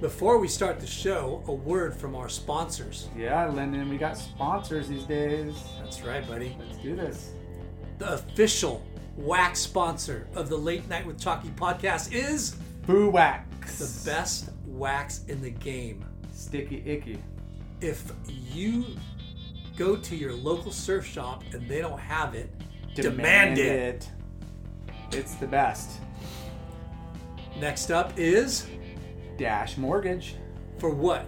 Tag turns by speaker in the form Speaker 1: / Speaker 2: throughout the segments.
Speaker 1: Before we start the show, a word from our sponsors.
Speaker 2: Yeah, Lyndon, we got sponsors these days.
Speaker 1: That's right, buddy.
Speaker 2: Let's do this.
Speaker 1: The official wax sponsor of the Late Night with Chalky podcast is
Speaker 2: Boo Wax.
Speaker 1: the best wax in the game.
Speaker 2: Sticky Icky.
Speaker 1: If you go to your local surf shop and they don't have it, demand, it.
Speaker 2: It's the best.
Speaker 1: Next up is
Speaker 2: Dash Mortgage.
Speaker 1: for what?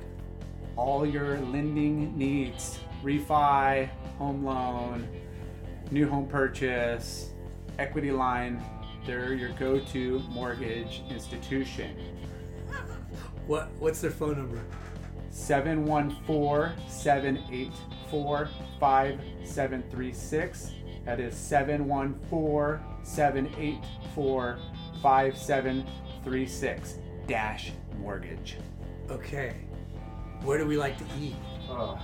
Speaker 2: all your lending needs refi, home loan, new home purchase, equity line. They're your go to mortgage institution.
Speaker 1: What what's their phone number?
Speaker 2: 714 784 5736. That is 714 784 5736 dash mortgage.
Speaker 1: Okay. Where do we like to eat?
Speaker 2: Ugh.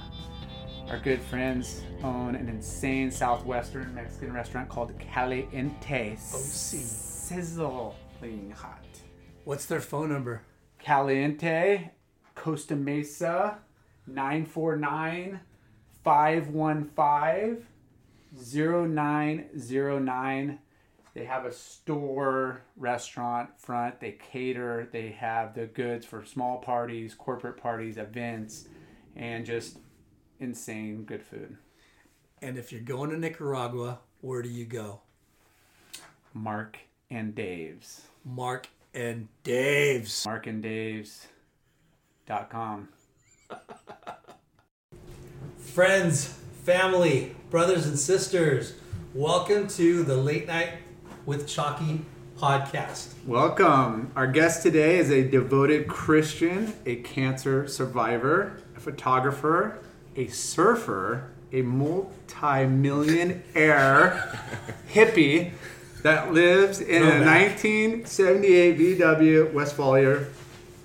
Speaker 2: Our good friends own an insane southwestern Mexican restaurant called Caliente. Sizzling hot.
Speaker 1: What's their phone number?
Speaker 2: Caliente, Costa Mesa, 949 515 0909. They have a store, restaurant, front. They cater. They have the goods for small parties, corporate parties, events, and just insane good food.
Speaker 1: And if you're going to Nicaragua, where do you go?
Speaker 2: Mark and Dave's.
Speaker 1: Mark and Dave's.
Speaker 2: Markanddaves.com.
Speaker 1: Friends, family, brothers, and sisters, welcome to the Late Night with Chalky podcast.
Speaker 2: Welcome. Our guest today is a devoted Christian, a cancer survivor, a photographer, a surfer, a multi-millionaire hippie that lives in a
Speaker 1: Throwback.
Speaker 2: 1978 VW Westphalia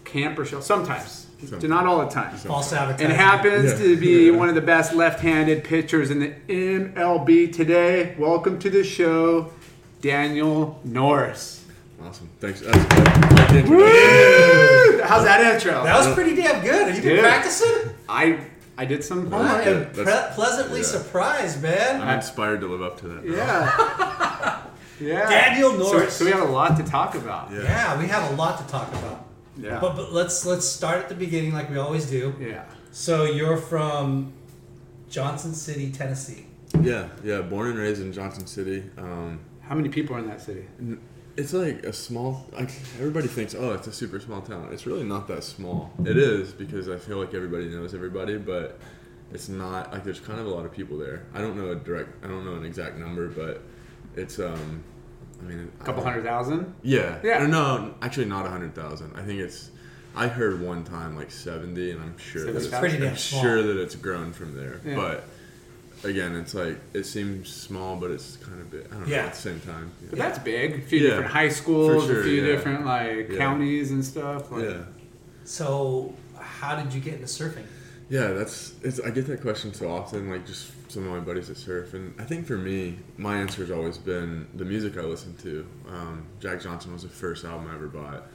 Speaker 2: camper shell. Sometimes, not all the time.
Speaker 1: False
Speaker 2: and
Speaker 1: advertising.
Speaker 2: happens
Speaker 3: Yeah.
Speaker 2: to be one of the best left-handed pitchers in the MLB today. Welcome to the show, Daniel Norris.
Speaker 3: Awesome. Thanks. That's, I did-
Speaker 2: How's that intro?
Speaker 1: That was pretty damn good. Have you been
Speaker 2: Dude.
Speaker 1: practicing?
Speaker 2: I I did some
Speaker 1: I
Speaker 3: Yeah,
Speaker 1: am pre-
Speaker 3: that's-
Speaker 1: pleasantly
Speaker 3: yeah.
Speaker 1: surprised, man.
Speaker 3: I'm inspired to live up to that. bro.
Speaker 2: Yeah. yeah.
Speaker 1: Daniel
Speaker 2: So,
Speaker 1: Norris.
Speaker 2: so we have a lot to talk about.
Speaker 3: Yeah.
Speaker 1: yeah, we have a lot to talk about.
Speaker 2: Yeah.
Speaker 1: But, but let's let's start at the beginning like we always do.
Speaker 2: Yeah.
Speaker 1: So you're from Johnson City, Tennessee.
Speaker 3: Yeah. Yeah. Born and raised in Johnson City. Um,
Speaker 2: How many people are in that city?
Speaker 3: n- it's like a small. Like everybody thinks, oh, it's a super small town. It's really not that small. It is because I feel like everybody knows everybody, but it's not. Like there's kind of a lot of people there. I don't know a direct. I don't know an exact number, but it's. um I mean,
Speaker 2: A couple hundred thousand?
Speaker 3: Yeah.
Speaker 2: Yeah.
Speaker 3: Or no, actually not a hundred thousand. I think it's. I heard one time like seventy, and I'm sure that
Speaker 2: Seventy
Speaker 3: it's,
Speaker 1: thousand? Pretty damn
Speaker 3: I'm
Speaker 1: small.
Speaker 3: sure that it's grown from there.
Speaker 2: Yeah.
Speaker 3: But again, it's like it seems small, but it's kind of big. I don't
Speaker 1: Yeah.
Speaker 3: know. At the same time.
Speaker 2: But
Speaker 3: Yeah.
Speaker 2: that's big. A few
Speaker 3: Yeah.
Speaker 2: different high schools,
Speaker 3: For sure,
Speaker 2: a few
Speaker 3: yeah.
Speaker 2: different like
Speaker 3: Yeah.
Speaker 2: counties and stuff. Like,
Speaker 3: yeah.
Speaker 1: So how did you get into surfing?
Speaker 3: Yeah, that's it's. I get that question so often, like just some of my buddies that surf, and I think for me, my answer has always been the music I listen to. Um, Jack Johnson was the first album I ever bought.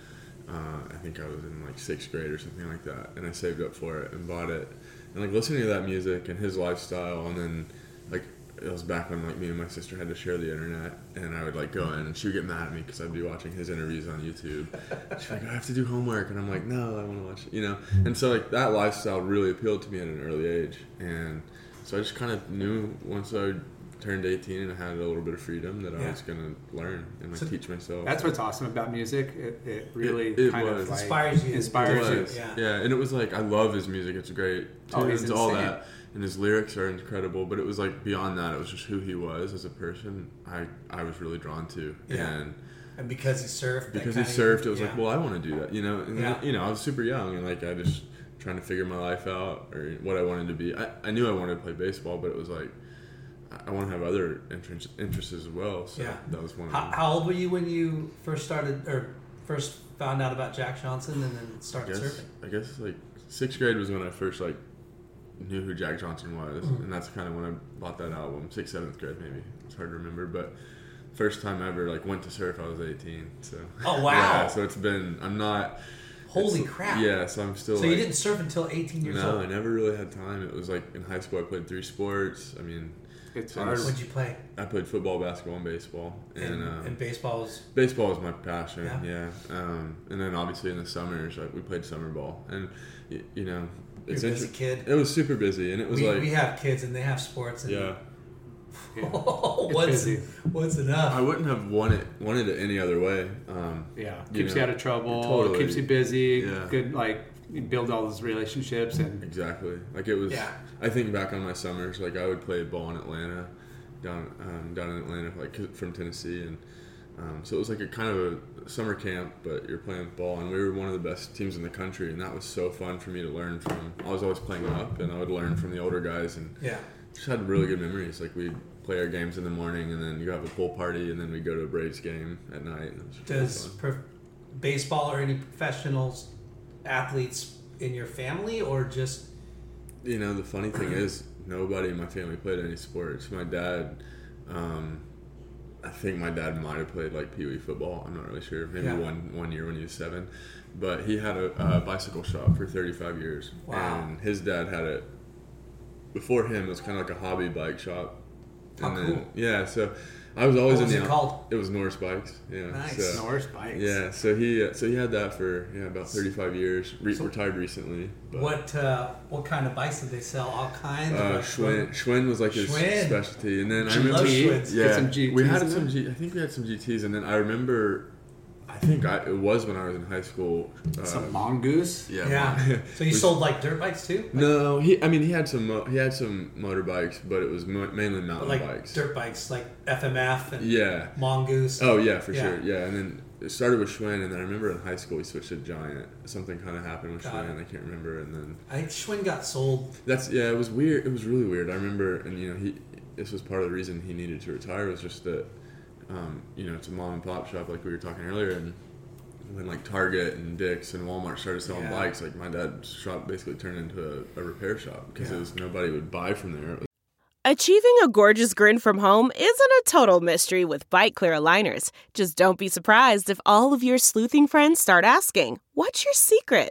Speaker 3: Uh, I think I was in like sixth grade or something like that, and I saved up for it and bought it. And like listening to that music and his lifestyle, and then like it was back when like me and my sister had to share the internet, and I would like go in, and she would get mad at me because I'd be watching his interviews on YouTube. She's like, I have to do homework, and I'm like, no, I want to watch, you know. And so like that lifestyle really appealed to me at an early age, and so I just kind of knew once I turned 18 and I had a little bit of freedom that
Speaker 1: Yeah.
Speaker 3: I was gonna learn and like
Speaker 2: So
Speaker 3: teach myself.
Speaker 2: That's what's awesome about music. It, it really
Speaker 3: It- it
Speaker 2: kind of
Speaker 3: was.
Speaker 2: like,
Speaker 1: Inspires you.
Speaker 3: It
Speaker 2: Inspires you.
Speaker 3: was,
Speaker 1: Yeah.
Speaker 3: yeah. and it was like I love his music. It's great.
Speaker 2: Oh, he's
Speaker 3: Tunes, all
Speaker 2: insane.
Speaker 3: that, and his lyrics are incredible. But it was like beyond that, it was just who he was as a person. I I was really drawn to,
Speaker 1: Yeah.
Speaker 3: and
Speaker 1: and because he surfed. that
Speaker 3: because he
Speaker 1: kinda-
Speaker 3: surfed, it was like,
Speaker 1: yeah.
Speaker 3: well, I want to do that, you know. And
Speaker 1: Yeah.
Speaker 3: you know, I was super young, and like I just trying to figure my life out or what I wanted to be. I, I knew I wanted to play baseball, but it was like I- I want to have other interest, interests as well. So
Speaker 1: Yeah.
Speaker 3: that was one.
Speaker 1: How,
Speaker 3: of them.
Speaker 1: how old were you when you first started, or first found out about Jack Johnson, and then
Speaker 3: I
Speaker 1: started
Speaker 3: guess
Speaker 1: surfing?
Speaker 3: I guess like sixth grade was when I first like knew who Jack Johnson was,
Speaker 1: Mm-hmm.
Speaker 3: and that's kind of when I bought that album. Sixth, seventh grade, maybe it's hard to remember, but first time I ever like went to surf, I was eighteen. So
Speaker 1: Oh, wow.
Speaker 3: yeah, so it's been I'm not
Speaker 1: Holy
Speaker 3: it's-
Speaker 1: crap!
Speaker 3: Yeah, so I'm still
Speaker 1: So
Speaker 3: like,
Speaker 1: you didn't surf until 18 years
Speaker 3: No, I
Speaker 1: old.
Speaker 3: never really had time. It was like in high school, I played three sports. I mean,
Speaker 2: It's
Speaker 3: And
Speaker 2: hard.
Speaker 3: it's-
Speaker 1: What'd you play?
Speaker 3: I played football, basketball, and baseball. And,
Speaker 1: And,
Speaker 3: uh,
Speaker 1: and baseball was
Speaker 3: baseball was my passion.
Speaker 1: Yeah.
Speaker 3: Yeah. Um, and then obviously in the summers, like, we played summer ball, and y- you know,
Speaker 1: you're a
Speaker 3: it's
Speaker 1: busy
Speaker 3: inter-
Speaker 1: kid.
Speaker 3: It was super busy, and it was
Speaker 1: we,
Speaker 3: like
Speaker 1: we have kids and they have sports. And Oh,
Speaker 3: yeah.
Speaker 2: Yeah.
Speaker 1: what's
Speaker 2: busy.
Speaker 1: what's
Speaker 3: I
Speaker 1: enough?
Speaker 3: wouldn't have wanted wanted it any other way. Um,
Speaker 2: Yeah,
Speaker 3: You
Speaker 2: keeps you,
Speaker 3: know,
Speaker 2: out of trouble.
Speaker 3: totally.
Speaker 2: Keeps you busy.
Speaker 3: Yeah.
Speaker 2: Good, like you build all those relationships and
Speaker 3: Exactly. Like it was.
Speaker 1: Yeah.
Speaker 3: I think back on my summers, like I would play ball in Atlanta, down um, down in Atlanta, like 'cause- from Tennessee, and um, so it was like a kind of a summer camp, but you're playing ball, and we were one of the best teams in the country, and that was so fun for me to learn from. I was always playing up, and I would learn from the older guys, and
Speaker 1: Yeah,
Speaker 3: just had really good memories. Like we would play our games in the morning, and then you have a pool party, and then we would go to a Braves game at night. and it was
Speaker 1: does
Speaker 3: fun.
Speaker 1: prof- baseball or any professionals, athletes in your family or just
Speaker 3: You know, the funny thing is, nobody in my family played any sports. My dad, um, I think my dad might have played like pee wee football. I'm not really sure. Maybe
Speaker 1: Yeah.
Speaker 3: one one year when he was seven, but he had a, uh bicycle shop for 35 years,
Speaker 1: Wow.
Speaker 3: and his dad had it. Before him, it was kind of like a hobby bike shop.
Speaker 1: How Oh, cool.
Speaker 3: Yeah, so I was always
Speaker 1: What was
Speaker 3: in
Speaker 1: it
Speaker 3: the.
Speaker 1: called?
Speaker 3: It was Norris bikes. Yeah.
Speaker 1: Nice.
Speaker 3: so-
Speaker 2: Norris bikes.
Speaker 3: yeah, so he uh, so he had that for yeah about 35 years. Re- retired recently. but-
Speaker 1: what uh, what kind of bikes did they sell? All kinds.
Speaker 3: uh,
Speaker 1: Or-
Speaker 3: Schwinn, Schwinn was like his
Speaker 1: Schwinn.
Speaker 3: specialty, and then I
Speaker 1: She
Speaker 3: remember
Speaker 1: loves Schwinns.
Speaker 3: yeah,
Speaker 2: Get some GTs
Speaker 3: we had
Speaker 2: in
Speaker 3: some.
Speaker 2: it.
Speaker 3: G, I think we had some GTs, and then I remember, I think I, it was when I was in high school. Uh,
Speaker 2: some mongoose.
Speaker 3: yeah,
Speaker 1: Yeah. So you
Speaker 3: We-
Speaker 1: sold like dirt bikes too? Like,
Speaker 3: No, he. I mean, he had some. Mo- he had some motorbikes, but it was mo- mainly mountain
Speaker 1: like
Speaker 3: bikes.
Speaker 1: dirt bikes, like FMF and
Speaker 3: Yeah.
Speaker 1: Mongoose.
Speaker 3: Oh yeah, for
Speaker 1: Yeah.
Speaker 3: sure. Yeah, and then it started with Schwinn, and then I remember in high school we switched to Giant. Something kind of happened with
Speaker 1: Got
Speaker 3: Schwinn.
Speaker 1: it.
Speaker 3: I can't remember, and then
Speaker 1: I think Schwinn got sold.
Speaker 3: That's yeah. It was weird. It was really weird. I remember, and you know, he. This was part of the reason he needed to retire was just that, um, you know, it's a mom and pop shop like we were talking earlier, and when like Target and Dick's and Walmart started selling
Speaker 1: Yeah.
Speaker 3: bikes, like my dad's shop basically turned into a, a repair shop because
Speaker 1: Yeah.
Speaker 3: it was nobody would buy from there. It was
Speaker 4: Achieving a gorgeous grin from home isn't a total mystery with Bite Clear aligners. Just don't be surprised if all of your sleuthing friends start asking, "What's your secret?"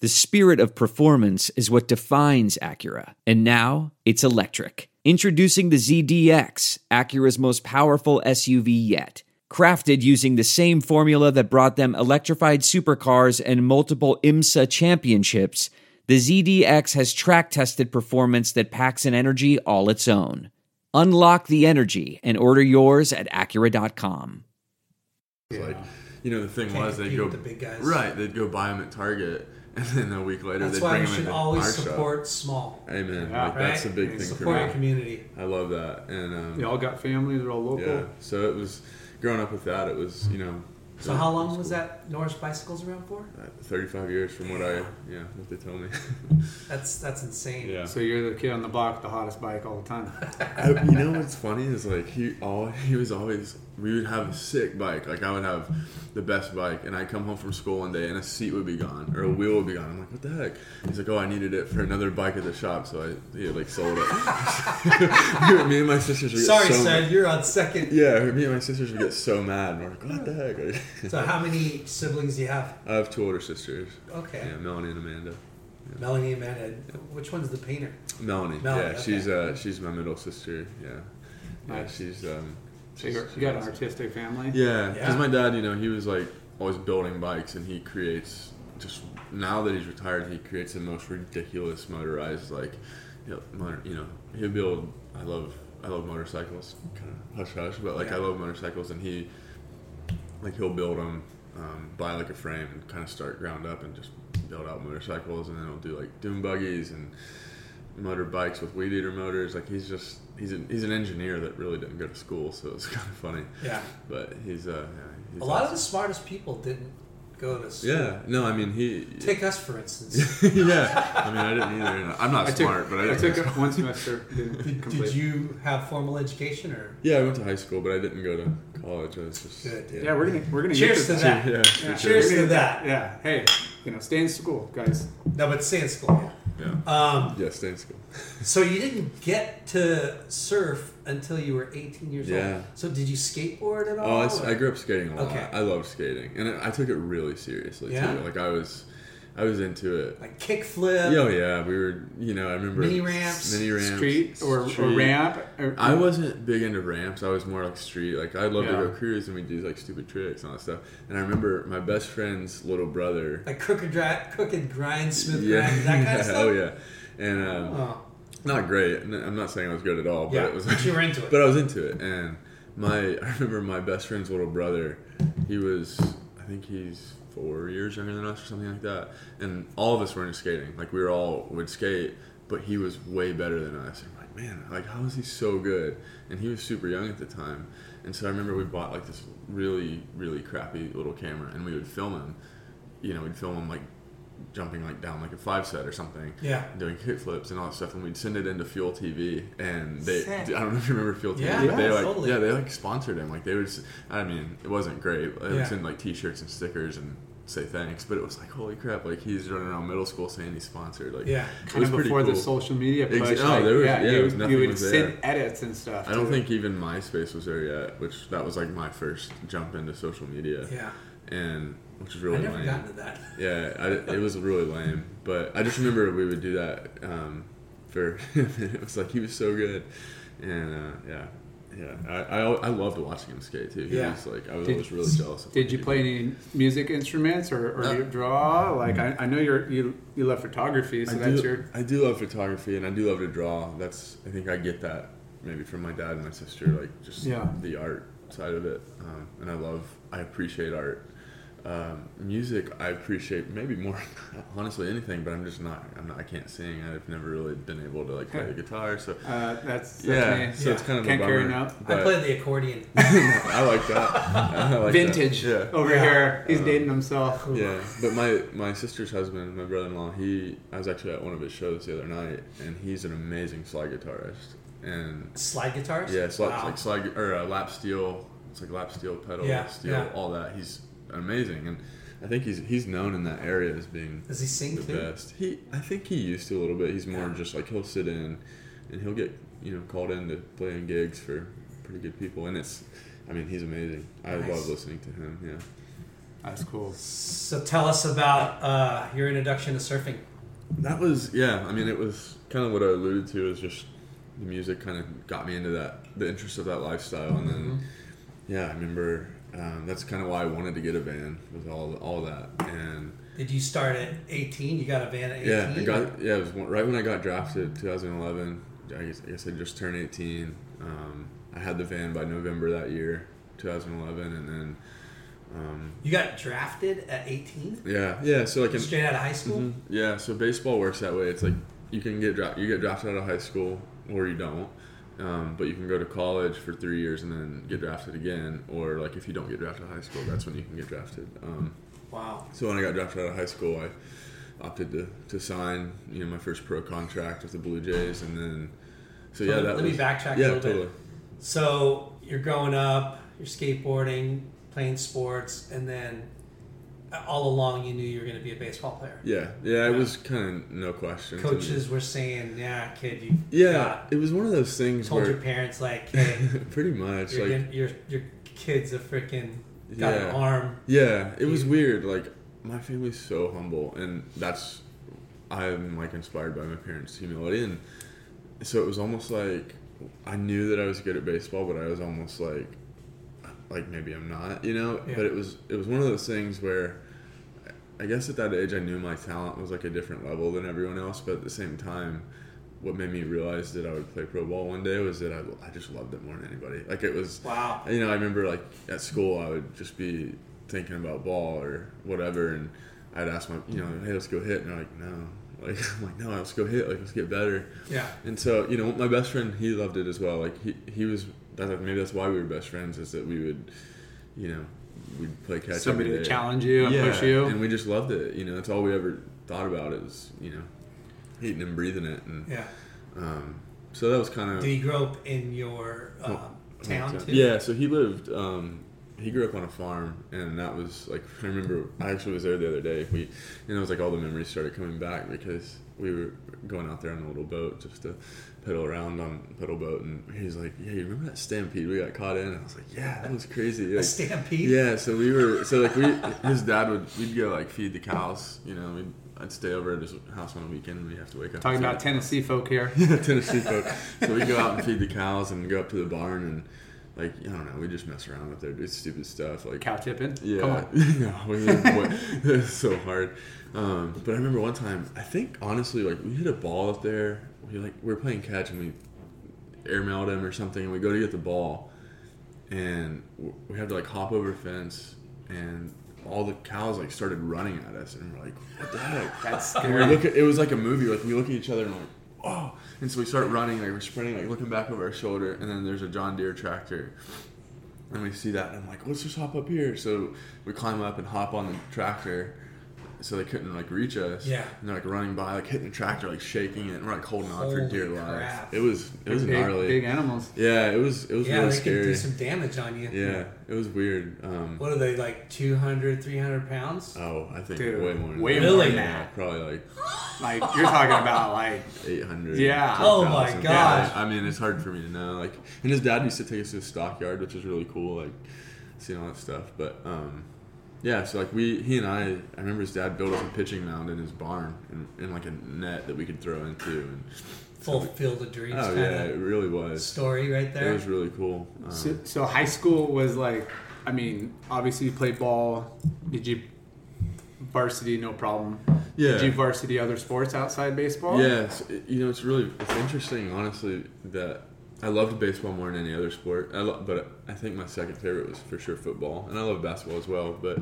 Speaker 5: The spirit of performance is what defines Acura. And now it's electric. Introducing the ZDX, Acura's most powerful SUV yet. Crafted using the same formula that brought them electrified supercars and multiple IMSA championships, the ZDX has track tested performance that packs an energy all its own. Unlock the energy and order yours at Acura.com.
Speaker 3: like, you know, the thing
Speaker 1: Can't
Speaker 3: was they
Speaker 1: compete
Speaker 3: go
Speaker 1: with the big guys.
Speaker 3: right. They'd go buy them at Target, and then a week later
Speaker 1: That's
Speaker 3: they'd
Speaker 1: why
Speaker 3: bring
Speaker 1: we
Speaker 3: them
Speaker 1: should
Speaker 3: into
Speaker 1: always
Speaker 3: our
Speaker 1: support small.
Speaker 3: shop. Amen.
Speaker 2: Yeah.
Speaker 3: like, That's a
Speaker 1: right?
Speaker 3: big thing
Speaker 1: Support your
Speaker 3: for me.
Speaker 1: community.
Speaker 3: I love that, and um,
Speaker 2: They all got families. They're all local.
Speaker 3: Yeah. So it was growing up with that. It was you know.
Speaker 1: So how long was that Norris bicycles around for?
Speaker 3: uh, Thirty-five years from what I yeah what they told me.
Speaker 1: That's that's insane.
Speaker 2: So you're the kid on the block, with the hottest bike all the time.
Speaker 3: I, you know what's funny is like he all he was always we would have a sick bike like I would have the best bike and I'd come home from school one day and a seat would be gone or a wheel would be gone. I'm like what the heck? He's like oh I needed it for another bike at the shop so I he had, like sold it. me and my sisters would get
Speaker 1: Sorry,
Speaker 3: so
Speaker 1: son,
Speaker 3: mad.
Speaker 1: you're on second.
Speaker 3: Yeah, me and my sisters would get so mad. And we're like what the heck?
Speaker 1: So how many siblings do you have?
Speaker 3: I have two older sisters.
Speaker 1: Okay.
Speaker 3: Yeah, Melanie and Amanda.
Speaker 1: Melanie and Amanda. Which one's the painter?
Speaker 3: Melanie.
Speaker 1: Melanie,
Speaker 3: yeah,
Speaker 1: okay.
Speaker 3: she's uh, she's my middle sister. Yeah, yeah,
Speaker 2: Nice.
Speaker 3: she's um,
Speaker 2: So you're,
Speaker 3: she's-
Speaker 2: you got an artistic family.
Speaker 3: yeah,
Speaker 1: Yeah.
Speaker 3: because my dad, you know, he was like always building bikes, and he creates just now that he's retired, he creates the most ridiculous motorized like, you know, motor, you know he'll build. I love I love motorcycles, kind of hush hush, but like I love motorcycles, and he like he'll build them, um, buy like a frame, and kind of start ground up and just build out motorcycles, and then he'll do like dune buggies and motor bikes with weed eater motors. Like he's just he's an he's an engineer that really didn't go to school, so it's kind of funny.
Speaker 1: Yeah.
Speaker 3: But he's uh yeah, he's
Speaker 1: A lot of
Speaker 3: awesome.
Speaker 1: the smartest people didn't go to school.
Speaker 3: yeah no I mean he
Speaker 1: Take us for instance.
Speaker 3: yeah I mean I didn't either. and I'm not
Speaker 2: I took,
Speaker 3: smart, but I
Speaker 2: I
Speaker 3: didn't
Speaker 2: took
Speaker 3: go to
Speaker 2: it
Speaker 3: school.
Speaker 2: one semester. Didn't complete.
Speaker 1: Did you have formal education or?
Speaker 3: yeah I went to high school, but I didn't go to college. I was just
Speaker 1: Good.
Speaker 2: Yeah, we're gonna we're gonna get
Speaker 1: Cheers to
Speaker 2: this-
Speaker 1: that.
Speaker 3: yeah
Speaker 2: Yeah.
Speaker 1: Cheers to that.
Speaker 2: Yeah. Hey, you know, stay in school, guys.
Speaker 1: No, but stay in school.
Speaker 3: yeah
Speaker 1: Um,
Speaker 3: yeah stay in school.
Speaker 1: so you didn't get to surf until you were 18 years
Speaker 3: Yeah.
Speaker 1: old. So did you skateboard at all?
Speaker 3: Oh, I, s-
Speaker 1: or-
Speaker 3: I grew up skating a lot.
Speaker 1: Okay.
Speaker 3: I loved skating, and I, I took it really seriously
Speaker 1: Yeah?
Speaker 3: too. Like I was, I was into it.
Speaker 1: like kickflip.
Speaker 3: Yeah, oh, yeah, we were. You know, I remember
Speaker 1: Mini ramps,
Speaker 3: mini ramps,
Speaker 2: Street or, or
Speaker 3: street.
Speaker 2: ramp. Or,
Speaker 3: I wasn't big into ramps. I was more like street. Like I love
Speaker 2: Yeah.
Speaker 3: to go cruise and we do like stupid tricks and all that stuff. And I remember my best friend's little brother.
Speaker 1: Like crooked, dri- crooked grind, smooth grind, that kind
Speaker 3: yeah,
Speaker 1: of stuff.
Speaker 3: oh yeah, and um,
Speaker 1: Oh,
Speaker 3: not great. N- I'm not saying I was good at all, but
Speaker 1: Yeah,
Speaker 3: it was.
Speaker 1: but you were into it.
Speaker 3: But I was into it, and my I remember my best friend's little brother. He was, I think he's four years younger than us or something like that. And all of us were into skating. Like we were all would skate, but he was way better than us. And I'm like, man, like how is he so good? And he was super young at the time. And so I remember we bought like this really really crappy little camera, and we would film him. You know, we'd film him like jumping like down like a five set or something
Speaker 1: Yeah.
Speaker 3: doing kickflips and all that stuff, and we'd send it into Fuel TV, and they. I don't know if you remember Fuel TV.
Speaker 1: Yeah,
Speaker 3: but they
Speaker 1: yeah,
Speaker 3: like,
Speaker 1: totally.
Speaker 3: yeah, they like sponsored him. Like they would. s- I mean, it wasn't great. They
Speaker 1: Yeah.
Speaker 3: would send like T-shirts and stickers and say thanks, but it was like holy crap! Like he's running around middle school saying he's sponsored. Like
Speaker 1: Yeah.
Speaker 3: it
Speaker 2: kind
Speaker 3: was
Speaker 2: of
Speaker 3: pretty
Speaker 2: before the
Speaker 3: cool.
Speaker 2: social media push.
Speaker 3: Exa- oh,
Speaker 2: like,
Speaker 3: there was-
Speaker 2: yeah,
Speaker 3: yeah,
Speaker 2: you,
Speaker 3: was
Speaker 2: you
Speaker 3: nothing
Speaker 2: would
Speaker 3: was
Speaker 2: send edits and stuff.
Speaker 3: I don't
Speaker 2: too.
Speaker 3: think even MySpace was there yet, which that was like my first jump into social media.
Speaker 1: yeah.
Speaker 3: And which is
Speaker 1: I
Speaker 3: really
Speaker 1: never
Speaker 3: lame.
Speaker 1: got into that.
Speaker 3: Yeah, I, it was really lame, but I just remember we would do that um, for him, and it was like he was so good, and uh, yeah, yeah, I, I al- I loved watching him skate too. He
Speaker 1: Yeah.
Speaker 3: was like I was
Speaker 2: Did-
Speaker 3: always really jealous. Of
Speaker 2: Did
Speaker 3: him.
Speaker 2: you play any music instruments or, or
Speaker 3: Uh,
Speaker 2: do you draw? Like I, I know you're you you love photography, so
Speaker 3: I
Speaker 2: that's
Speaker 3: do,
Speaker 2: your
Speaker 3: I do love photography, and I do love to draw. That's I think I get that maybe from my dad and my sister, like just
Speaker 2: Yeah.
Speaker 3: the art side of it, um, and I love I appreciate art. Um, music I appreciate maybe more honestly anything, but I'm just not I'm not I can't sing. I've never really been able to like play the guitar, so
Speaker 2: uh, that's, that's
Speaker 3: yeah,
Speaker 2: me.
Speaker 3: so it's kind of
Speaker 2: Can't
Speaker 3: a
Speaker 2: carry
Speaker 3: bummer,
Speaker 2: it out.
Speaker 3: but
Speaker 1: I played the accordion.
Speaker 3: I like that. I like that.
Speaker 2: vintage
Speaker 3: Yeah. Uh,
Speaker 2: over
Speaker 1: Yeah.
Speaker 2: here. He's dating himself.
Speaker 3: Yeah, but my my sister's husband, my brother-in-law, he I was actually at one of his shows the other night, and he's an amazing slide guitarist. And
Speaker 1: Slide guitars?
Speaker 3: yeah, slide,
Speaker 1: Wow.
Speaker 3: like slide or uh, lap steel, it's like lap steel pedal,
Speaker 1: Yeah,
Speaker 3: steel,
Speaker 1: yeah.
Speaker 3: all that. He's amazing, and I think he's he's known in that area as being
Speaker 1: Does he sing
Speaker 3: the
Speaker 1: too?
Speaker 3: best. He I think he used to a little bit. He's more
Speaker 1: Yeah.
Speaker 3: just like he'll sit in, and he'll get you know called in to play in gigs for pretty good people, and it's. I mean, he's amazing. I
Speaker 1: Nice.
Speaker 3: love listening to him. Yeah.
Speaker 2: That's cool.
Speaker 1: So tell us about uh, your introduction to surfing.
Speaker 3: That was yeah. I mean, it was kind of what I alluded to. Is just the music kind of got me into that, the interest of that lifestyle, and then yeah, I remember um, that's kind of why I wanted to get a van with all all that, and
Speaker 1: Did you start at 18? You got a van at 18?
Speaker 3: yeah, I got yeah. It was one, right when I got drafted, 2011. I guess I guess I just turned 18. Um, I had the van by November that year, 2011, and then
Speaker 1: You got drafted at 18?
Speaker 3: yeah, yeah. So like in,
Speaker 1: Straight out of high school?
Speaker 3: Yeah, so baseball works that way. It's like you can get dra- you get drafted out of high school or you don't, um, but you can go to college for three years and then get drafted again, or like if you don't get drafted out of high school, that's when you can get drafted. Um,
Speaker 1: Wow.
Speaker 3: so when I got drafted out of high school, I opted to, to sign you know my first pro contract with the Blue Jays, and then so yeah
Speaker 1: let-
Speaker 3: that
Speaker 1: let me
Speaker 3: was,
Speaker 1: backtrack a
Speaker 3: yeah
Speaker 1: little bit.
Speaker 3: totally
Speaker 1: So you're growing up, you're skateboarding, playing sports, and then uh, all along you knew you were going to be a baseball player.
Speaker 3: yeah yeah it was kind of no question to me.
Speaker 1: Coaches were saying, "Yeah, kid, you
Speaker 3: yeah,
Speaker 1: got-
Speaker 3: it was one of those things
Speaker 1: told
Speaker 3: where
Speaker 1: your parents like, hey,
Speaker 3: pretty much
Speaker 1: your
Speaker 3: like
Speaker 1: your your kid's a freaking got an
Speaker 3: Yeah.
Speaker 1: arm."
Speaker 3: Yeah, it was weird. Like my family's so humble, and that's I'm like inspired by my parents' humility, and so it was almost like I knew that I was good at baseball, but I was almost like like maybe I'm not, you know.
Speaker 1: Yeah.
Speaker 3: But it was it was one of those things where I guess at that age I knew my talent was like a different level than everyone else, but at the same time, what made me realize that I would play pro ball one day was that I, I just loved it more than anybody. Like it was
Speaker 1: Wow.
Speaker 3: You know, I remember like at school I would just be thinking about ball or whatever, and I'd ask my you know hey let's go hit, and they're like no, like I'm like no let's go hit, like let's get better.
Speaker 1: Yeah.
Speaker 3: And so, you know, my best friend, he loved it as well. Like he, he was. That's like, maybe that's why we were best friends. Is that we would, you know, we'd play catch.
Speaker 2: Somebody
Speaker 3: every
Speaker 2: to
Speaker 3: day.
Speaker 2: challenge you and
Speaker 3: yeah,
Speaker 2: push you.
Speaker 3: and we just loved it. You know, it's all we ever thought about is you know, eating and breathing it, and
Speaker 1: Yeah.
Speaker 3: um, so that was kind of
Speaker 1: Did he grow up in your um, town too?
Speaker 3: yeah, so he lived. Um, he grew up on a farm, and that was like I remember. I actually was there the other day. We, and it was like all the memories started coming back because we were going out there on a little boat just to pedal around on pedal boat, and he's like, "Yeah, you remember that stampede we got caught in?" And I was like, "Yeah, that was crazy."
Speaker 1: A
Speaker 3: Like,
Speaker 1: stampede.
Speaker 3: yeah, so we were so like we his dad would we'd go like feed the cows, you know. We'd, I'd stay over at his house on a weekend, and we would have to wake up. and
Speaker 2: Talking
Speaker 3: feed
Speaker 2: about
Speaker 3: the
Speaker 2: Tennessee folk here.
Speaker 3: Tennessee folk. So we go out and feed the cows and go up to the barn and like I don't know, we just mess around up there, do stupid stuff like
Speaker 2: Cow tipping.
Speaker 3: Yeah,
Speaker 2: Come on.
Speaker 3: no, we were- boy, it was so hard. Um, but I remember one time, I think honestly, like we hit a ball up there. We like we were playing catch and we airmailed him or something, and we go to get the ball, and w- we had to like hop over a fence, and all the cows like started running at us, and we're like, what the heck?
Speaker 2: That's
Speaker 3: And we
Speaker 2: scary.
Speaker 3: look at, it was like a movie. Like we look at each other and we're like, oh. And so we start running, like we're sprinting, like looking back over our shoulder. And then there's a John Deere tractor, and we see that. And I'm like, let's just hop up here. So we climb up and hop on the tractor, so they couldn't like reach us.
Speaker 1: Yeah.
Speaker 3: And they're like running by, like hitting the tractor, like shaking it, and we're like holding on for
Speaker 1: Holy
Speaker 3: dear life.
Speaker 1: crap.
Speaker 3: It was it was gnarly.
Speaker 2: Big, big animals.
Speaker 3: Yeah, it was it was
Speaker 1: Yeah,
Speaker 3: really
Speaker 1: they can do
Speaker 3: scary.
Speaker 1: some damage on you.
Speaker 3: Yeah, it was weird. Um,
Speaker 1: What are they like 200, 300 pounds?
Speaker 3: oh, I think
Speaker 2: Dude,
Speaker 3: way more. Than
Speaker 2: way
Speaker 3: that.
Speaker 1: more than
Speaker 3: Yeah,
Speaker 2: that.
Speaker 3: probably like
Speaker 2: Like you're talking about like
Speaker 3: 800.
Speaker 2: Yeah.
Speaker 1: Oh my
Speaker 3: 10,000.
Speaker 1: gosh.
Speaker 3: Yeah, I mean, it's hard for me to know. Like, and his dad used to take us to the stockyard, which is really cool. Like, seeing all that stuff. But um, yeah. So like we, he and I, I remember his dad built us a pitching mound in his barn, and, and like a net that we could throw into. And
Speaker 1: Full field of dreams
Speaker 3: oh
Speaker 1: kind
Speaker 3: yeah, it
Speaker 1: of
Speaker 3: really was.
Speaker 1: story right
Speaker 3: It
Speaker 1: there.
Speaker 3: was really cool. Um,
Speaker 2: So, so high school was like, I mean, obviously you played ball. Did you varsity? No problem. Did
Speaker 3: Yeah.
Speaker 2: you varsity other sports outside baseball?
Speaker 3: Yes, it- you know it's really it's interesting, honestly, that I loved baseball more than any other sport. I lo- but I think my second favorite was for sure football, and I love basketball as well. But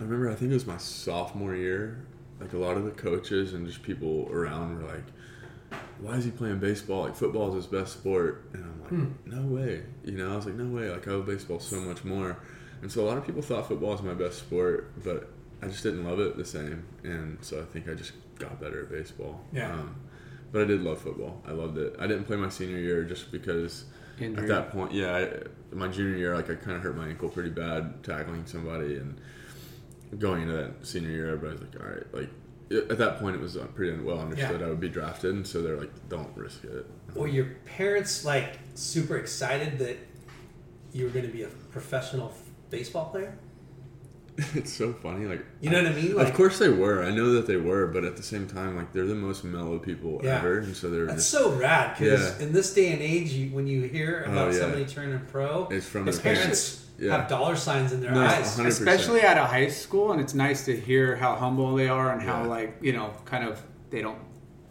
Speaker 3: I remember I think it was my sophomore year. Like a lot of the coaches and just people around were like, "Why is he playing baseball? Like football is his best sport." And I'm like, "No way!" You know, I was like, "No way!" Like I love baseball so much more. And so a lot of people thought football was my best sport, but I just didn't love it the same. And so I think I just got better at baseball.
Speaker 1: Yeah.
Speaker 3: Um, but I did love football. I loved it. I didn't play my senior year just because
Speaker 2: Injury.
Speaker 3: at that point, yeah, I, my junior year, like I kind of hurt my ankle pretty bad tackling somebody, and going into that senior year, everybody's like, all right, like it- at that point, it was uh, pretty well understood
Speaker 1: Yeah.
Speaker 3: I would be drafted, and so they're like, don't risk it.
Speaker 1: Were your parents like super excited that you were going to be a professional f- baseball player?
Speaker 3: it's so funny, like
Speaker 1: You know what I mean? Like,
Speaker 3: Of course they were. I know that they were, but at the same time, like they're the most mellow people
Speaker 1: Yeah.
Speaker 3: ever, and so they're
Speaker 1: That's
Speaker 3: just,
Speaker 1: so rad because
Speaker 3: Yeah.
Speaker 1: in this day and age, you, when you hear about
Speaker 3: Oh, yeah.
Speaker 1: somebody turning pro,
Speaker 3: It's from
Speaker 1: his
Speaker 3: their parents.
Speaker 1: parents
Speaker 3: Yeah.
Speaker 1: have dollar signs in their
Speaker 3: No,
Speaker 1: eyes.
Speaker 3: 100%.
Speaker 2: Especially out of high school, and it's nice to hear how humble they are and how
Speaker 3: Yeah.
Speaker 2: like you know, kind of they don't,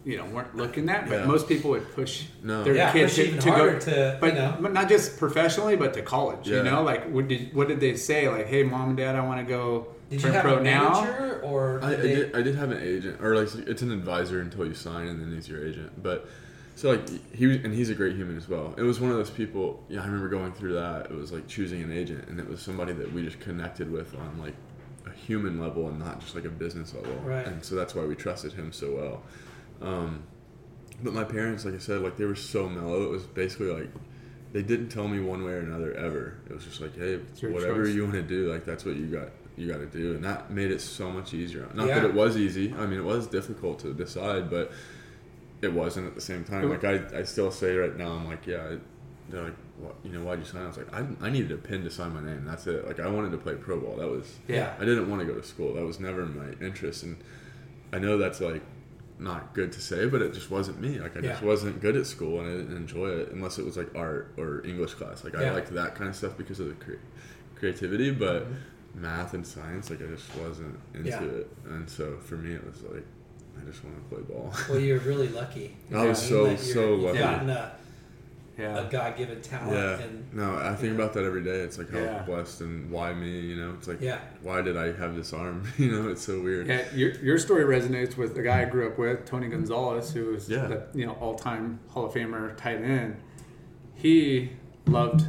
Speaker 2: you know, weren't looking that. But
Speaker 3: Yeah.
Speaker 2: most people would push
Speaker 3: No.
Speaker 2: their
Speaker 1: Yeah,
Speaker 2: kids
Speaker 1: push
Speaker 2: to,
Speaker 1: even
Speaker 2: to go
Speaker 1: harder to,
Speaker 2: but
Speaker 1: you know.
Speaker 2: but not just professionally, but to college. You
Speaker 3: Yeah.
Speaker 2: know, like what did what did they say? Like, hey, mom and dad, I want to go
Speaker 1: Did you
Speaker 2: turn
Speaker 1: have
Speaker 2: pro
Speaker 1: a
Speaker 2: now.
Speaker 1: manager or
Speaker 3: I, I
Speaker 1: did they-
Speaker 3: did. I did have an agent, or like it's an advisor until you sign, and then he's your agent. But so like he was, and he's a great human as well. It was one of those people. Yeah, I remember going through that. It was like choosing an agent, and it was somebody that we just connected with on like a human level and not just like a business level.
Speaker 1: Right.
Speaker 3: And so that's why we trusted him so well. Um, but my parents, like I said, like they were so mellow. It was basically like they didn't tell me one way or another ever. It was just like, hey,
Speaker 2: your
Speaker 3: whatever
Speaker 2: choice.
Speaker 3: you want to do, like that's what you got. You got to do, and that made it so much easier. Not
Speaker 1: Yeah.
Speaker 3: that it was easy. I mean, it was difficult to decide, but it wasn't at the same time. Like I, I still say right now, I'm like, yeah. I, they're like, what, you know, why'd you sign? I was like, I, I needed a pin to sign my name. That's it. Like I wanted to play pro ball. That was
Speaker 2: Yeah.
Speaker 3: I didn't want to go to school. That was never my interest, and I know that's like not good to say, but it just wasn't me. Like I just
Speaker 1: Yeah.
Speaker 3: wasn't good at school, and I didn't enjoy it unless it was like art or English class. Like I
Speaker 1: Yeah.
Speaker 3: liked that kind of stuff because of the cre- creativity, but math and science, like I just wasn't into
Speaker 1: Mm-hmm. Yeah.
Speaker 3: it. And so for me, it was like I just want to play ball.
Speaker 1: Well, you're really lucky.
Speaker 3: I was so,
Speaker 1: That you're-
Speaker 3: so
Speaker 1: you've
Speaker 3: lucky.
Speaker 1: gotten a, a
Speaker 2: Yeah.
Speaker 1: God-given talent,
Speaker 3: yeah.
Speaker 1: and
Speaker 3: No, I think about that every day. It's like how
Speaker 2: Yeah.
Speaker 3: blessed and why me? You know, it's like
Speaker 1: Yeah.
Speaker 3: why did I have this arm? You know, it's so weird.
Speaker 2: Yeah, your, your story resonates with the guy I grew up with, Tony Gonzalez, who was
Speaker 3: Yeah.
Speaker 2: the you know all time Hall of Famer tight end. He loved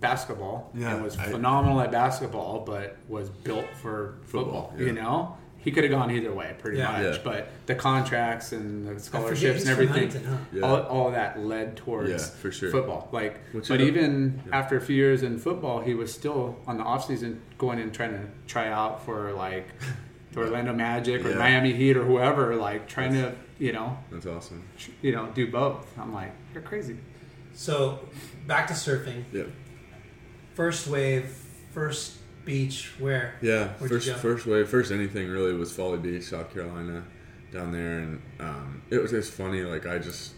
Speaker 2: basketball
Speaker 3: Yeah,
Speaker 2: and was
Speaker 3: I-
Speaker 2: phenomenal at basketball, but was built for football.
Speaker 3: Football, yeah.
Speaker 2: You know, he could have gone either way pretty
Speaker 1: Yeah.
Speaker 2: much,
Speaker 3: Yeah.
Speaker 2: but the contracts and the
Speaker 1: he's
Speaker 2: scholarships and
Speaker 1: from
Speaker 2: everything,
Speaker 1: Huntington, huh?
Speaker 3: Yeah.
Speaker 2: all, all that led towards
Speaker 3: Yeah, for sure.
Speaker 2: football. Like,
Speaker 3: Which
Speaker 2: but
Speaker 3: is-
Speaker 2: even after a few years in football, he was still on the off season going and trying to try out for like the Orlando Magic or
Speaker 3: Yeah.
Speaker 2: Miami Heat or whoever, like trying to you know
Speaker 3: That's awesome.
Speaker 2: tr- you know do both. I'm like, you're crazy.
Speaker 1: so back to surfing.
Speaker 3: Yeah.
Speaker 1: First wave, first beach. Where?
Speaker 3: Yeah,
Speaker 1: Where'd you
Speaker 3: first
Speaker 1: go?
Speaker 3: first wave, first anything really was Folly Beach, South Carolina, down there, and um, it was just funny. Like I just,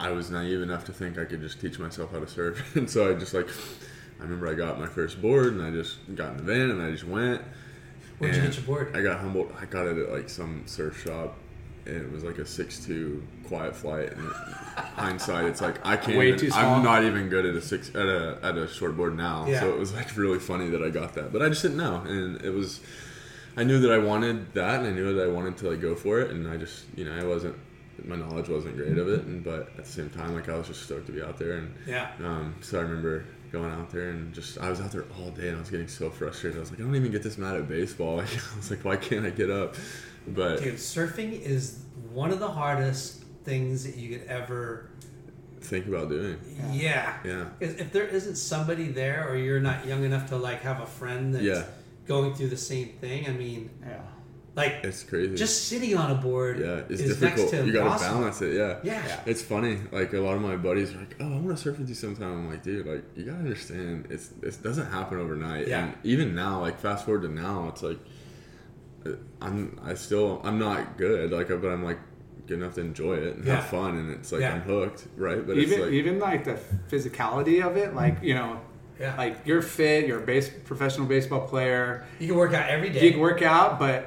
Speaker 3: I was naive enough to think I could just teach myself how to surf, and so I just like, I remember I got my first board, and I just got in the van, and I just went.
Speaker 1: Where'd you
Speaker 3: and
Speaker 1: get your board?
Speaker 3: I got humbled. I got it at like some surf shop, and it was like a six-two quiet flight. And hindsight, it's like I can't.
Speaker 2: Way
Speaker 3: even-
Speaker 2: too small.
Speaker 3: I'm not even good at a six at a at a shortboard now.
Speaker 1: Yeah.
Speaker 3: So it was like really funny that I got that, but I just didn't know, and it was. I knew that I wanted that, and I knew that I wanted to like go for it, and I just you know I wasn't. My knowledge wasn't great of it, and but at the same time, like I was just stoked to be out there, and
Speaker 1: Yeah.
Speaker 3: um, so I remember going out there and just I was out there all day and I was getting so frustrated. I was like, I don't even get this mad at baseball. Like, I was like, why can't I get up? But
Speaker 1: Dude, surfing is one of the hardest things that you could ever.
Speaker 3: think about doing.
Speaker 1: Yeah.
Speaker 3: Yeah.
Speaker 1: If if there isn't somebody there, or you're not young enough to like have a friend that's
Speaker 3: Yeah.
Speaker 1: going through the same thing, I mean,
Speaker 2: Yeah.
Speaker 1: like
Speaker 3: It's crazy.
Speaker 1: just sitting on a board
Speaker 3: yeah, it's
Speaker 1: is next
Speaker 3: difficult.
Speaker 1: to
Speaker 3: You gotta
Speaker 1: impossible.
Speaker 3: balance it. Yeah.
Speaker 1: Yeah.
Speaker 3: It's funny. Like a lot of my buddies are like, "Oh, I want to surf with you sometime." I'm like, "Dude, like you gotta understand, it's it doesn't happen overnight."
Speaker 1: Yeah.
Speaker 3: And even now, like fast forward to now, it's like uh, I'm I still I'm not good. Like, but I'm like good enough to enjoy it and
Speaker 1: Yeah.
Speaker 3: have fun, and it's like
Speaker 1: Yeah.
Speaker 3: I'm hooked, right? But
Speaker 2: even
Speaker 3: it's like
Speaker 2: even like the physicality of it, like you know,
Speaker 1: Yeah.
Speaker 2: like you're fit, you're a base professional baseball player,
Speaker 1: You can work out every day.
Speaker 2: you can work out, but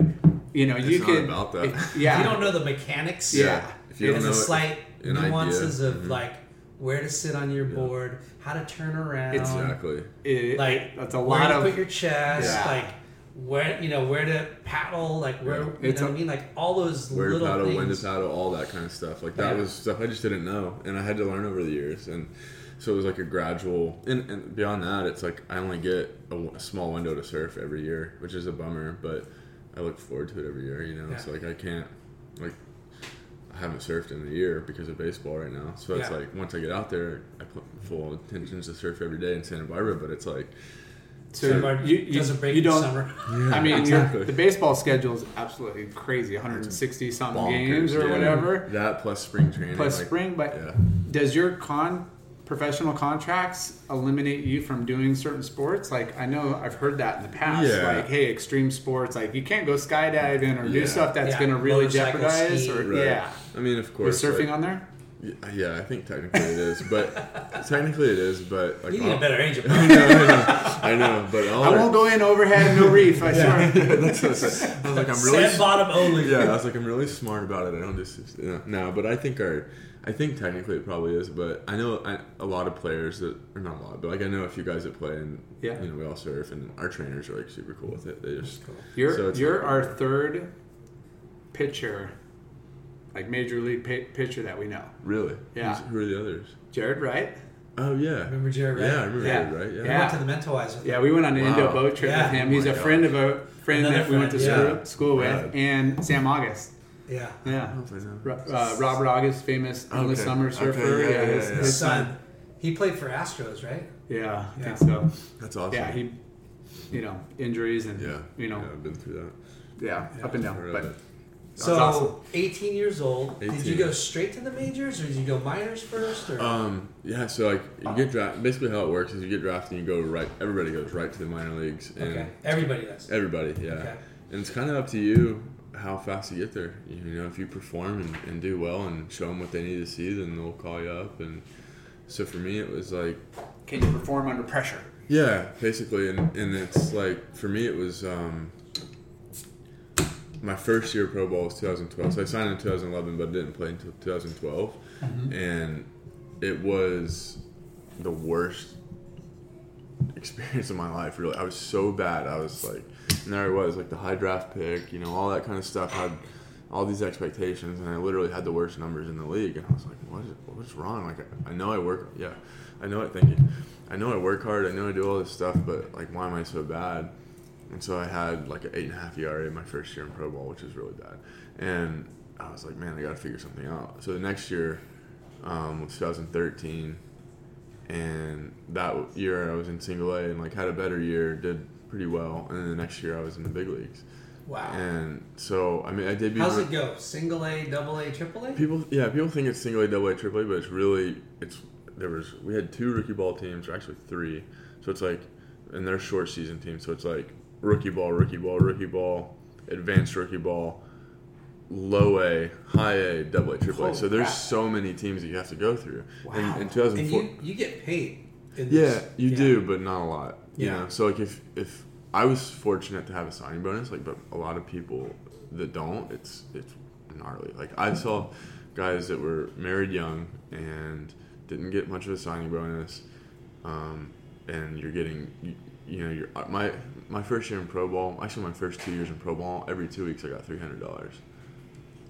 Speaker 2: you know you
Speaker 3: not
Speaker 2: can
Speaker 3: about that.
Speaker 2: if-
Speaker 1: If
Speaker 2: yeah,
Speaker 1: you don't know the mechanics,
Speaker 2: Yeah.
Speaker 3: If you don't
Speaker 1: and
Speaker 3: know
Speaker 1: the
Speaker 3: it-
Speaker 1: slight
Speaker 3: an idea. Mm-hmm.
Speaker 1: nuances of like where to sit on your board, how to turn around,
Speaker 2: It's-
Speaker 3: exactly.
Speaker 2: it,
Speaker 1: like
Speaker 2: that's a
Speaker 1: where
Speaker 2: lot
Speaker 1: to
Speaker 2: of
Speaker 1: put your chest,
Speaker 2: Yeah.
Speaker 1: like where you know where to paddle, like where
Speaker 3: Yeah.
Speaker 1: you
Speaker 2: It's
Speaker 1: know
Speaker 2: a-
Speaker 1: what I mean, like all those
Speaker 3: Where to
Speaker 1: little
Speaker 3: paddle,
Speaker 1: things.
Speaker 3: when to paddle, all that kind of stuff. Like that
Speaker 1: Yeah.
Speaker 3: was stuff I just didn't know, and I had to learn over the years. And so it was like a gradual. And, and beyond that, it's like I only get a, w- a small window to surf every year, which is a bummer. But I look forward to it every year. You know, it's
Speaker 1: Yeah.
Speaker 3: like I can't like I haven't surfed in a year because of baseball right now. So it's
Speaker 1: Yeah.
Speaker 3: like once I get out there, I put full intentions to surf every day in Santa Barbara. But it's like
Speaker 2: so
Speaker 1: Everybody
Speaker 2: you, you,
Speaker 1: doesn't break
Speaker 2: you
Speaker 1: in
Speaker 2: don't
Speaker 1: summer.
Speaker 2: I mean,
Speaker 3: exactly.
Speaker 2: you're- the baseball schedule is absolutely crazy 160 something
Speaker 3: bonkers,
Speaker 2: games or
Speaker 3: yeah.
Speaker 2: whatever,
Speaker 3: That plus spring training.
Speaker 2: plus
Speaker 3: like-
Speaker 2: spring. But
Speaker 3: Yeah.
Speaker 2: does your con professional contracts eliminate you from doing certain sports? Like, I know I've heard that in the past.
Speaker 3: Yeah.
Speaker 2: Like, hey, extreme sports, like, you can't go skydiving or do
Speaker 3: Yeah.
Speaker 2: stuff that's
Speaker 1: Yeah.
Speaker 2: going to really
Speaker 1: Motorcycle
Speaker 2: jeopardize.
Speaker 1: ski.
Speaker 2: Or,
Speaker 3: Right.
Speaker 2: Yeah.
Speaker 3: I mean, of
Speaker 2: With
Speaker 3: course.
Speaker 2: surfing
Speaker 3: like-
Speaker 2: on there?
Speaker 3: Y- Yeah, I think technically it is, but technically it is, but like
Speaker 1: You need a
Speaker 3: all-
Speaker 1: better agent.
Speaker 3: I know, but all
Speaker 2: I won't go in overhead, no reef. I swear.
Speaker 3: that's what I said. I was like, I'm really,
Speaker 1: Sand bottom only.
Speaker 3: yeah, I was like, I'm really smart about it. I don't just yeah. no, but I think our, I think technically it probably is, but I know I, a lot of players that or not a lot, but like I know a few guys that play and
Speaker 2: Yeah.
Speaker 3: you know we all surf and our trainers are like super cool with it. They just
Speaker 2: You're
Speaker 3: so it's
Speaker 2: you're
Speaker 3: like-
Speaker 2: our third pitcher, like major league pi pitcher that we know.
Speaker 3: really
Speaker 2: Yeah.
Speaker 3: Who's- who are the others?
Speaker 2: Jared Wright.
Speaker 3: Oh yeah,
Speaker 1: Remember Jared Wright?
Speaker 3: Yeah, I remember
Speaker 2: Yeah.
Speaker 3: Jared Wright. Yeah.
Speaker 1: I went to the Mentalizer.
Speaker 2: Yeah, we went on an
Speaker 3: Wow.
Speaker 2: Indo boat trip
Speaker 1: Yeah.
Speaker 2: with him. He's
Speaker 3: Oh
Speaker 2: a
Speaker 3: my
Speaker 2: friend of a friend
Speaker 1: Another
Speaker 2: that we went to
Speaker 1: friend, yeah.
Speaker 2: school, school with,
Speaker 3: Yeah.
Speaker 2: and Sam August.
Speaker 1: yeah.
Speaker 2: Yeah,
Speaker 3: I know.
Speaker 2: Ro- uh, Robert August, famous endless
Speaker 3: Okay.
Speaker 2: summer
Speaker 3: Okay,
Speaker 2: surfer.
Speaker 3: yeah,
Speaker 2: yeah,
Speaker 3: yeah,
Speaker 2: his,
Speaker 3: yeah.
Speaker 2: his
Speaker 1: Son, he played for Astros, right?
Speaker 2: Yeah, I
Speaker 1: Yeah.
Speaker 2: think so.
Speaker 3: That's awesome.
Speaker 2: Yeah, he, you know, injuries and
Speaker 3: yeah,
Speaker 2: you know,
Speaker 3: yeah, I've been through that.
Speaker 2: yeah, up and down.
Speaker 3: Really.
Speaker 2: But
Speaker 1: So,
Speaker 2: awesome.
Speaker 1: 18 years old. Did you
Speaker 3: 18.
Speaker 1: go straight to the majors, or did you go minors first? Or
Speaker 3: Um, yeah, so like you get drafted. Basically, how it works is you get drafted and you go right. Everybody goes right to the minor leagues, and
Speaker 1: okay, everybody does.
Speaker 3: everybody, yeah.
Speaker 1: Okay.
Speaker 3: And it's kind of up to you how fast you get there. You know, if you perform and, and do well and show them what they need to see, then they'll call you up. And so for me, it was like,
Speaker 2: Can you perform under pressure?
Speaker 3: yeah, basically. And, and it's like, for me, it was um, my first year of Pro Bowl was 2012. So I signed in 2011, but didn't play until 2012. And it was the worst experience of my life. Really, I was so bad. I was like, and there I was, like the high draft pick, you know, all that kind of stuff. Had all these expectations, and I literally had the worst numbers in the league. And I was like, what is what is wrong? Like, I, I know I work, yeah, I know I think, I know I work hard. I know I do all this stuff, but like, why am I so bad? And so I had like an eight and a half ERA my first year in Pro Bowl, which is really bad. And I was like, man, I got to figure something out. So the next year um, was 2013 and that year I was in single A and like had a better year, did pretty well, and then the next year I was in the big leagues.
Speaker 1: Wow.
Speaker 3: And so I mean I debuted.
Speaker 1: How's it go? Single A, double A, triple A?
Speaker 3: People yeah, people think it's single A, double A, triple A, but it's really it's there was we had two rookie ball teams, or actually three. So it's like and they're short season teams, so it's like rookie ball, rookie ball, rookie ball, advanced rookie ball, low A, high A, double A, triple A.
Speaker 2: Holy
Speaker 3: So there's
Speaker 2: crap.
Speaker 3: so many teams that you have to go through. And in
Speaker 1: And
Speaker 3: 2004
Speaker 1: you, you get paid in
Speaker 3: yeah,
Speaker 1: this.
Speaker 3: you do, but not a lot. You
Speaker 1: Yeah.
Speaker 3: know, so like if if I was fortunate to have a signing bonus, like, but a lot of people that don't, it's it's gnarly. Like
Speaker 1: Mm-hmm.
Speaker 3: I saw guys that were married young and didn't get much of a signing bonus, um, and you're getting. You, you know, you're, uh, my my first year in pro ball, actually my first two years in pro ball, every two weeks I got three hundred dollars,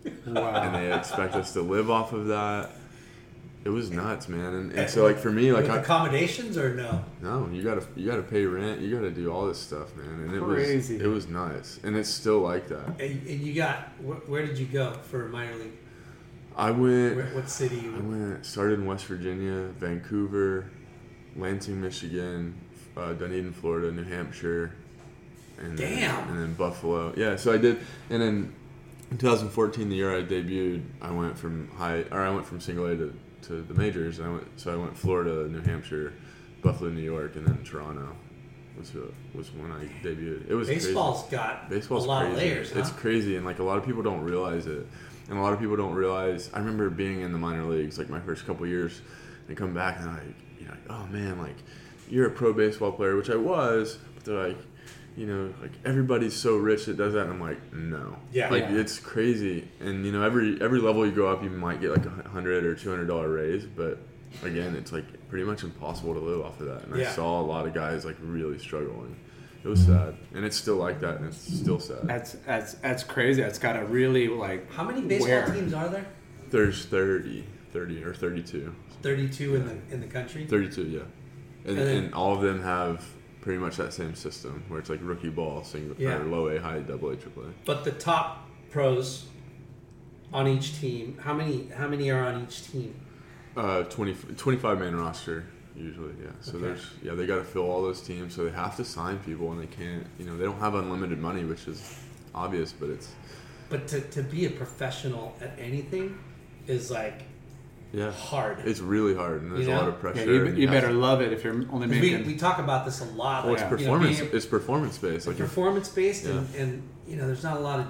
Speaker 3: and
Speaker 2: Wow.
Speaker 3: they expect us to live off of that. It was nuts, man. And, and so like for me, like
Speaker 1: With
Speaker 3: I,
Speaker 1: accommodations or no?
Speaker 3: no, you gotta you gotta pay rent. You gotta do all this stuff, man. And it
Speaker 2: Crazy.
Speaker 3: was it was nice, and it's still like that.
Speaker 1: And, and you got where, where did you go for minor league?
Speaker 3: I went
Speaker 1: Where, what city?
Speaker 3: I
Speaker 1: You,
Speaker 3: went started in West Virginia, Vancouver, Lansing, Michigan, uh, Dunedin, Florida, New Hampshire, and
Speaker 1: Damn.
Speaker 3: Then, and then Buffalo. Yeah, so I did, and then in 2014, the year I debuted, I went from high or I went from single A to, to the majors. And I went so I went Florida, New Hampshire, Buffalo, New York, and then Toronto. Was, uh, was when I debuted. It was crazy.
Speaker 1: baseball's got
Speaker 3: Baseball's
Speaker 1: a lot
Speaker 3: crazy.
Speaker 1: of layers.
Speaker 3: It's
Speaker 1: huh?
Speaker 3: crazy, and like a lot of people don't realize it, and a lot of people don't realize. I remember being in the minor leagues, like my first couple years, and come back and like, you know, like, oh man, like you're a pro baseball player, which I was, but they're like, you know, like everybody's so rich that does that, and I'm like, no,
Speaker 1: Yeah.
Speaker 3: like
Speaker 1: Yeah.
Speaker 3: it's crazy, and you know, every every level you go up, you might get like a hundred or two hundred dollar raise, but again, it's like pretty much impossible to live off of that, and
Speaker 1: Yeah.
Speaker 3: I saw a lot of guys like really struggling. It was sad, and it's still like that, and it's still sad.
Speaker 2: That's that's that's crazy. That's got to really like.
Speaker 1: How many baseball
Speaker 2: wear.
Speaker 1: teams are there?
Speaker 3: There's 30, 30 or 32,
Speaker 1: Thirty-two in the in the country.
Speaker 3: 32, yeah,
Speaker 1: And
Speaker 3: and,
Speaker 1: then-
Speaker 3: and all of them have pretty much that same system where it's like rookie ball, single
Speaker 1: Yeah.
Speaker 3: or low A, high double A, triple A.
Speaker 1: But the top pros on each team. How many? How many are on each team?
Speaker 3: Uh, 20, 25 man roster usually, yeah. So
Speaker 1: Okay.
Speaker 3: there's yeah they got to fill all those teams, so they have to sign people, and they can't you know they don't have unlimited money, which is obvious, but it's
Speaker 1: But to, to be a professional at anything is like
Speaker 3: yeah
Speaker 1: hard.
Speaker 3: it's really hard, and there's
Speaker 1: You
Speaker 3: a lot
Speaker 1: know?
Speaker 3: of
Speaker 2: Yeah,
Speaker 3: pressure.
Speaker 2: you,
Speaker 3: and
Speaker 2: you
Speaker 3: have
Speaker 2: better
Speaker 3: to-
Speaker 2: love it if you're only
Speaker 1: 'Cause we,
Speaker 2: making.
Speaker 1: we talk about this a lot.
Speaker 3: Well, it's
Speaker 1: like, you know,
Speaker 3: performance.
Speaker 1: being a-
Speaker 3: it's performance based. Like if-
Speaker 1: performance based, and,
Speaker 3: Yeah.
Speaker 1: and you know, there's not a lot of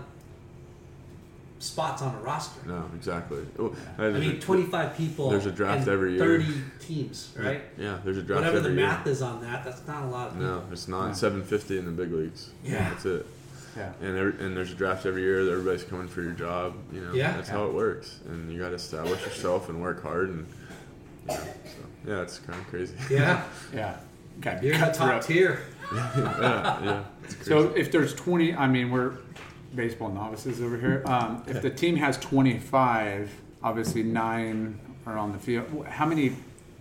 Speaker 1: spots on a roster.
Speaker 3: No, exactly. Oh,
Speaker 1: I mean, 25 people.
Speaker 3: There's a draft
Speaker 1: and
Speaker 3: every year.
Speaker 1: 30 teams, right?
Speaker 3: Yeah, there's a draft
Speaker 1: Whatever the
Speaker 3: every
Speaker 1: math
Speaker 3: year.
Speaker 1: is on that, that's not a lot. Of
Speaker 3: No, it's not. 750 in the big leagues.
Speaker 1: Yeah.
Speaker 3: that's it.
Speaker 2: Yeah.
Speaker 3: And every, and there's a draft every year. That everybody's coming for your job. You know,
Speaker 1: Yeah.
Speaker 3: that's how it works. And you got to establish yourself and work hard. And you know, so, yeah, it's kind of crazy.
Speaker 1: people. Yeah,
Speaker 2: Yeah. Got to be
Speaker 1: you're in the top
Speaker 2: cutthroat.
Speaker 1: tier.
Speaker 3: yeah, yeah. It's crazy.
Speaker 2: So if there's 20, I mean, we're baseball novices over here. Um, if the team has 25, obviously nine are on the field. Wh- How many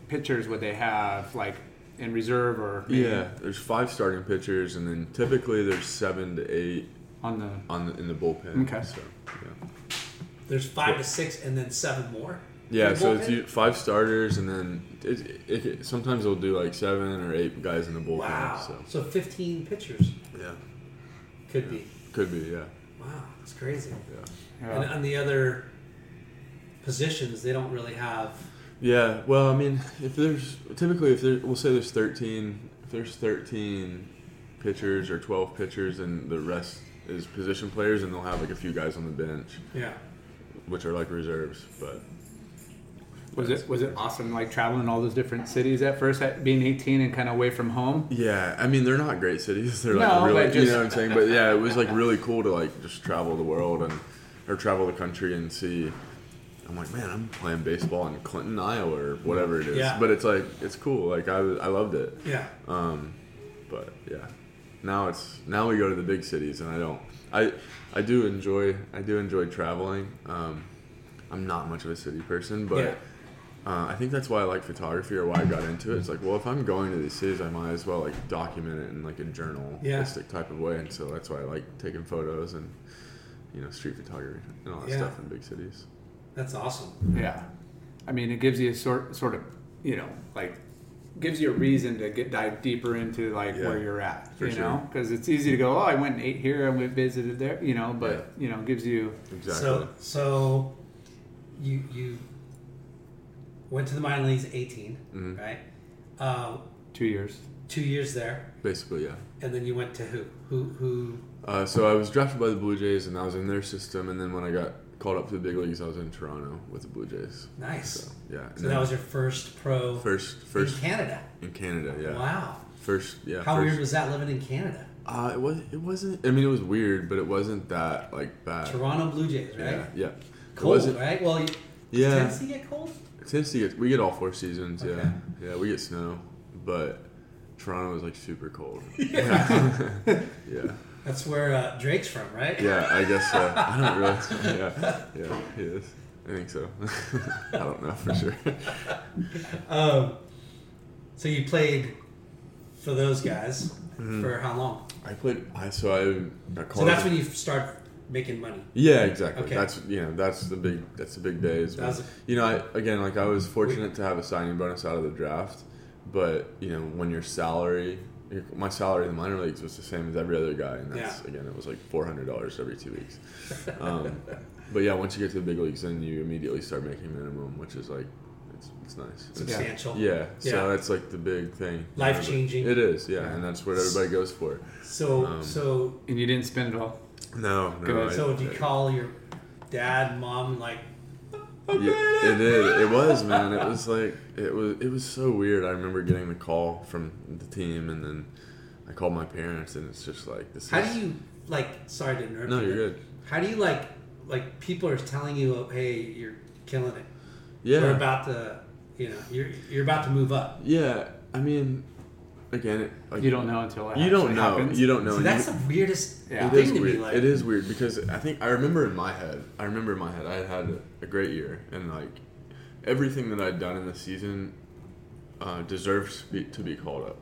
Speaker 2: pitchers would they have, like in reserve or maybe
Speaker 3: yeah, there's five starting pitchers, and then typically there's seven to eight
Speaker 2: on the?
Speaker 3: on the, in the bullpen.
Speaker 2: Okay.
Speaker 3: So, yeah.
Speaker 1: There's five to six, and then seven more.
Speaker 3: Yeah,
Speaker 1: Your
Speaker 3: so it's
Speaker 1: bullpen?
Speaker 3: u- five starters, and then it, it, it, sometimes they'll do like seven or eight guys in the bullpen.
Speaker 1: wow.
Speaker 3: So
Speaker 1: So 15 pitchers
Speaker 3: yeah,
Speaker 1: could be.
Speaker 3: could be yeah,
Speaker 1: Wow, that's crazy.
Speaker 3: yeah,
Speaker 1: And
Speaker 2: Yeah.
Speaker 1: on the other positions, they don't really have.
Speaker 3: yeah. Well, I mean, if there's typically if there, we'll say there's thirteen, if there's thirteen pitchers or twelve pitchers, and the rest is position players, and they'll have like a few guys on the bench,
Speaker 1: Yeah.
Speaker 3: which are like reserves. But
Speaker 2: Was it was it awesome like traveling all those different cities at first at being 18 and kind of away from home?
Speaker 3: yeah, I mean they're not great cities. They're
Speaker 2: No,
Speaker 3: like really,
Speaker 2: but
Speaker 3: you
Speaker 2: just-
Speaker 3: know what I'm saying. But yeah, it was like really cool to like just travel the world and or travel the country and see. I'm like, man, I'm playing baseball in Clinton, Iowa, or whatever it is.
Speaker 1: Yeah.
Speaker 3: But it's like it's cool. Like I I loved it.
Speaker 1: Yeah.
Speaker 3: but yeah now it's now we go to the big cities and i don't i i do enjoy i do enjoy traveling um, i'm not much of a city person but
Speaker 1: Yeah.
Speaker 3: uh, i think that's why i like photography or why i got into it it's like well if i'm going to these cities i might as well like document it in like a journalistic
Speaker 1: Yeah.
Speaker 3: type of way and so that's why i like taking photos and you know street photography and all that
Speaker 1: Yeah.
Speaker 3: stuff in big cities
Speaker 1: That's awesome.
Speaker 2: Yeah. I mean, it gives you a sort sort of, you know, like gives you a reason to get dive deeper into like
Speaker 3: Yeah.
Speaker 2: where you're at,
Speaker 3: For
Speaker 2: you
Speaker 3: sure.
Speaker 2: know? Cuz it's easy to go, "Oh, I went and ate here, I went visited there," you know, but you know, gives you
Speaker 3: exactly
Speaker 1: So so you you went to the minor leagues at 18,
Speaker 3: Mm-hmm.
Speaker 1: right? Um,
Speaker 2: 2 years.
Speaker 1: two years there,
Speaker 3: basically yeah
Speaker 1: and then you went to who? Who who?
Speaker 3: Uh, so I was drafted by the Blue Jays, and I was in their system. And then when I got called up to the big leagues, I was in Toronto with the Blue Jays.
Speaker 1: Nice.
Speaker 3: Yeah. and
Speaker 1: So that
Speaker 3: then
Speaker 1: was your first pro
Speaker 3: first, first
Speaker 1: in Canada.
Speaker 3: in Canada. Yeah.
Speaker 1: Wow.
Speaker 3: First, yeah.
Speaker 1: How
Speaker 3: first,
Speaker 1: weird was that living in Canada?
Speaker 3: Uh, it was. It wasn't. I mean, it was weird, but it wasn't that like bad.
Speaker 1: Toronto Blue Jays, right?
Speaker 3: Yeah. Yeah. it
Speaker 1: Cold,
Speaker 3: wasn't,
Speaker 1: right? Well, you-
Speaker 3: Yeah.
Speaker 1: Tends to get cold.
Speaker 3: Tennessee gets. We get all four seasons.
Speaker 1: Okay.
Speaker 3: Yeah. Yeah. We get snow, but Toronto was like super cold. yeah.
Speaker 1: That's where uh, Drake's from, right?
Speaker 3: Yeah, I guess so. I don't really. Yeah, yeah, he is. I think so. I don't know for sure.
Speaker 1: Um, so you played for those guys
Speaker 3: Mm-hmm.
Speaker 1: for how long?
Speaker 3: I played. I so I got
Speaker 1: So
Speaker 3: called.
Speaker 1: that's when you start making money.
Speaker 3: Yeah, exactly.
Speaker 1: Okay.
Speaker 3: That's you know that's the big that's the big days.
Speaker 1: That was a-
Speaker 3: you know, I, again, like I was fortunate to have a signing bonus out of the draft, but you know when your salary. your- My salary in the minor leagues was the same as every other guy, and that's
Speaker 1: Yeah.
Speaker 3: again it was like four hundred dollars every two weeks. Um, but yeah, once you get to the big leagues, then you immediately start making minimum, which is like it's, it's nice. It's-
Speaker 1: Substantial.
Speaker 3: Yeah,
Speaker 1: Yeah.
Speaker 3: so that's like the big thing.
Speaker 1: Life-changing.
Speaker 3: It is, yeah, and that's what everybody goes for.
Speaker 1: So so
Speaker 2: And you didn't spend it all.
Speaker 3: No, no.
Speaker 2: Good.
Speaker 3: um, I-
Speaker 1: so do you call your dad, mom, like
Speaker 3: Yeah, it did. It was, man. It was like it was. It was so weird. I remember getting the call from the team, and then I called my parents, and it's just like this.
Speaker 1: how
Speaker 3: is,
Speaker 1: do you like? Sorry to interrupt.
Speaker 3: No,
Speaker 1: you,
Speaker 3: you're
Speaker 1: but
Speaker 3: good.
Speaker 1: How do you like like people are telling you, oh, hey, you're killing it.
Speaker 3: Yeah.
Speaker 1: We're about to, you know, you're you're about to move up.
Speaker 3: yeah. I mean, again, it, like
Speaker 2: You don't know until it
Speaker 3: You don't
Speaker 2: actually
Speaker 3: know.
Speaker 2: Happens.
Speaker 3: You don't know.
Speaker 1: So that's the
Speaker 3: You-
Speaker 1: weirdest
Speaker 2: Yeah.
Speaker 3: it is
Speaker 1: thing to
Speaker 3: weird.
Speaker 1: me. Like
Speaker 3: it is weird because I think I remember in my head. I remember in my head. I had had a, a great year, and like everything that I'd done in the season uh, deserves to be, to be called up.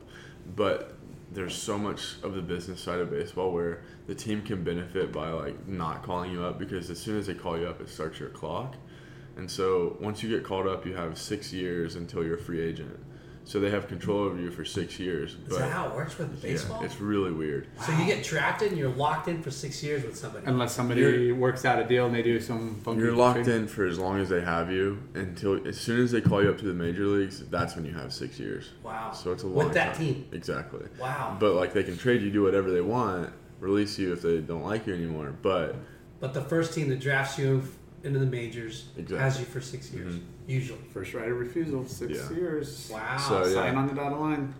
Speaker 3: But there's so much of the business side of baseball where the team can benefit by like not calling you up because as soon as they call you up, it starts your clock. And so once you get called up, you have six years until you're a free agent. So they have control over you for six years.
Speaker 1: Is that how it works with
Speaker 3: yeah,
Speaker 1: baseball?
Speaker 3: it's really weird.
Speaker 1: So you get drafted and you're locked in for six years with somebody.
Speaker 2: Unless somebody
Speaker 3: You're-
Speaker 2: works out a deal and they do some funky
Speaker 3: You're locked
Speaker 2: trick.
Speaker 3: in for as long as they have you until as soon as they call you up to the major leagues, that's when you have six years.
Speaker 1: Wow.
Speaker 3: So it's a
Speaker 1: With
Speaker 3: long
Speaker 1: that
Speaker 3: time.
Speaker 1: team.
Speaker 3: Exactly.
Speaker 1: Wow.
Speaker 3: But like they can trade you, do whatever they want, release you if they don't like you anymore. But
Speaker 1: But the first team that drafts you into the majors
Speaker 3: Exactly. Mm-hmm.
Speaker 1: has you for six years, usually.
Speaker 2: First right of refusal, six
Speaker 3: Yeah.
Speaker 2: years.
Speaker 1: Wow.
Speaker 3: So, yeah.
Speaker 2: Sign on the dotted line.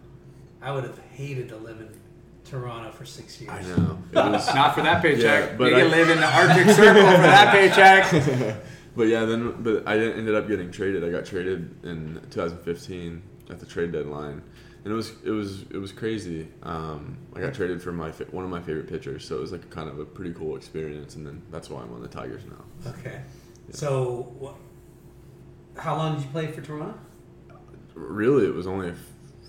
Speaker 1: I would have hated to live in Toronto for six years.
Speaker 3: I know. It was,
Speaker 2: Not for that paycheck.
Speaker 3: Yeah,
Speaker 2: but
Speaker 3: but
Speaker 2: you can
Speaker 3: I-
Speaker 2: live in the Arctic Circle for that paycheck.
Speaker 3: but yeah, then but I ended up getting traded. I got traded in 2015 at the trade deadline, and it was it was it was crazy. Um, I got traded for my fa- one of my favorite pitchers, so it was like kind of a pretty cool experience. And then that's why I'm on the Tigers now.
Speaker 1: Okay. So, wh- how long did you play for Toronto?
Speaker 3: really it was only a f-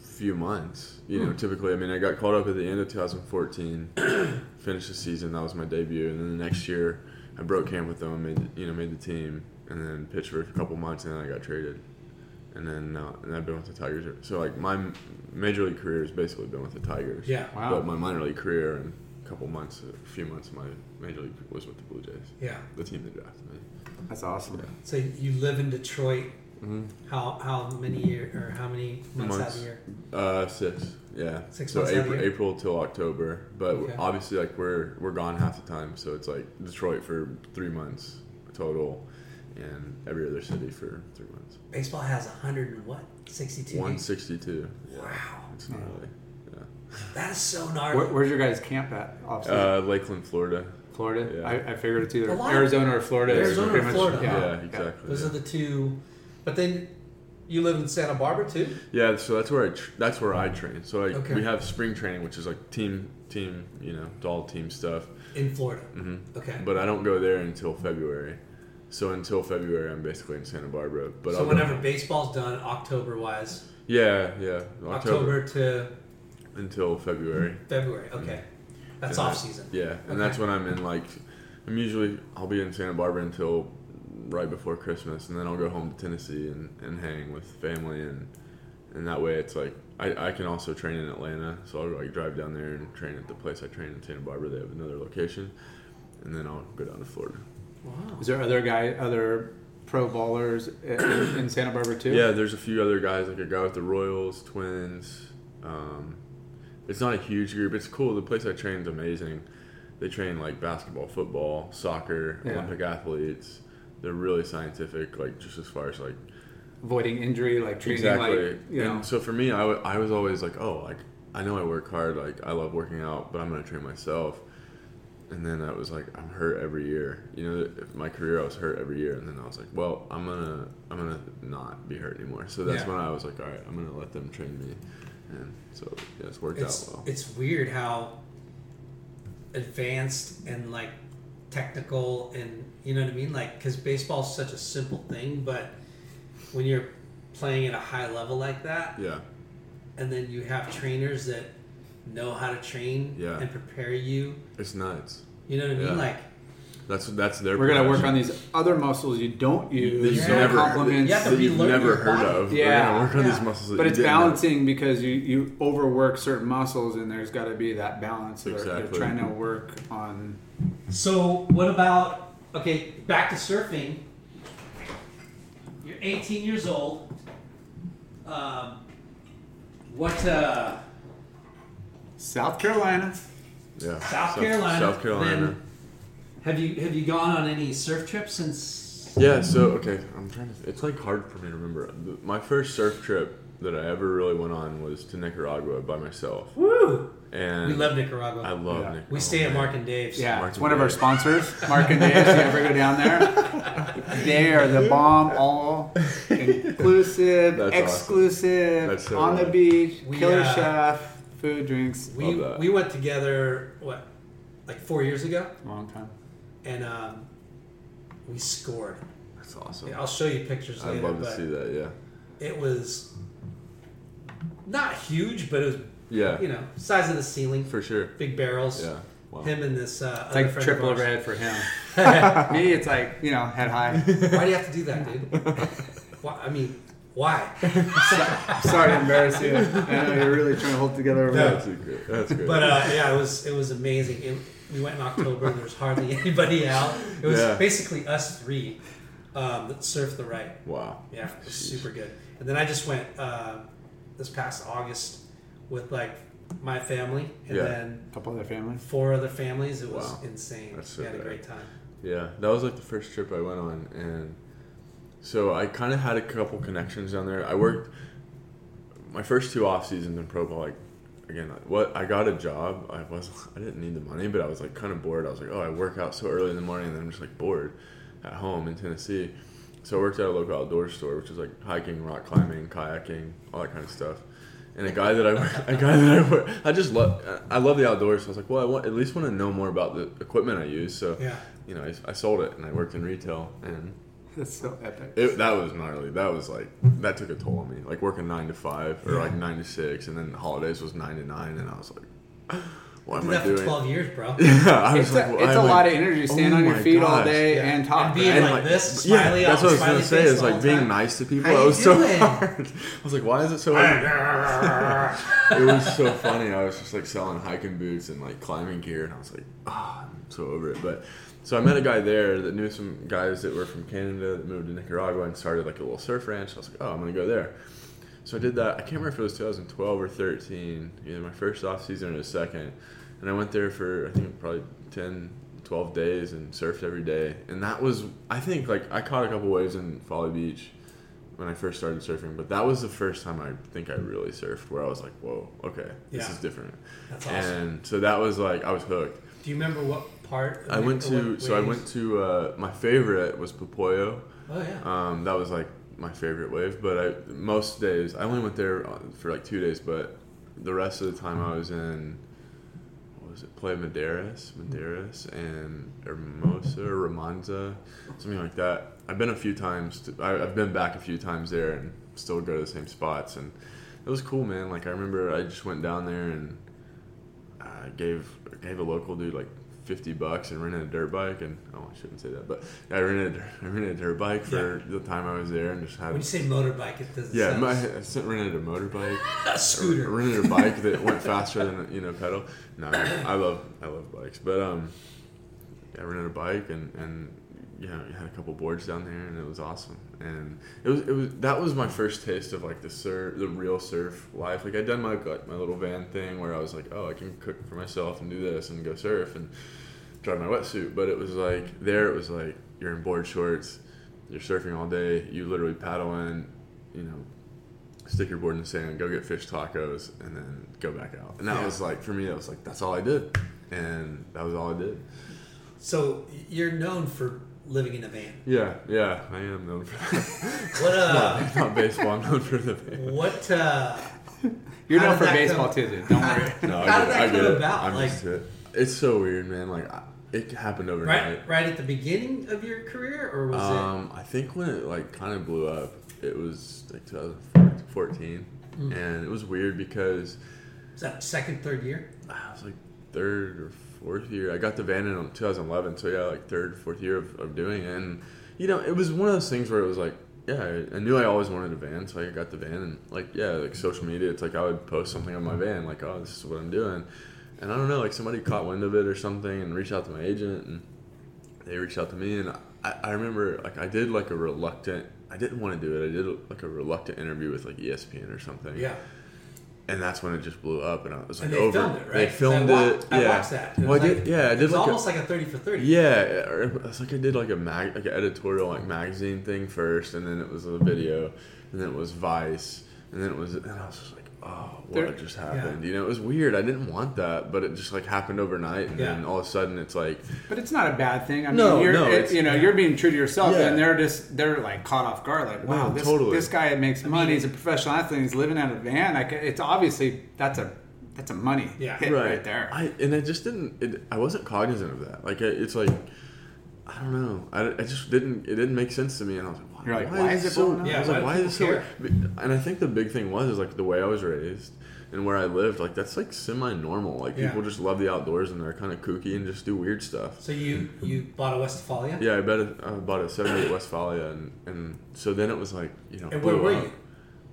Speaker 3: few months you
Speaker 1: Hmm.
Speaker 3: know typically i mean i got called up at the end of 2014 finished the season that was my debut and then the next year i broke camp with them made you know made the team and then pitched for a couple months and then i got traded and then uh, and i've been with the tigers ever- so like my m- major league career has basically been with the tigers
Speaker 1: Yeah.
Speaker 2: Wow.
Speaker 3: but my minor league career and a couple months a few months of my major league was with the blue jays
Speaker 1: Yeah.
Speaker 3: the team that drafted me
Speaker 2: That's awesome.
Speaker 1: So you live in Detroit How how many year or how many months, out of
Speaker 3: Mm-hmm. Months.
Speaker 1: the year?
Speaker 3: Uh, six. Yeah.
Speaker 1: Six
Speaker 3: so
Speaker 1: months out of
Speaker 3: April,
Speaker 1: the year?
Speaker 3: April till October, but
Speaker 1: Okay.
Speaker 3: obviously like we're we're gone half the time, so it's like Detroit for three months total, and every other city for three months.
Speaker 1: Baseball has 100 and what? 62
Speaker 3: One
Speaker 1: games.
Speaker 3: sixty two.
Speaker 1: Wow.
Speaker 3: It's gnarly.
Speaker 1: That is so gnarly.
Speaker 2: Where, where's your guys' camp at? Off season?
Speaker 3: Uh, Lakeland, Florida.
Speaker 2: Florida.
Speaker 3: yeah.
Speaker 2: I, I figured it's either
Speaker 1: A lot of-
Speaker 2: Arizona or Florida. is
Speaker 1: Arizona or
Speaker 2: pretty much-
Speaker 1: Florida.
Speaker 3: Yeah,
Speaker 2: Yeah.
Speaker 3: exactly.
Speaker 1: Those
Speaker 3: yeah.
Speaker 1: are the two. But then you live in Santa Barbara too?
Speaker 3: Yeah, so that's where I tr- that's where I train. So like
Speaker 1: Okay.
Speaker 3: we have spring training, which is like team team, you know, it's all team stuff.
Speaker 1: In Florida. Okay.
Speaker 3: Mm-hmm. But I don't go there until February. So until February, I'm basically in Santa Barbara. But
Speaker 1: so
Speaker 3: I'll go-
Speaker 1: whenever baseball's done, October wise,
Speaker 3: yeah, yeah, October,
Speaker 1: October to
Speaker 3: until February.
Speaker 1: February. Okay. That's
Speaker 3: And
Speaker 1: off
Speaker 3: that-
Speaker 1: season.
Speaker 3: Mm-hmm. Yeah, and that's
Speaker 1: Okay.
Speaker 3: when I'm in like, I'm usually I'll be in Santa Barbara until right before Christmas, and then I'll go home to Tennessee and, and hang with family, and and that way it's like I, I can also train in Atlanta, so I'll like drive down there and train at the place I train in Santa Barbara. They have another location, and then I'll go down to Florida.
Speaker 2: Is there other guy, other pro ballers i- in Santa Barbara too?
Speaker 3: Yeah, there's a few other guys, like a guy with the Royals, Twins. Um, it's not a huge group. It's cool. The place I train's amazing. They train like basketball, football, soccer,
Speaker 2: Yeah.
Speaker 3: Olympic athletes. They're really scientific, like just as far as like
Speaker 2: Avoiding injury, like treating like you know.
Speaker 3: and so for me, I wa- I was always like, oh, like I know I work hard, like I love working out, but I'm gonna train myself. And then I was like, I'm hurt every year. You know, th- my career, I was hurt every year, and then I was like, well, I'm gonna I'm gonna not be hurt anymore. So that's
Speaker 1: Yeah.
Speaker 3: when I was like, all right, I'm gonna let them train me. And so yeah, it's worked
Speaker 1: It's,
Speaker 3: out well.
Speaker 1: it's weird how advanced and like technical and you know what I mean? Like, because baseball's such a simple thing, but when you're playing at a high level like that,
Speaker 3: yeah,
Speaker 1: and then you have trainers that know how to train
Speaker 3: Yeah.
Speaker 1: and prepare you.
Speaker 3: it's nuts.
Speaker 1: You know what I mean?
Speaker 3: Yeah.
Speaker 1: Like,
Speaker 3: That's that's their.
Speaker 2: We're gonna work
Speaker 3: profession.
Speaker 2: on these other muscles you don't use.
Speaker 3: These
Speaker 2: no
Speaker 3: never-
Speaker 2: compliments.
Speaker 1: You have to
Speaker 3: that you've
Speaker 1: relearn
Speaker 3: never
Speaker 1: your
Speaker 3: heard
Speaker 1: body.
Speaker 3: of.
Speaker 2: Yeah,
Speaker 3: We're gonna work on
Speaker 1: yeah.
Speaker 3: these muscles. that
Speaker 2: But
Speaker 3: you
Speaker 2: it's
Speaker 3: didn't know.
Speaker 2: balancing because you, you overwork certain muscles and there's got to be that balance. They're, they're
Speaker 3: Exactly.
Speaker 2: trying to work on.
Speaker 1: so what about okay? Back to surfing. You're 18 years old. Um, what? Uh,
Speaker 2: South Carolina.
Speaker 3: Yeah.
Speaker 1: South Carolina.
Speaker 3: South Carolina.
Speaker 1: Then have you have you gone on any surf trips since?
Speaker 3: Yeah, so okay, I'm trying to. It's like hard for me to remember. The- My first surf trip that I ever really went on was to Nicaragua by myself,
Speaker 1: Woo!
Speaker 3: and
Speaker 1: We love Nicaragua.
Speaker 3: I love
Speaker 2: Yeah.
Speaker 3: Nicaragua.
Speaker 1: we stay at Mark and Dave's.
Speaker 2: Yeah,
Speaker 3: Mark
Speaker 2: it's
Speaker 3: and
Speaker 2: one of our
Speaker 3: Dave.
Speaker 2: sponsors, Mark and Dave. If you ever go down there, they are the bomb, all inclusive,
Speaker 3: That's awesome.
Speaker 2: exclusive,
Speaker 3: That's so
Speaker 2: on the
Speaker 3: rad.
Speaker 2: beach,
Speaker 1: We,
Speaker 2: killer
Speaker 1: uh,
Speaker 2: chef, food, drinks.
Speaker 1: We
Speaker 3: Love that.
Speaker 1: we went together what, like four years ago,
Speaker 2: Long time.
Speaker 1: and um, we scored.
Speaker 3: That's awesome.
Speaker 1: I'll show you pictures
Speaker 3: I'd
Speaker 1: later.
Speaker 3: love to
Speaker 1: but
Speaker 3: see that. Yeah,
Speaker 1: It was not huge, but it was
Speaker 3: yeah,
Speaker 1: you know size of the ceiling.
Speaker 3: for sure.
Speaker 1: big barrels.
Speaker 3: Yeah, wow.
Speaker 1: Him and this uh,
Speaker 2: It's
Speaker 1: other
Speaker 2: like
Speaker 1: friend
Speaker 2: triple
Speaker 1: of ours.
Speaker 2: overhead for him. Me, it's like you know head high.
Speaker 1: Why do you have to do that, dude? why, I mean, why?
Speaker 2: Sorry to embarrass you. I know you're really trying to hold together. over there.
Speaker 3: That's a great. That's great.
Speaker 1: But uh, yeah, it was it was amazing. It, we went in October. and There was hardly anybody out. It was
Speaker 3: Yeah.
Speaker 1: basically us three um, that surfed the right.
Speaker 3: wow.
Speaker 1: Yeah, it was super good. And then I just went uh, this past August with like my family and
Speaker 3: Yeah.
Speaker 1: then
Speaker 2: couple other families.
Speaker 1: four other families. It was
Speaker 3: Wow.
Speaker 1: insane.
Speaker 3: That's so
Speaker 1: we had a
Speaker 3: rad.
Speaker 1: great time.
Speaker 3: Yeah, that was like the first trip I went on, and so I kind of had a couple connections down there. I worked my first two off seasons in pro ball. Like again, I- what I got a job. I was I didn't need the money, but I was like kind of bored. I was like, oh, I work out so early in the morning, and then I'm just like bored at home in Tennessee. So I worked at a local outdoor store, which is like hiking, rock climbing, kayaking, all that kind of stuff. And a guy that I work, a guy that I work, I just love, I love the outdoors. So I was like, well, I want, at least want to know more about the equipment I use. So
Speaker 1: Yeah.
Speaker 3: you know, I, I sold it and I worked in retail, and
Speaker 2: That's so epic.
Speaker 3: it, that was gnarly. That was like that took a toll on me. Like working nine to five or like nine to six, and then the holidays was nine to nine, and I was like, "What
Speaker 1: Did
Speaker 3: am
Speaker 1: that
Speaker 3: I
Speaker 1: for
Speaker 3: doing?"
Speaker 1: twelve years, bro.
Speaker 3: Yeah, I was
Speaker 2: It's
Speaker 3: like,
Speaker 2: a,
Speaker 3: "Well,
Speaker 2: it's
Speaker 3: I
Speaker 2: a
Speaker 3: went-
Speaker 2: lot of energy standing
Speaker 3: Oh
Speaker 2: on your
Speaker 3: my
Speaker 2: feet all
Speaker 3: gosh."
Speaker 2: day
Speaker 1: Yeah.
Speaker 2: and talking.
Speaker 1: And being
Speaker 2: right?
Speaker 1: like this, smiley
Speaker 3: yeah, that's
Speaker 1: on,
Speaker 3: what I was gonna
Speaker 1: smiley
Speaker 3: say.
Speaker 1: face
Speaker 3: Is
Speaker 1: the
Speaker 3: like
Speaker 1: whole
Speaker 3: being
Speaker 1: time.
Speaker 3: nice to people.
Speaker 1: How
Speaker 3: I
Speaker 1: you
Speaker 3: was so
Speaker 1: doing?
Speaker 3: hard. I was like, "Why is it so?" hard?" it was so funny. I was just like selling hiking boots and like climbing gear, and I was like, "Ah, I'm so over it." But So I met a guy there that knew some guys that were from Canada that moved to Nicaragua and started like a little surf ranch. I was like, oh, I'm gonna go there. So I did that. I can't remember if it was 2012 or 13, either my first off season or the second. And I went there for I think probably 10, 12 days and surfed every day. And that was I think like I caught a couple waves in Folly Beach when I first started surfing, but that was the first time I think I really surfed where I was like, whoa, okay, this
Speaker 1: Yeah.
Speaker 3: is different.
Speaker 1: That's awesome.
Speaker 3: And so that was like I was hooked.
Speaker 1: Do you remember what part? of
Speaker 3: I
Speaker 1: Nic-
Speaker 3: went
Speaker 1: or
Speaker 3: to
Speaker 1: what
Speaker 3: so I
Speaker 1: waves?
Speaker 3: went to uh, my favorite was Popoyo.
Speaker 1: Oh yeah.
Speaker 3: Um, that was like my favorite wave, but I most days I only went there on- for like two days, but the rest of the time I was in what was it? Playa Madeiras, Madeiras, and Hermosa, or Ramonza, something like that. I've been a few times. To, I, I've been back a few times there, and still go to the same spots, and it was cool, man. Like I remember, I just went down there and I gave gave a local dude like fifty bucks and rented a dirt bike and oh I shouldn't say that but I rented I rented a dirt bike for the time I was there and just had
Speaker 1: when you say motorbike, it doesn't.
Speaker 3: yeah
Speaker 1: sound-
Speaker 3: my, I sent- rented a motorbike
Speaker 1: a
Speaker 3: I
Speaker 1: scooter.
Speaker 3: rented a bike that went faster than you know pedal no I love I love bikes but um I rented a bike and and yeah we had a couple boards down there and it was awesome and it was it was that was my first taste of like the surf the real surf life like I'd done my like my little van thing where I was like oh I can cook for myself and do this and go surf and drive my wetsuit, but it was like there it was like you're in board shorts, you're surfing all day, you literally paddle in, you know, stick your board in the sand, go get fish tacos, and then go back out. And that was like for me, that was like that's all I did, and that was all I did.
Speaker 1: So you're known for living in a van.
Speaker 3: Yeah, yeah, I am known for that.
Speaker 1: What uh?
Speaker 3: not baseball. I'm known for the pain.
Speaker 1: what uh?
Speaker 2: You're
Speaker 1: How
Speaker 2: known
Speaker 1: did
Speaker 2: for
Speaker 1: that
Speaker 2: baseball
Speaker 1: come-
Speaker 2: too, dude. Don't worry.
Speaker 3: No,
Speaker 1: How
Speaker 3: I
Speaker 1: did that
Speaker 3: get, it, I get
Speaker 1: come
Speaker 3: it.
Speaker 1: about?
Speaker 3: I'm
Speaker 1: Like-
Speaker 3: used to it. It's so weird, man. Like I, it happened overnight.
Speaker 1: Right, right at the beginning of your career, or was
Speaker 3: Um, I think when it like kind of blew up, it was like 2014,
Speaker 1: Mm.
Speaker 3: and it was weird because
Speaker 1: it was that second, third year?
Speaker 3: I was like third or fourth year. I got the van in 2011, so yeah, like third, fourth year of, of doing it. And you know, it was one of those things where it was like, yeah, I- I knew I always wanted a van, so I got the van. And like, yeah, like social media, it's like I would post something on my van, like, oh, this is what I'm doing. And I don't know, like somebody caught wind of it or something and reached out to my agent, and they reached out to me. And I, I remember, like, I did like a reluctant. I didn't want to do it. I did like a reluctant interview with like E ESPN or something
Speaker 1: Yeah.
Speaker 3: and that's when it just blew up, and I was like,
Speaker 1: And they
Speaker 3: over.
Speaker 1: filmed it, right?
Speaker 3: They
Speaker 1: 'Cause
Speaker 3: filmed
Speaker 1: I wa-
Speaker 3: it.
Speaker 1: I
Speaker 3: yeah.
Speaker 1: watched that. It
Speaker 3: Well, I
Speaker 1: was
Speaker 3: did,
Speaker 1: like-
Speaker 3: yeah, I
Speaker 1: it
Speaker 3: did
Speaker 1: was
Speaker 3: like
Speaker 1: almost
Speaker 3: a,
Speaker 1: like a thirty for thirty.
Speaker 3: yeah, or it's like I did like a mag, like an editorial, like magazine thing first, and then it was a video, and then it was Vice, and then it was, and I was just like, oh, what
Speaker 2: There-
Speaker 3: just happened? You know, it was weird. I didn't want that, but it just like happened overnight, and
Speaker 1: Yeah.
Speaker 3: then all of a sudden it's like,
Speaker 2: But it's not a bad thing. I mean,
Speaker 3: No,
Speaker 2: you're,
Speaker 3: no,
Speaker 2: it-
Speaker 3: it's-
Speaker 2: you know, you're being true to yourself,
Speaker 3: Yeah.
Speaker 2: and they're just they're like caught off guard. Like, wow,
Speaker 3: No,
Speaker 2: this,
Speaker 3: totally.
Speaker 2: this guy makes money. he's a professional athlete. He's living out of a van. Like, it's obviously that's a that's a money
Speaker 1: Yeah.
Speaker 2: hit right, there.
Speaker 3: I and I just didn't. It, I wasn't cognizant of that. Like it, it's like I don't know. I, I just didn't. It didn't make sense to me. And I was like, why,
Speaker 2: You're like, why is it blowing up?
Speaker 3: so? I was
Speaker 1: Yeah,
Speaker 3: like,
Speaker 1: why
Speaker 3: why
Speaker 1: do
Speaker 3: is it so?
Speaker 1: people
Speaker 3: And I think the big thing was is like the way I was raised and where I lived. Like that's like semi normal. Like
Speaker 1: Yeah.
Speaker 3: people just love the outdoors and they're kind of kooky and just do weird stuff.
Speaker 1: So you you bought a Westphalia?
Speaker 3: Yeah, I bet I bought a 78 Westphalia, and, and so then it was like, you know,
Speaker 1: And where
Speaker 3: blew
Speaker 1: were
Speaker 3: up
Speaker 1: you?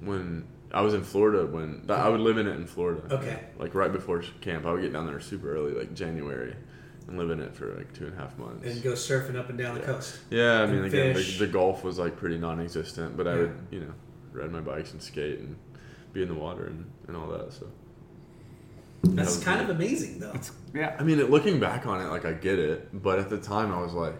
Speaker 3: When I was in Florida, when I would live in it in Florida.
Speaker 1: Okay.
Speaker 3: Like right before camp, I would get down there super early, like January, and live in it for like two and a half months.
Speaker 1: And go surfing up and down the coast.
Speaker 3: yeah, I mean,
Speaker 1: and
Speaker 3: again, like,
Speaker 1: fish.
Speaker 3: the golf was like pretty non existent, but I
Speaker 1: Yeah.
Speaker 3: would, you know, ride my bikes and skate and be in the water and, and all that, so.
Speaker 1: That's
Speaker 3: was
Speaker 1: kind of amazing, though.
Speaker 2: yeah,
Speaker 3: I mean, it, looking back on it, like I get it, but at the time I was like,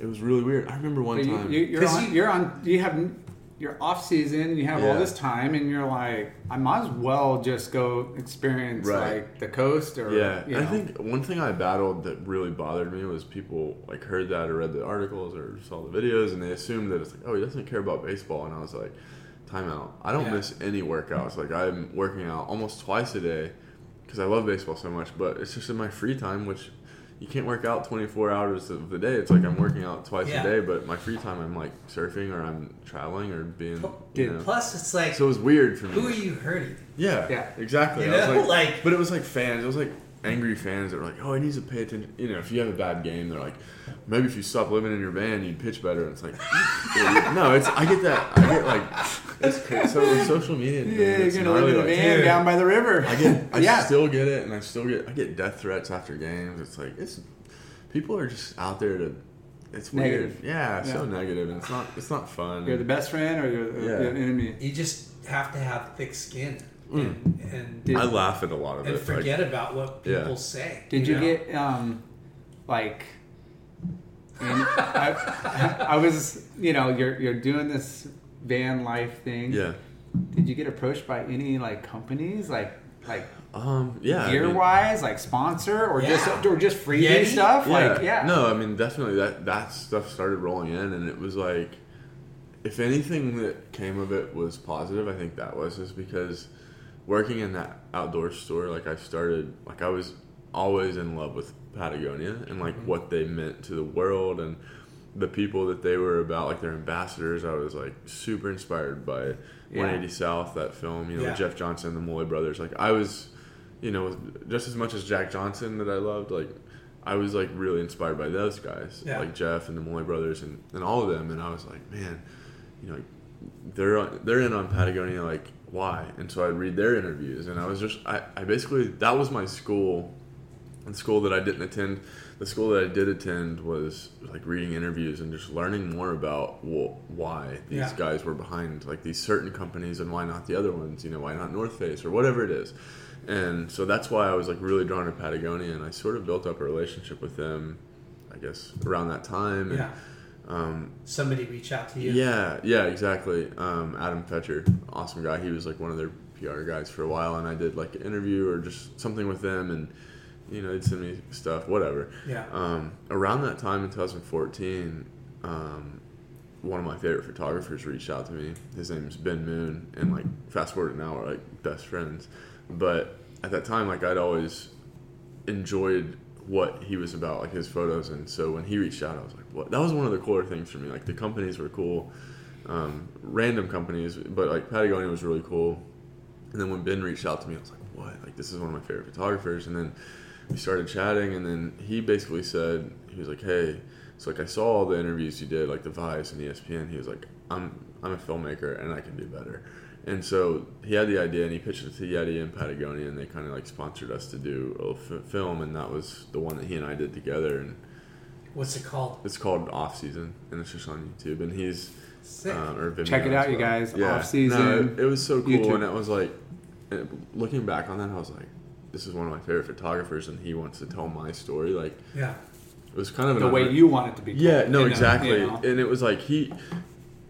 Speaker 3: it was really weird. I remember one
Speaker 2: But you,
Speaker 3: time.
Speaker 2: you, you're
Speaker 1: 'Cause
Speaker 2: on.
Speaker 1: you-
Speaker 2: You, are on. You have you're off season. You have all
Speaker 3: Yeah.
Speaker 2: this time, and you're like, I might as well just go experience
Speaker 3: Right.
Speaker 2: like the coast or
Speaker 3: Yeah,
Speaker 2: you
Speaker 3: I
Speaker 2: know.
Speaker 3: think one thing I battled that really bothered me was people like heard that or read the articles or saw the videos and they assumed that it's like, oh, he doesn't care about baseball, and I was like, timeout. I don't
Speaker 1: Yeah.
Speaker 3: miss any workouts. Like I'm working out almost twice a day because I love baseball so much, but it's just in my free time, which you can't work out 24 hours of the day. It's like I'm working out twice
Speaker 1: Yeah.
Speaker 3: a day, but my free time I'm like surfing or I'm traveling or being. You
Speaker 2: Dude,
Speaker 3: know.
Speaker 1: Plus, it's like,
Speaker 3: so it was weird for me.
Speaker 1: who are you hurting?
Speaker 3: Yeah,
Speaker 2: Yeah.
Speaker 3: exactly.
Speaker 1: You
Speaker 3: I was
Speaker 1: know,
Speaker 3: like,
Speaker 1: like-
Speaker 3: but it was like fans. It was like angry fans that were like, "Oh, I need to pay attention." You know, if you have a bad game, they're like, "Maybe if you stop living in your van, you'd pitch better." And it's like, dude, no, it's I get that. I get like, it's cra- so with social media. man,
Speaker 2: Yeah, you're
Speaker 3: it's
Speaker 2: gonna live in a
Speaker 3: gnarly, like,
Speaker 2: van
Speaker 1: dude.
Speaker 2: down by the river.
Speaker 3: I get, I
Speaker 2: yeah.
Speaker 3: still get it, and I still get, I get death threats after games. It's like it's people are just out there to. It's weird.
Speaker 2: Negative.
Speaker 3: Yeah, it's so
Speaker 2: Yeah.
Speaker 3: negative, and it's not. It's not fun.
Speaker 2: You're the best friend or you're the
Speaker 3: Yeah.
Speaker 2: the enemy.
Speaker 1: You just have to have thick skin and and,
Speaker 2: Did-
Speaker 3: I laugh at a lot of
Speaker 1: and
Speaker 3: it. like-
Speaker 1: forget about what
Speaker 3: Mm. Yeah.
Speaker 1: people say.
Speaker 2: Did you
Speaker 1: know?
Speaker 2: get um, like? and I, I was, you know, you're you're doing this van life thing.
Speaker 3: yeah.
Speaker 2: Did you get approached by any like companies, like like
Speaker 3: Um. Yeah. I
Speaker 2: gear
Speaker 3: mean-
Speaker 2: wise, like sponsor or just
Speaker 1: Yeah.
Speaker 2: or just free
Speaker 1: Yeti?
Speaker 2: stuff?
Speaker 3: Yeah.
Speaker 2: Like yeah,
Speaker 3: No, I mean definitely that that stuff started rolling in, and it was like, if anything that came of it was positive, I think that was just because working in that outdoor store, like I started, like I was always in love with Patagonia and like
Speaker 2: Mm-hmm.
Speaker 3: what they meant to the world and the people that they were about, like their ambassadors. I was like super inspired by 180 South, that film, you know,
Speaker 1: Yeah.
Speaker 3: with Jeff Johnson, the Molloy brothers. Like I was you know, just as much as Jack Johnson that I loved, like I was like really inspired by those guys,
Speaker 1: Yeah.
Speaker 3: like Jeff and the Moy brothers and, and all of them, and I was like, man, you know, they're on, they're in on Patagonia, like why? And so I'd read their interviews, and I was just I, I basically that was my school, and school that I didn't attend. The school that I did attend was like reading interviews and just learning more about wh- why these
Speaker 1: Yeah.
Speaker 3: guys were behind like these certain companies and why not the other ones. You know, why not North Face or whatever it is. And so that's why I was like really drawn to Patagonia, and I sort of built up a relationship with them, I guess around that time. And,
Speaker 1: Yeah.
Speaker 3: Um,
Speaker 1: Somebody reach out to you.
Speaker 3: yeah, yeah, exactly. Um, Adam Fetcher, awesome guy. He was like one of their PR guys for a while, and I did like an interview or just something with them, and you know, they'd send me stuff, whatever.
Speaker 1: Yeah.
Speaker 3: Um, around that time in 2014, um, one of my favorite photographers reached out to me. His name's Ben Moon, and like fast forward now, we're like best friends. But at that time, like I'd always enjoyed what he was about, like his photos. And so when he reached out, I was like, "What?" That was one of the cooler things for me. Like the companies were cool, um, random companies, but like Patagonia was really cool. And then when Ben reached out to me, I was like, "What?" Like this is one of my favorite photographers. And then we started chatting, and then he basically said, "He was like, hey." So like I saw all the interviews you did, like the Vice and E ESPN. He was like, "I'm I'm a filmmaker and I can do better." And so he had the idea and he pitched it to Yeti and Patagonia, and they kind of like sponsored us to do a little f- film, and that was the one that he and I did together. And
Speaker 1: What's it called?
Speaker 3: it's called Off Season, and it's just on YouTube. And he's
Speaker 1: Sick.
Speaker 3: um, or Vimeo
Speaker 2: Check it
Speaker 3: as
Speaker 2: out, you
Speaker 3: well.
Speaker 2: guys.
Speaker 3: Yeah.
Speaker 2: Off season.
Speaker 3: No, it, it was so cool,
Speaker 2: YouTube.
Speaker 3: and it was like it- looking back on that, I was like, this is one of my favorite photographers, and he wants to tell my story. Like
Speaker 1: yeah.
Speaker 3: it was kind of
Speaker 2: the
Speaker 3: an
Speaker 2: way
Speaker 3: under-
Speaker 2: you want it to be. told,
Speaker 3: yeah,
Speaker 2: you
Speaker 3: no,
Speaker 2: know,
Speaker 3: exactly.
Speaker 2: you know.
Speaker 3: And it was like he,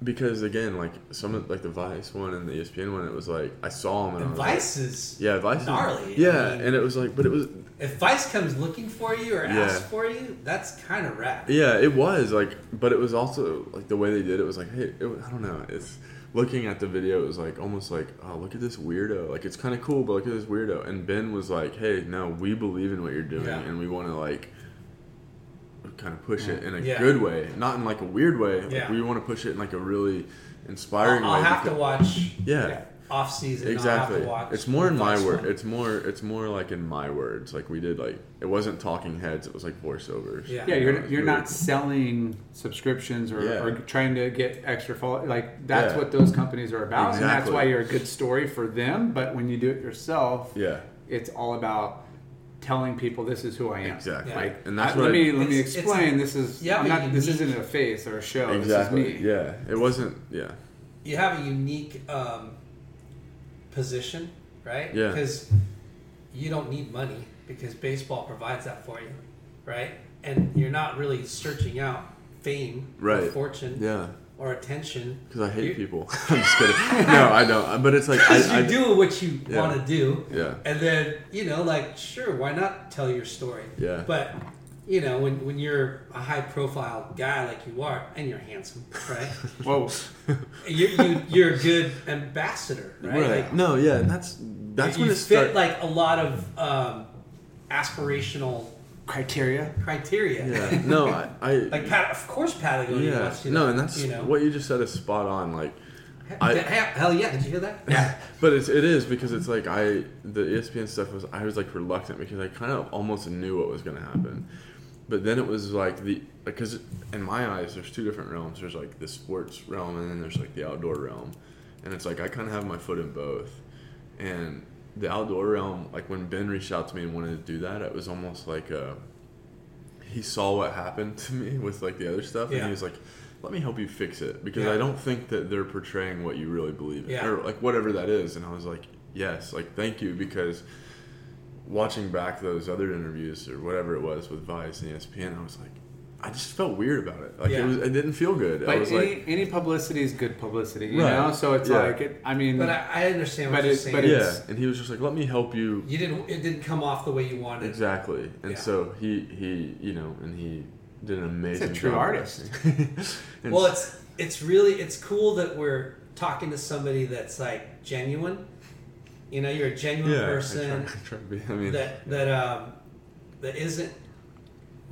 Speaker 3: because again, like some of like the Vice one and the E ESPN one, it was like I saw him and I
Speaker 1: And
Speaker 3: was like,
Speaker 1: Vice is.
Speaker 3: Oh, yeah, Vice, is-
Speaker 1: Gnarly.
Speaker 3: yeah,
Speaker 1: I mean-
Speaker 3: and it was like, but it was
Speaker 1: If Vice comes looking for you or
Speaker 3: Yeah.
Speaker 1: asks for you, that's kind of rad.
Speaker 3: yeah, it was like, but it was also like the way they did it was like, hey, it, was- I don't know, it's looking at the video, it was like almost like, oh, look at this weirdo, like it's kind of cool, but look at this weirdo. And Ben was like, hey, no, we believe in what you're doing,
Speaker 1: Yeah.
Speaker 3: and we want to like kind of push it in a
Speaker 1: Yeah.
Speaker 3: good way, not in like a weird way. Like,
Speaker 1: Yeah.
Speaker 3: we want to push it in like a really inspiring
Speaker 1: I'll, I'll
Speaker 3: way.
Speaker 1: have to
Speaker 3: because-
Speaker 1: watch
Speaker 3: Yeah.
Speaker 1: off season. I'll have
Speaker 3: Exactly.
Speaker 1: to watch
Speaker 3: It's more in
Speaker 1: the
Speaker 3: my
Speaker 1: Vice
Speaker 3: word.
Speaker 1: one.
Speaker 3: It's more. It's more like in my words. Like we did. Like it wasn't talking heads. It was like voiceovers.
Speaker 1: Yeah.
Speaker 2: Yeah,
Speaker 3: It
Speaker 2: you're
Speaker 3: was
Speaker 2: you're
Speaker 3: weird.
Speaker 2: not selling subscriptions or,
Speaker 3: Yeah.
Speaker 2: or trying to get extra follow. Like that's
Speaker 3: Yeah.
Speaker 2: what those companies are about, and that's
Speaker 3: Exactly.
Speaker 2: why you're a good story for them. But when you do it yourself,
Speaker 3: Yeah.
Speaker 2: it's all about telling people this is who I am.
Speaker 3: Exactly.
Speaker 2: Like,
Speaker 3: And that's
Speaker 2: I-
Speaker 3: what
Speaker 2: let
Speaker 3: I-
Speaker 2: me let me
Speaker 1: It's- it's
Speaker 2: explain.
Speaker 1: a-
Speaker 2: this is
Speaker 1: yeah,
Speaker 2: I'm
Speaker 1: but
Speaker 2: not. This
Speaker 1: unique.
Speaker 2: isn't a face or a
Speaker 1: oh,
Speaker 2: show.
Speaker 3: Exactly.
Speaker 2: This is me.
Speaker 3: Yeah. It wasn't. Yeah.
Speaker 1: You have a unique um, position, right?
Speaker 3: Yeah.
Speaker 1: Because you don't need money because baseball provides that for you, right? And you're not really searching out fame, or
Speaker 3: Right.
Speaker 1: fortune,
Speaker 3: Yeah.
Speaker 1: or attention.
Speaker 3: Because I hate
Speaker 1: You're-
Speaker 3: people. I'm just kidding. No, I don't. But it's like
Speaker 1: because
Speaker 3: I,
Speaker 1: you
Speaker 3: I
Speaker 1: do what you
Speaker 3: Yeah.
Speaker 1: want to do.
Speaker 3: Yeah.
Speaker 1: And then you know, like, sure, why not tell your story?
Speaker 3: Yeah.
Speaker 1: But you know, when when you're a high profile guy like you are, and you're handsome, right?
Speaker 2: Whoa.
Speaker 1: you're, you, you're a good ambassador, right?
Speaker 3: Right.
Speaker 1: Like,
Speaker 3: no. Yeah. and That's that's
Speaker 1: you
Speaker 3: when
Speaker 1: fit
Speaker 3: it started.
Speaker 1: like a lot of um, aspirational
Speaker 2: Criteria.
Speaker 1: criteria.
Speaker 3: yeah. No. I. I
Speaker 1: Like, Pat, of course, Patagonia
Speaker 3: yeah.
Speaker 1: wants you.
Speaker 3: No.
Speaker 1: to-
Speaker 3: And that's
Speaker 1: you know.
Speaker 3: what you just said is spot on. Like. I-
Speaker 1: Hell- hell yeah! Did you hear that? Yeah.
Speaker 3: But it's, it is because it's like I the E ESPN stuff was I was like reluctant because I kind of almost knew what was going to happen, but then it was like the because in my eyes there's two different realms. There's like the sports realm and then there's like the outdoor realm, and it's like I kind of have my foot in both, and the outdoor realm like when Ben reached out to me and wanted to do that it was almost like a uh, he saw what happened to me with like the other stuff, and
Speaker 1: Yeah.
Speaker 3: he was like, "Let me help you fix it," because
Speaker 1: Yeah.
Speaker 3: I don't think that they're portraying what you really believe in,
Speaker 1: Yeah.
Speaker 3: or like whatever that is. And I was like, "Yes, like thank you," because watching back those other interviews or whatever it was with Vice and E ESPN, I was like, I just felt weird about it. Like
Speaker 1: Yeah.
Speaker 3: it was, it didn't feel good. I
Speaker 2: But
Speaker 3: was
Speaker 2: any,
Speaker 3: like,
Speaker 2: any publicity is good publicity, you
Speaker 3: Right.
Speaker 2: know. So it's
Speaker 3: Yeah.
Speaker 2: like, it, I mean,
Speaker 1: But I, I understand what
Speaker 2: But
Speaker 1: you're
Speaker 2: it's-
Speaker 1: saying.
Speaker 2: but it's-
Speaker 3: yeah, and he was just like, "Let me help you."
Speaker 1: you didn't. It didn't come off the way you wanted.
Speaker 3: Exactly. And
Speaker 1: Yeah.
Speaker 3: so he he you know and he did an amazing.
Speaker 2: true
Speaker 3: job.
Speaker 2: artist.
Speaker 3: And
Speaker 1: Well, it's it's really it's cool that we're talking to somebody that's like genuine. You know, you're a genuine
Speaker 3: yeah, I try,
Speaker 1: person
Speaker 3: I try to be. I mean,
Speaker 1: that that um, that isn't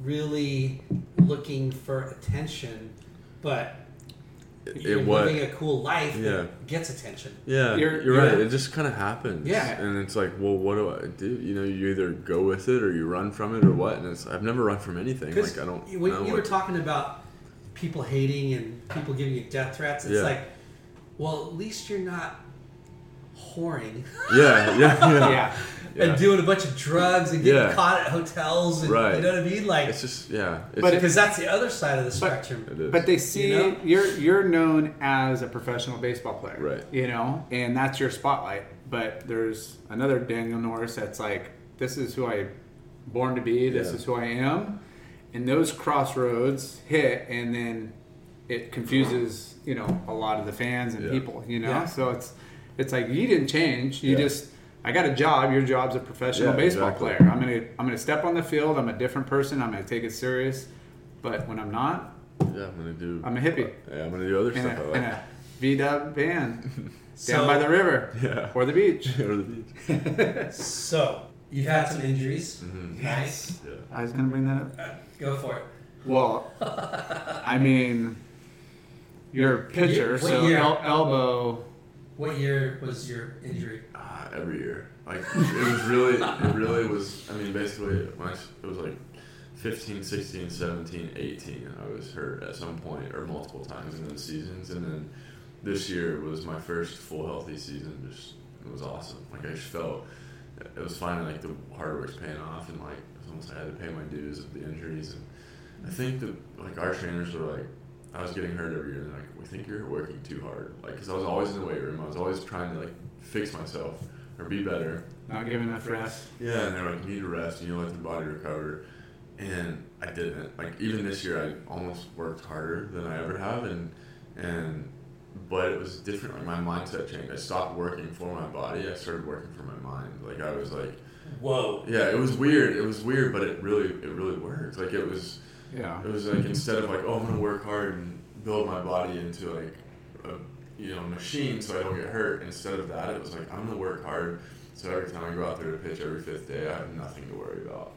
Speaker 1: really looking for attention, but you're
Speaker 3: it was.
Speaker 1: living a cool life
Speaker 3: Yeah.
Speaker 1: that gets attention.
Speaker 3: Yeah,
Speaker 2: You're-
Speaker 3: you're, right.
Speaker 2: yeah.
Speaker 3: It just kind of happens.
Speaker 1: Yeah.
Speaker 3: and it's like, well, what do I do? You know, you either go with it or you run from it or what? And it's I've never run from anything.
Speaker 1: Because
Speaker 3: Like I don't.
Speaker 1: you- when
Speaker 3: know
Speaker 1: you were
Speaker 3: what-
Speaker 1: talking about people hating and people giving you death threats, it's
Speaker 3: Yeah.
Speaker 1: like, well, at least you're not whoring.
Speaker 3: Yeah, yeah, yeah.
Speaker 2: yeah,
Speaker 3: Yeah.
Speaker 1: and doing a bunch of drugs and getting
Speaker 3: Yeah.
Speaker 1: caught at hotels and
Speaker 3: Right.
Speaker 1: you know what I mean? Like,
Speaker 3: It's just yeah. It's,
Speaker 2: But
Speaker 1: because that's the other side of the spectrum.
Speaker 3: it is.
Speaker 2: but they see
Speaker 1: You know?
Speaker 2: you're you're known as a professional baseball player,
Speaker 3: Right.
Speaker 2: You know, and that's your spotlight. But there's another Daniel Norris that's like, this is who I born to be. This
Speaker 3: Yeah.
Speaker 2: is who I am. And those crossroads hit, and then it confuses you know a lot of the fans and
Speaker 3: Yeah.
Speaker 2: people. You know,
Speaker 1: Yeah.
Speaker 2: so it's it's like you didn't change. You
Speaker 3: Yeah.
Speaker 2: just I got a job. Your job's a professional
Speaker 3: Yeah,
Speaker 2: baseball
Speaker 3: exactly.
Speaker 2: player. I'm gonna I'm gonna step on the field. I'm a different person. I'm gonna take it serious. But when I'm not,
Speaker 3: yeah, I'm gonna do.
Speaker 2: I'm a hippie.
Speaker 3: Yeah, I'm gonna do other
Speaker 2: in
Speaker 3: stuff. I
Speaker 2: a, in
Speaker 3: like.
Speaker 2: a V Dub band down
Speaker 1: So-
Speaker 2: by the river
Speaker 3: Yeah.
Speaker 2: or the beach.
Speaker 3: Go to the beach.
Speaker 1: So you've had some injuries,
Speaker 3: Mm-hmm.
Speaker 1: right?
Speaker 2: I was gonna bring that up.
Speaker 1: Go for it.
Speaker 2: Well, I mean, you're a pitcher,
Speaker 1: What
Speaker 2: so
Speaker 1: year?
Speaker 2: el- elbow.
Speaker 1: What year was your injury?
Speaker 3: Uh, every year. Like it was really, it really was. I mean, basically, when I, s- it was like 15, 16, 17, 18. I was hurt at some point or multiple times in those seasons, and then this year was my first full healthy season. Just it was awesome. Like I just felt it was finally like the hard work's paying off, and like it was almost like I had to pay my dues of the injuries. And I think that like our trainers were like. I was getting hurt every year, and they're like, we think you're working too hard. Like, because I was always in the weight room, I was always trying to like fix myself or be better.
Speaker 2: Not giving enough rest.
Speaker 3: Yeah, and they're like, you need to rest, you need to let the body recover. And I didn't. Like even this year, I almost worked harder than I ever have, and and but it was different. Like my mindset changed. I stopped working for my body. I started working for my mind. Like I was like,
Speaker 1: Whoa.
Speaker 3: yeah, it was weird. It was weird, but it really it really worked. Like it was.
Speaker 2: Yeah.
Speaker 3: It was like instead of like, oh, I'm gonna work hard and build my body into like a you know machine so I don't get hurt. Instead of that, it was like I'm gonna work hard so every time I go out there to pitch every fifth day, I have nothing to worry about.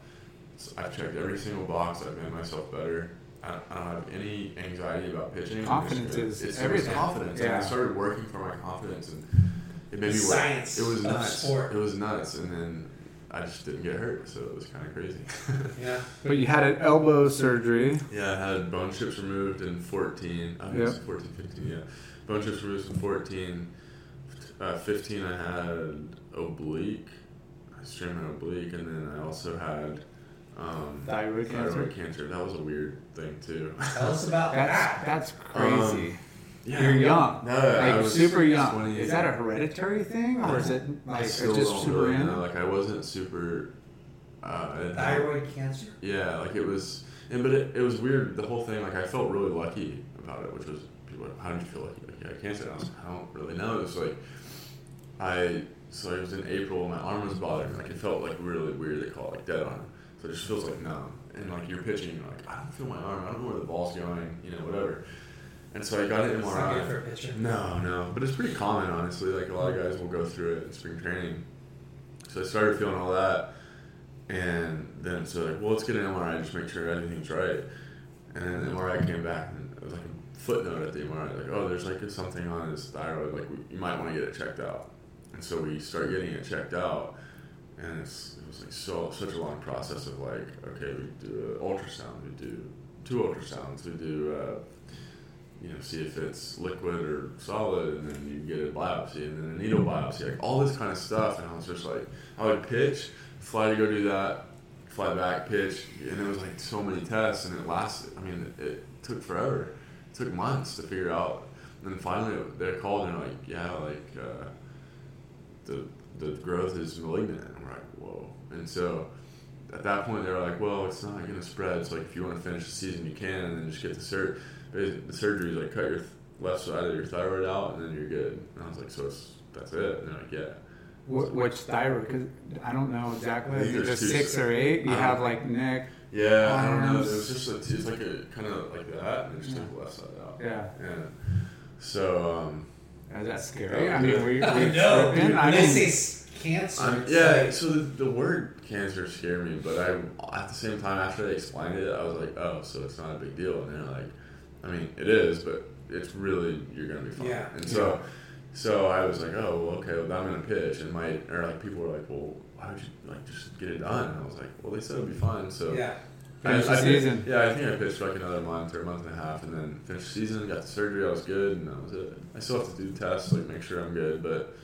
Speaker 3: So I've checked every single box. I've made myself better. I don't, I don't have any anxiety about pitching.
Speaker 2: Confidence
Speaker 3: It's-
Speaker 2: is
Speaker 3: it's,
Speaker 2: everything.
Speaker 3: It was confidence.
Speaker 2: Yeah.
Speaker 3: And I started working for my confidence, and it made me work.
Speaker 1: Science
Speaker 3: It was
Speaker 1: of
Speaker 3: nuts.
Speaker 1: sport.
Speaker 3: It was nuts, and then I just didn't get hurt, so it was kind of crazy.
Speaker 1: Yeah.
Speaker 2: But you had an elbow surgery.
Speaker 3: Yeah, I had bone chips removed in 14. I think it was
Speaker 2: Yeah.
Speaker 3: 14, 15, yeah. Bone chips removed in 14. Uh, 15, I had oblique. I strained my oblique, and then I also had um,
Speaker 2: Thyroid cancer?
Speaker 3: cancer. That was a weird thing, too.
Speaker 1: Tell us about
Speaker 2: That's that's crazy.
Speaker 3: yeah,
Speaker 2: You're young,
Speaker 3: No, I
Speaker 2: like
Speaker 3: was
Speaker 2: super young.
Speaker 3: 28.
Speaker 2: Is that a hereditary thing, or is it like
Speaker 3: I
Speaker 2: it's
Speaker 3: still
Speaker 2: just
Speaker 3: don't
Speaker 2: super
Speaker 3: really
Speaker 2: random?
Speaker 3: know. Like, I wasn't super. Uh, I didn't have-
Speaker 1: thyroid cancer.
Speaker 3: Yeah, like it was, and but it, it was weird. The whole thing, like I felt really lucky about it, which was people. Are like, How did you feel lucky? Like, yeah, I can't say I, was, I don't really know. It was like I so it was in April. My arm was bothering. me. Like it felt like really weird. They call it like dead arm. So it just feels like numb. And like you're pitching, you're like I don't feel my arm. I don't know where the ball's going. You know whatever. And so I got an
Speaker 1: It's not good for a
Speaker 3: MRI.
Speaker 1: pitcher.
Speaker 3: No, no, but it's pretty common, honestly. Like a lot of guys will go through it in spring training. So I started feeling all that, and then so like, well, let's get an MRI, just make sure everything's right. And then the MRI came back, and it was like a footnote at the MRI, like, oh, there's like something on his thyroid, like we, you might want to get it checked out. And so we start getting it checked out, and it's, it was like so such a long process of like, okay, we do an ultrasound, we do two ultrasounds, we do. Uh, you know, see if it's liquid or solid, and then you get a biopsy, and then a needle biopsy, like all this kind of stuff. And I was just like, I would pitch, fly to go do that, fly back, pitch, and it was like so many tests, and it lasted. I mean, it, it took forever. It took months to figure out. And then finally, they called and they're like, yeah, like uh, the the growth is malignant, and we're like, whoa. And so at that point, they were like, well, it's not gonna spread. So like, if you want to finish the season, you can, and then just get the sur- The surgery is like cut your th- left side of your thyroid out, and then you're good. And I was like, so it's that's it. And they're like, yeah.
Speaker 2: Wh- Which thyroid? Because I don't know exactly. Is it
Speaker 3: There's
Speaker 2: just
Speaker 3: two.
Speaker 2: six Uh-huh. or eight? You
Speaker 3: I don't
Speaker 2: have
Speaker 3: know.
Speaker 2: like neck.
Speaker 3: Yeah, I don't know. It
Speaker 2: Arms.
Speaker 3: was just a, it was like a kind of like that, and it just took the left side out.
Speaker 2: Yeah.
Speaker 3: Yeah. So um,
Speaker 2: Is that scary?
Speaker 3: Yeah.
Speaker 2: I mean, were you, were you
Speaker 1: No,
Speaker 2: tripping? I
Speaker 1: they
Speaker 2: mean,
Speaker 1: say s- cancer.
Speaker 3: I'm,
Speaker 1: it's
Speaker 3: yeah.
Speaker 1: like-
Speaker 3: So the, the word cancer scared me, but I at the same time after they explained it, I was like, oh, so it's not a big deal. And they're like, I mean, it is, but it's really you're gonna be fine.
Speaker 1: Yeah.
Speaker 3: And so, so I was like, oh, well, okay, well, I'm gonna pitch, and my or like people were like, well, why would you like just get it done? And I was like, well, they said it'd be fine, so
Speaker 1: yeah.
Speaker 3: I,
Speaker 2: Finish the
Speaker 3: I think-
Speaker 2: season.
Speaker 3: yeah, I think I pitched for like another month or a month and a half, and then finished the season, got the surgery, I was good, and that was it. I still have to do tests, like make sure I'm good, but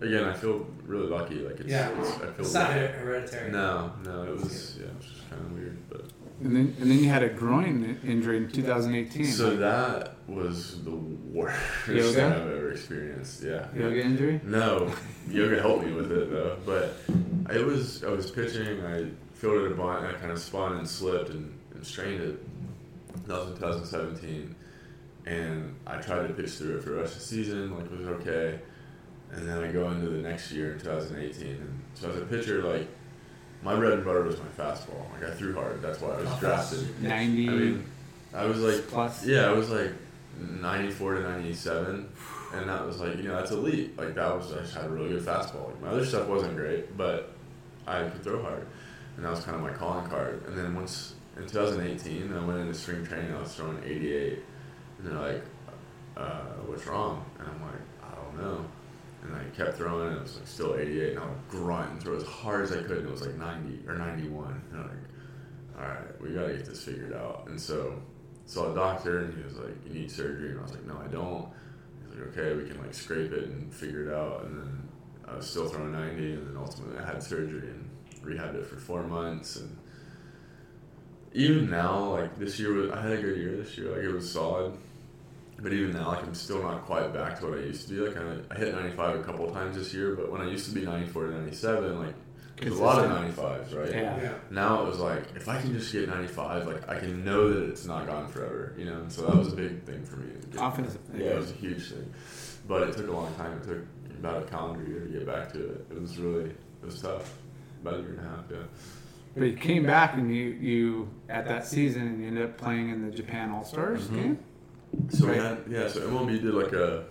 Speaker 3: again, I feel really lucky. Like it's,
Speaker 1: Yeah.
Speaker 3: it's I feel
Speaker 1: It's not her- hereditary.
Speaker 3: no, no, it was yeah, it was just kind of weird, but
Speaker 2: and then and then you had a groin injury in 2018.
Speaker 3: so that was the worst
Speaker 2: Yoga?
Speaker 3: thing I've ever experienced. Yeah,
Speaker 2: yoga injury.
Speaker 3: No, yoga helped me with it though. But it was I was pitching. I fielded a bunt and I kind of spun and slipped and, and strained it. That was in 2017, and I tried to pitch through it for the rest of the season. Like it was okay, and then I go into the next year in 2018. And so as a pitcher, like my bread and butter was my fastball. Like I threw hard. That's why I was drafted.
Speaker 2: 90.
Speaker 3: I mean, I was like
Speaker 2: Plus.
Speaker 3: yeah, I was like 94 to 97, and that was like you know that's elite. Like that was I just had a really good fastball. Like my other stuff wasn't great, but I could throw hard, and that was kind of my calling card. And then once in 2018, I went into spring training. I was throwing 88, and they're like, uh, "What's wrong?" And I'm like, "I don't know." And I kept throwing, and it was like still 88, and I would grunt and throw as hard as I could, and it was like 90 or 91. And I'm like, all right, we gotta get this figured out. And so, saw a doctor, and he was like, "You need surgery," and I was like, "No, I don't." He's like, "Okay, we can like scrape it and figure it out." And then I was still throwing ninety, and then ultimately I had surgery and rehabbed it for four months. And even now, like this year was, I had a good year this year. Like it was solid. But even now, like I'm still not quite back to what I used to be. Like I, I hit 95 a couple times this year, but when I used to be 94 to 97, like there's a lot of 95s, right?
Speaker 2: Yeah.
Speaker 1: Yeah.
Speaker 3: now it was like if I can just get 95, like I can know that it's not gone forever, you know. And so that was a big thing for me.
Speaker 2: Confidence.
Speaker 3: Yeah, it was a huge thing, but it took a long time. It took about a calendar year to get back to it. It was really it was tough, about a year and a half. Yeah,
Speaker 2: But you came back and you you at that season and you ended up playing in the Japan All Stars
Speaker 3: Mm-hmm.
Speaker 2: game.
Speaker 3: so we
Speaker 2: Right.
Speaker 3: had, yeah, so MLB did like a.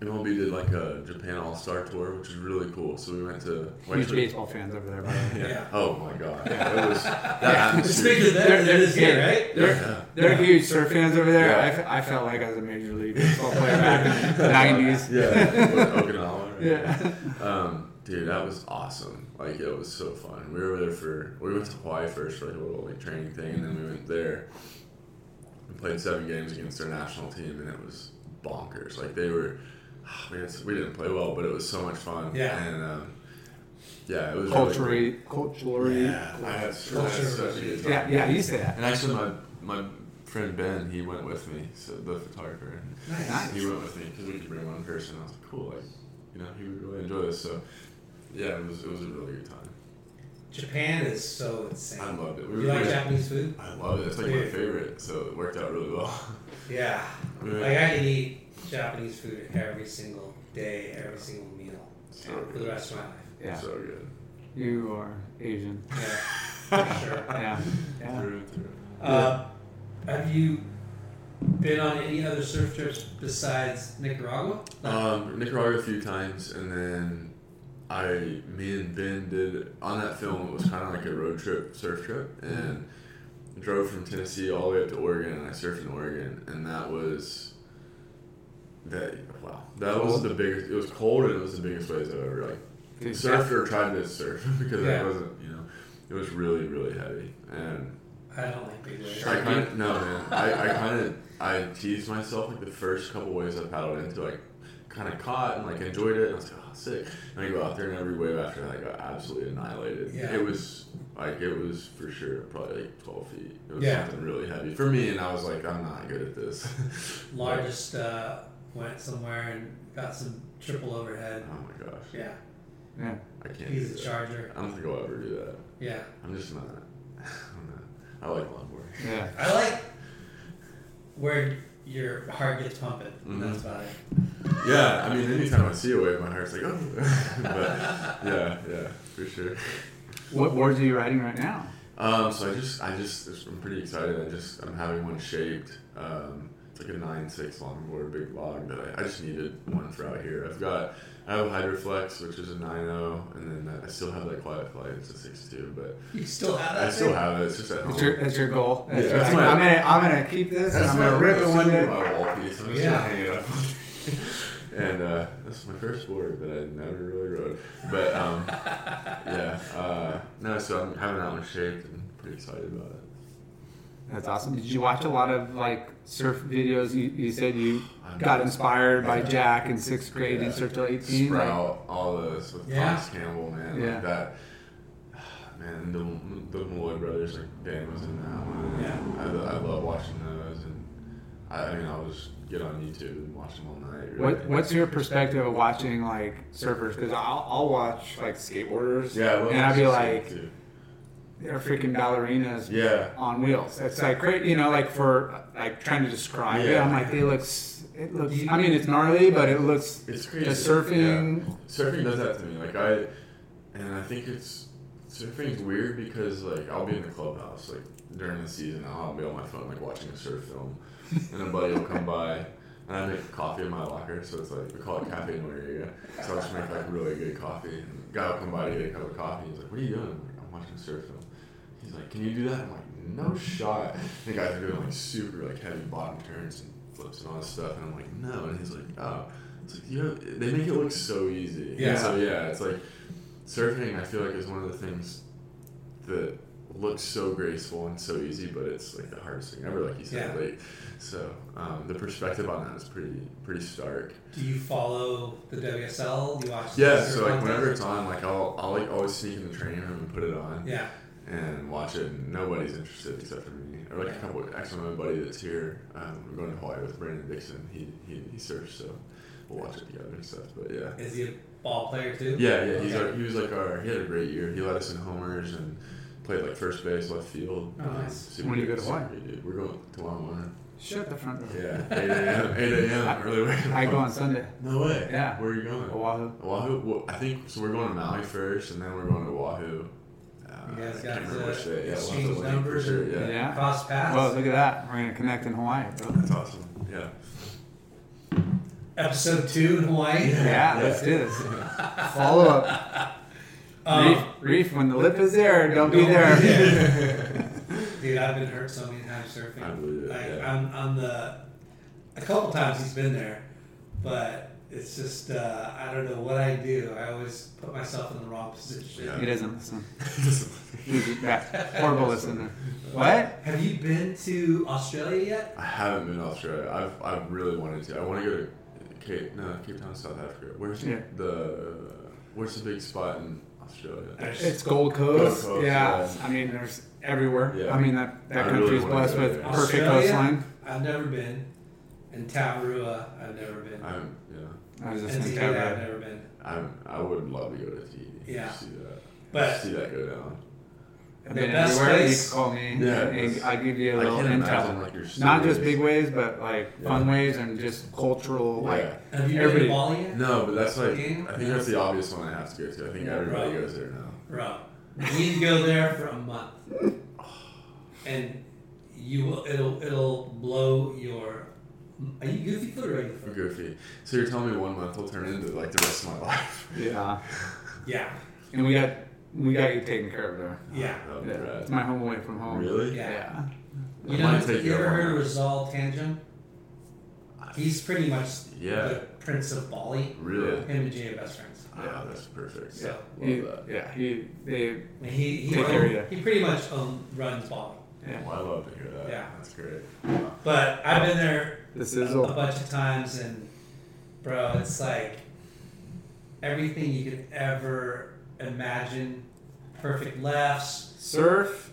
Speaker 3: MLB did like a Japan All Star tour, which is really cool. So we went to
Speaker 2: Huge
Speaker 3: Waitrose-
Speaker 2: baseball fans over there. By the way.
Speaker 3: Yeah.
Speaker 1: Yeah.
Speaker 3: Oh my god, it was
Speaker 1: It's
Speaker 3: that atmosphere.
Speaker 1: bigger there than it is here, right?
Speaker 2: They're,
Speaker 3: Yeah.
Speaker 2: they're huge surf fans over there.
Speaker 3: Yeah.
Speaker 2: I, fe- I felt like I was a major league baseball player back in the 90s.
Speaker 3: Yeah, what, Okinawa. right?
Speaker 2: Yeah.
Speaker 3: Um, dude, that was awesome. Like it was so fun. We were there for we went to Hawaii first for like a little like training thing, and then we went there and played seven games against their national team, and it was bonkers. Like they were, we, had, we didn't play well, but it was so much fun.
Speaker 1: Yeah.
Speaker 3: And um, yeah, it was really
Speaker 2: Culturally. Culturally.
Speaker 3: cool. Yeah, I had, I had such a good time.
Speaker 2: Yeah, yeah, you say that.
Speaker 3: And actually, my my friend Ben, he went with me, so the photographer. and
Speaker 2: Nice.
Speaker 3: He went with me because we could bring one person. I was like, cool, like, you know, he would really enjoy this. So, yeah, it was it was a really good time.
Speaker 1: Japan is so insane.
Speaker 3: I loved it. We
Speaker 1: You
Speaker 3: were
Speaker 1: like
Speaker 3: great.
Speaker 1: Japanese food?
Speaker 3: I love it. It's like my
Speaker 1: Dude.
Speaker 3: favorite, so it worked out really well.
Speaker 1: Yeah.
Speaker 3: Yeah.
Speaker 1: Like I could eat Japanese food every single day, every single meal
Speaker 3: So
Speaker 1: for the
Speaker 3: good.
Speaker 1: rest of my life.
Speaker 2: Yeah.
Speaker 3: So good.
Speaker 2: You are Asian.
Speaker 1: Yeah, for sure.
Speaker 2: Yeah. Yeah.
Speaker 3: Through and through.
Speaker 1: Uh, have you been on any other surf trips besides Nicaragua?
Speaker 3: Um, Nicaragua a few times, and then I, me and Ben did on that film. It was kind of like a road trip, surf trip, and drove from Tennessee all the way up to Oregon, and I surfed in Oregon, and that was that. Wow, that was the biggest. It was cold, and it was the biggest waves I've ever like
Speaker 2: Dude,
Speaker 3: surfed or tried to surf because I
Speaker 1: Yeah.
Speaker 3: wasn't, you know, it was really really heavy, and
Speaker 1: I don't like big waves.
Speaker 3: I kind of no man. I, I kind of I teased myself like the first couple waves I paddled into, like kind of caught and like enjoyed it. And I was like, oh, sick. And I go out there and every wave after that, I got absolutely annihilated.
Speaker 1: Yeah.
Speaker 3: It was Like it was for sure probably like twelve feet. It was
Speaker 1: Yeah.
Speaker 3: something really heavy for me, and I was like, I'm not good at this.
Speaker 1: Largest uh, went somewhere and got some triple overhead.
Speaker 3: oh my gosh,
Speaker 1: Yeah,
Speaker 2: Yeah.
Speaker 3: I can't. Do
Speaker 1: he's a
Speaker 3: that.
Speaker 1: charger.
Speaker 3: I don't think I'll ever do that.
Speaker 1: Yeah,
Speaker 3: I'm just not. I don't know. I like longboarding.
Speaker 2: Yeah.
Speaker 1: I like where your heart gets pumping. That's about it.
Speaker 3: Yeah, I mean, anytime I see a wave, my heart's like, oh. but yeah, yeah, for sure.
Speaker 2: What boards are you riding right now?
Speaker 3: Um, so I just, I just, I'm pretty excited. I just, I'm having one shaped. Um, it's like a nine six longboard, big log that I, I just needed one for out here. I've got, I have a Hydroflex, which is a 9.0, and then I still have that Quiet Flight. It's a six two, but
Speaker 1: You still have that?
Speaker 3: I still
Speaker 1: thing?
Speaker 3: have it. It's just at home.
Speaker 2: That's your, that's your goal. That's
Speaker 3: Yeah.
Speaker 2: your-
Speaker 3: That's my-
Speaker 2: I'm gonna I'm gonna keep this. and
Speaker 3: That's
Speaker 2: I'm gonna
Speaker 3: my-
Speaker 2: rip it
Speaker 3: that's
Speaker 2: one
Speaker 3: gonna
Speaker 2: day.
Speaker 3: be My wall piece. I'm just
Speaker 1: Yeah.
Speaker 3: gonna hang it up. and uh, that's my first board that I never really rode. But um, yeah, uh, no. So I'm having that one shaped and pretty excited about it.
Speaker 2: That's awesome. Did you watch a lot of like surf videos? You, you said you
Speaker 3: I
Speaker 2: got
Speaker 3: know.
Speaker 2: inspired by Jack in sixth grade and surf till eighteen. like-
Speaker 3: Sprout, all those with
Speaker 1: Yeah.
Speaker 3: Thomas Campbell, man,
Speaker 2: Yeah.
Speaker 3: like that. Man, the the Malloy brothers, like Dan was in that one.
Speaker 1: Yeah.
Speaker 3: I, I love watching those, and I, I mean, I'll just get on YouTube and watch them all night. really.
Speaker 2: What What's your perspective of watching like surfers? Because I'll, I'll watch like skateboarders.
Speaker 3: Yeah, I love
Speaker 2: and I'd be
Speaker 3: Sixteen,
Speaker 2: like,
Speaker 3: too.
Speaker 2: they're freaking ballerinas
Speaker 3: yeah.
Speaker 2: on wheels. It's like great, you know, like for like trying to describe it.
Speaker 3: Yeah.
Speaker 2: I'm like, they looks. It looks. I mean, it's gnarly, but it looks.
Speaker 3: It's crazy.
Speaker 2: The surfing.
Speaker 3: Yeah. Surfing does that to me. Like I, and I think it's surfing's weird because like I'll be in the clubhouse like during the season. I'll be on my phone like watching a surf film, and a buddy will come by. And I make coffee in my locker, so it's like we call it cafe noir. So I just make like really good coffee. And the guy will come by to get a cup of coffee. He's like, "What are you doing?" I'm like, "I'm watching a surf film." He's like, "Can you do that?" I'm like, "No shot." And the guys are doing like super like heavy bottom turns and flips and all this stuff, and I'm like, "No." And he's like, "Oh." It's like you know, they make it look so easy.
Speaker 1: Yeah.
Speaker 3: So yeah, it's like surfing. I feel like is one of the things that looks so graceful and so easy, but it's like the hardest thing ever. Like you said,
Speaker 1: Yeah.
Speaker 3: like so um, the perspective on that is pretty pretty stark.
Speaker 1: Do you follow the WSL? Do you watch? the
Speaker 3: Yeah.
Speaker 1: surf
Speaker 3: So like
Speaker 1: contest?
Speaker 3: whenever it's on, like I'll I'll like always sneak in the training room and put it on
Speaker 1: Yeah.
Speaker 3: and watch it. And nobody's interested except for me, or like a couple. Actually, my buddy that's here, um, we're going to Hawaii with Brandon Dixon. He he, he surfs, so we'll watch it together and stuff. But yeah.
Speaker 1: Is he a ball player too?
Speaker 3: Yeah, yeah. He's
Speaker 1: Okay.
Speaker 3: our, he was like our. He had a great year. He led us in homers and played like first base, left field.
Speaker 1: Oh,
Speaker 3: Um,
Speaker 1: nice.
Speaker 3: super
Speaker 2: When do you
Speaker 3: good-
Speaker 2: go to Hawaii?
Speaker 3: super good dude. We're going tomorrow morning.
Speaker 2: Shut the front door.
Speaker 3: Yeah, eight a.m. Eight a.m. Early wake up.
Speaker 2: I go on Sunday.
Speaker 3: No way.
Speaker 2: Yeah.
Speaker 3: Where are you going?
Speaker 2: Oahu.
Speaker 3: Oahu. Well, I think so. We're going to Maui first, and then we're going to Oahu. Uh,
Speaker 1: You guys
Speaker 3: I
Speaker 1: got
Speaker 3: can't remember
Speaker 1: to
Speaker 3: which day. Yeah, we'll have to
Speaker 1: exchange
Speaker 3: link for
Speaker 1: numbers
Speaker 3: sure,
Speaker 1: and-
Speaker 3: Yeah.
Speaker 2: Yeah.
Speaker 1: Cross paths.
Speaker 2: Well, look at that. We're gonna connect in Hawaii, bro.
Speaker 3: That's awesome. Yeah.
Speaker 1: Episode two in Hawaii.
Speaker 2: Yeah, let's do this. Follow up.
Speaker 1: Uh,
Speaker 2: Reef,
Speaker 1: Um,
Speaker 2: reef, when the lip is there, don't be
Speaker 1: Don't be
Speaker 2: there.
Speaker 1: Dude, I've been hurt so many times surfing.
Speaker 3: I believe it,
Speaker 1: Like,
Speaker 3: yeah.
Speaker 1: I'm, I'm the. A couple times he's been there, but it's just uh, I don't know what I do. I always put myself in the wrong position.
Speaker 3: Yeah.
Speaker 2: He doesn't listen. He's a bad- horrible listener. What?
Speaker 1: Have you been to Australia yet?
Speaker 3: I haven't been to Australia. I've I've really wanted to. I want to go to Cape no Cape Town, South Africa. Where's
Speaker 2: Yeah.
Speaker 3: the where's the big spot in Australia?
Speaker 2: It's Gold Coast.
Speaker 3: Gold Coast,
Speaker 2: yeah.
Speaker 3: yeah.
Speaker 2: I mean, there's everywhere.
Speaker 3: Yeah.
Speaker 2: I mean, that, that
Speaker 3: I
Speaker 2: country's
Speaker 3: really wanna
Speaker 2: blessed
Speaker 3: go
Speaker 2: with
Speaker 3: there.
Speaker 2: perfect
Speaker 1: Australia?
Speaker 2: coastline.
Speaker 1: I've never been. And Taurua, I've never been.
Speaker 3: I am yeah.
Speaker 2: I was just
Speaker 1: and
Speaker 2: in
Speaker 1: Tahiti, I've
Speaker 2: Tabra.
Speaker 1: never been.
Speaker 3: I'm I would love to go to Tahiti.
Speaker 1: Yeah.
Speaker 3: See that.
Speaker 1: But-
Speaker 3: see that go down.
Speaker 2: I've
Speaker 1: The
Speaker 2: been
Speaker 1: best
Speaker 2: everywhere. You
Speaker 1: place-
Speaker 2: can call me.
Speaker 3: Yeah,
Speaker 2: and
Speaker 3: it's-
Speaker 2: I'll give you a
Speaker 3: I
Speaker 2: little
Speaker 3: can't imagine,
Speaker 2: intel.
Speaker 3: like, your
Speaker 2: Not just
Speaker 3: stories.
Speaker 2: big waves, but like fun
Speaker 3: Yeah.
Speaker 2: waves and just cultural, like.
Speaker 3: Yeah.
Speaker 1: Have you been
Speaker 2: Everybody-
Speaker 1: to Bali yet?
Speaker 3: No, but that's like
Speaker 1: Game?
Speaker 3: I think that's the obvious one I have to go to. I think everybody
Speaker 1: Right.
Speaker 3: goes there now.
Speaker 1: Bro, you need to go there for a month, and you will. It'll it'll blow your. Are you goofy foot or regular
Speaker 3: I'm
Speaker 1: foot?
Speaker 3: goofy. So you're telling me one month will turn into like the rest of my life.
Speaker 2: Yeah.
Speaker 1: Yeah,
Speaker 2: And we got we got you taken care of there.
Speaker 1: yeah.
Speaker 3: Oh,
Speaker 2: Yeah,
Speaker 3: right.
Speaker 2: it's my home away from home.
Speaker 3: Really?
Speaker 1: Yeah.
Speaker 2: Yeah.
Speaker 1: You
Speaker 3: It
Speaker 1: know,
Speaker 3: might take
Speaker 1: you
Speaker 3: you
Speaker 1: ever
Speaker 3: a
Speaker 1: heard of
Speaker 3: while.
Speaker 1: Rizal Tanjung? He's pretty much
Speaker 3: Yeah.
Speaker 1: the prince of Bali.
Speaker 3: Really?
Speaker 1: Him and Jay are best friends.
Speaker 3: Yeah, that's perfect.
Speaker 1: So
Speaker 2: He,
Speaker 3: Love that.
Speaker 2: yeah. He they
Speaker 1: I mean, he he,
Speaker 2: Take
Speaker 1: own-
Speaker 2: care of
Speaker 1: he pretty much um, runs Bali.
Speaker 2: yeah.
Speaker 3: Well, I love to hear that.
Speaker 1: Yeah.
Speaker 3: That's great.
Speaker 1: But I've been there
Speaker 2: The
Speaker 1: a, a
Speaker 2: sizzle.
Speaker 1: bunch of times, and bro, it's like everything you could ever imagine. Perfect lefts,
Speaker 2: surf,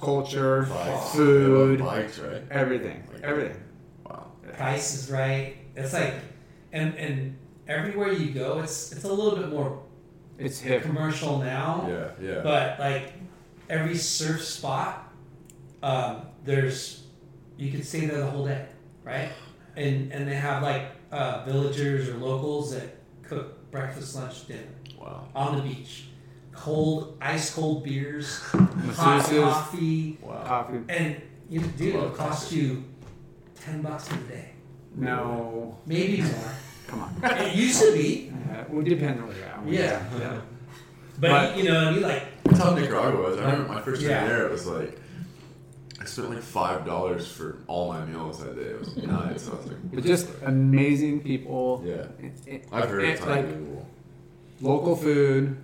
Speaker 2: culture,
Speaker 3: Bikes.
Speaker 2: food,
Speaker 3: They love bikes, right?
Speaker 2: everything, everything.
Speaker 3: Wow.
Speaker 1: Price is right. It's like, and and everywhere you go, it's it's a little bit more
Speaker 2: It's hip.
Speaker 1: commercial now.
Speaker 3: Yeah, yeah.
Speaker 1: But like every surf spot, um, there's you can stay there the whole day, right? And and they have like uh, villagers or locals that cook breakfast, lunch, dinner
Speaker 3: wow.
Speaker 1: on the beach, cold, ice cold beers, hot
Speaker 2: Masseuses.
Speaker 1: coffee,
Speaker 3: Wow.
Speaker 2: Coffee.
Speaker 1: and you know, dude, it'll
Speaker 3: Love
Speaker 1: cost you ten bucks a day,
Speaker 2: No.
Speaker 1: maybe more.
Speaker 2: Come on.
Speaker 1: it used to be,
Speaker 2: Uh, well, it depends on where you're at.
Speaker 1: yeah.
Speaker 2: Yeah.
Speaker 1: But,
Speaker 2: But-
Speaker 1: you know, and you like
Speaker 3: That's how Nicaragua was. I remember my first
Speaker 1: Yeah.
Speaker 3: time there, it was like, I spent like $5 for all my meals that day. It was nuts. I was like,
Speaker 2: But just amazing people.
Speaker 3: yeah.
Speaker 2: It- it-
Speaker 3: I've heard
Speaker 2: it-
Speaker 3: it's
Speaker 2: like
Speaker 3: unbelievable.
Speaker 2: local food,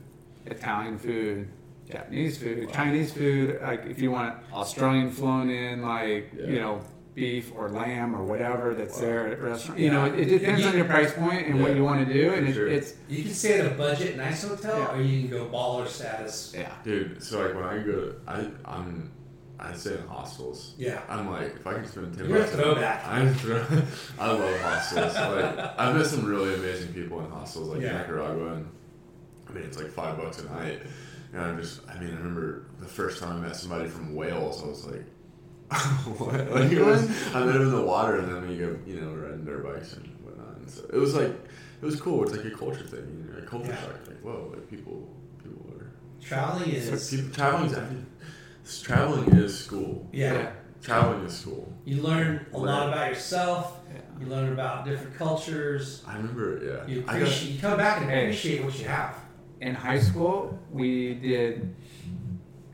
Speaker 2: Italian food, Japanese food, Chinese food. Like if you want Australian flown in, like
Speaker 3: Yeah.
Speaker 2: you know beef or lamb or whatever that's there at restaurant. You know, it, it depends on your price point and what
Speaker 3: Yeah.
Speaker 2: you want to do,
Speaker 3: For
Speaker 2: and it,
Speaker 3: sure.
Speaker 2: it's
Speaker 1: you can stay at a budget nice hotel,
Speaker 2: Yeah.
Speaker 1: or you can go baller status.
Speaker 2: yeah.
Speaker 3: Dude, so like when I go to, I, I'm, I stay in hostels.
Speaker 1: Yeah.
Speaker 3: I'm like, if I can spend 10
Speaker 1: You're a
Speaker 3: bucks.
Speaker 1: throwback.
Speaker 3: I'm throw- I love hostels. Like I've met some really amazing people in hostels, like
Speaker 1: Yeah.
Speaker 3: in Nicaragua, and I mean it's like five bucks a night. And I'm just, I mean, I remember the first time I met somebody from Wales, I was like, what? Like it was, I met him in the water, and then we go, you know, riding dirt bikes and whatnot. And so it was like, it was cool. It's like a culture thing, you know, a culture
Speaker 1: Yeah.
Speaker 3: shock. Like whoa, like people, people are.
Speaker 1: Traveling is
Speaker 3: People, traveling, is- traveling is school.
Speaker 1: yeah.
Speaker 3: Traveling is school.
Speaker 1: You learn a lot
Speaker 3: Learn.
Speaker 1: about yourself. You learn about different cultures.
Speaker 3: I remember, yeah.
Speaker 1: You
Speaker 3: I got,
Speaker 1: appreciate. You come back and
Speaker 2: Hey.
Speaker 1: appreciate what you have.
Speaker 2: In high school, we did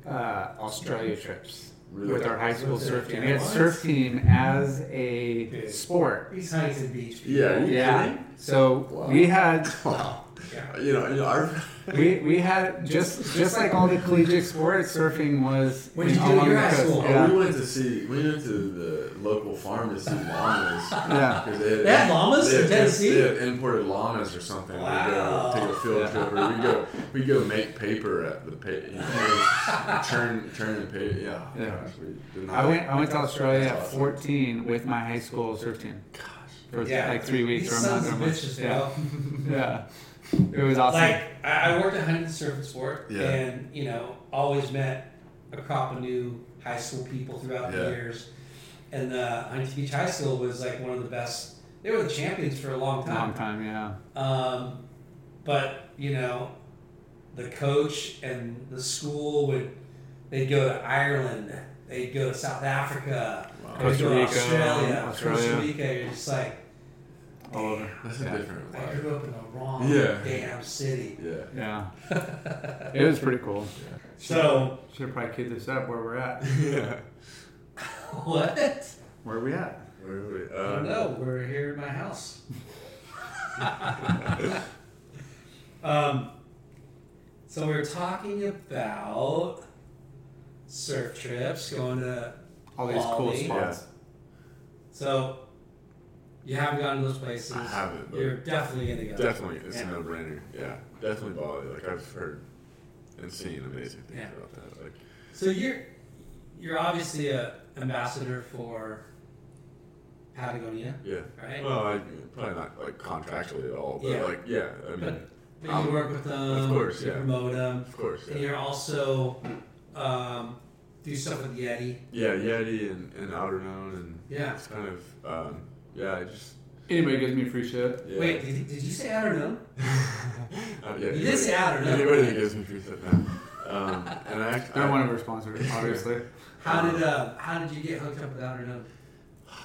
Speaker 2: uh, Australia trips.
Speaker 3: Really?
Speaker 2: With our high school
Speaker 1: Was it
Speaker 2: surf team, we had
Speaker 1: Jaguars?
Speaker 2: surf team as a
Speaker 1: Dude.
Speaker 2: sport.
Speaker 1: These Huntington Beach. people.
Speaker 3: yeah, you
Speaker 2: Yeah,
Speaker 3: kidding?
Speaker 2: so
Speaker 3: Wow.
Speaker 2: we had
Speaker 3: Wow.
Speaker 1: Yeah.
Speaker 3: You know, you know, our,
Speaker 2: We, we had just just like all the collegiate sports, surfing was
Speaker 1: What did you do
Speaker 2: along
Speaker 1: at your
Speaker 2: the
Speaker 1: high
Speaker 2: coast.
Speaker 1: school?
Speaker 2: Yeah.
Speaker 3: we went to see, we went to the local farm to see llamas.
Speaker 2: Yeah.
Speaker 3: 'Cause They,
Speaker 1: They had llamas in
Speaker 3: had-
Speaker 1: Tennessee?
Speaker 3: They had imported llamas or something.
Speaker 1: Wow.
Speaker 3: We'd go take a field trip, or we go, we go make paper at the pa You know, turn, turn and paper. Yeah.
Speaker 2: Yeah.
Speaker 3: Gosh, we did not,
Speaker 2: I went I went to Australia at 14 with my high school surf team for
Speaker 1: Yeah.
Speaker 2: like three weeks
Speaker 1: These
Speaker 2: or a
Speaker 1: sons
Speaker 2: month. or a
Speaker 1: of
Speaker 2: month.
Speaker 1: bitches,
Speaker 2: yeah.
Speaker 1: bro.
Speaker 2: yeah, it was awesome.
Speaker 1: Like I, I worked at Huntington Surf and Sport,
Speaker 3: Yeah.
Speaker 1: and you know, always met a crop of new high school people throughout the
Speaker 3: Yeah.
Speaker 1: years. And the Huntington Beach High School was like one of the best. They were the champions for a long
Speaker 2: Long
Speaker 1: time.
Speaker 2: time, yeah.
Speaker 1: Um, but you know, the coach and the school would they'd go to Ireland, they'd go to South Africa, they'd
Speaker 2: Costa
Speaker 1: go to
Speaker 2: Rica,
Speaker 1: Australia, Costa
Speaker 2: Australia.
Speaker 1: Rica. You're just like,
Speaker 2: All over.
Speaker 3: That's a
Speaker 2: Yeah.
Speaker 3: different
Speaker 1: I
Speaker 3: life.
Speaker 1: grew up in the wrong
Speaker 3: Yeah.
Speaker 1: damn city.
Speaker 3: Yeah.
Speaker 2: Yeah, it was pretty cool.
Speaker 1: So
Speaker 2: Should have probably kid this up where we're at.
Speaker 3: Yeah.
Speaker 1: what?
Speaker 2: Where are we at?
Speaker 3: Where were we?
Speaker 1: I
Speaker 3: Uh,
Speaker 1: don't know. We're here in my house. um, so we we're talking about surf trips, going to
Speaker 2: All these cool
Speaker 1: Bali.
Speaker 2: spots.
Speaker 1: So you haven't gone to those places.
Speaker 3: I haven't, but-
Speaker 1: You're definitely gonna go.
Speaker 3: Definitely, it's
Speaker 1: Yeah.
Speaker 3: a no-brainer. Yeah, definitely Bali. Like I've heard and seen amazing things
Speaker 1: Yeah.
Speaker 3: about that. Like,
Speaker 1: So you're you're obviously a ambassador for Patagonia,
Speaker 3: yeah.
Speaker 1: right?
Speaker 3: Well, I, probably not like contractually at all, but
Speaker 1: Yeah.
Speaker 3: like, yeah. I mean,
Speaker 1: But- But
Speaker 3: Um,
Speaker 1: you work with them.
Speaker 3: of course,
Speaker 1: You
Speaker 3: yeah.
Speaker 1: promote them.
Speaker 3: of course.
Speaker 1: And
Speaker 3: Yeah,
Speaker 1: you're also um, do stuff with Yeti.
Speaker 3: yeah Yeti and, and Outer Known and
Speaker 1: Yeah.
Speaker 3: it's kind of um, yeah. I just
Speaker 2: Anybody gives me free shit.
Speaker 3: yeah.
Speaker 1: Wait, did, did you say I don't know?
Speaker 3: Uh, yeah,
Speaker 1: You did say I don't know.
Speaker 3: Anybody that gives me free stuff now. Um, and I, act-
Speaker 2: They're
Speaker 3: I
Speaker 2: one of our sponsors, obviously.
Speaker 1: How did uh, how did you get hooked up with I don't know?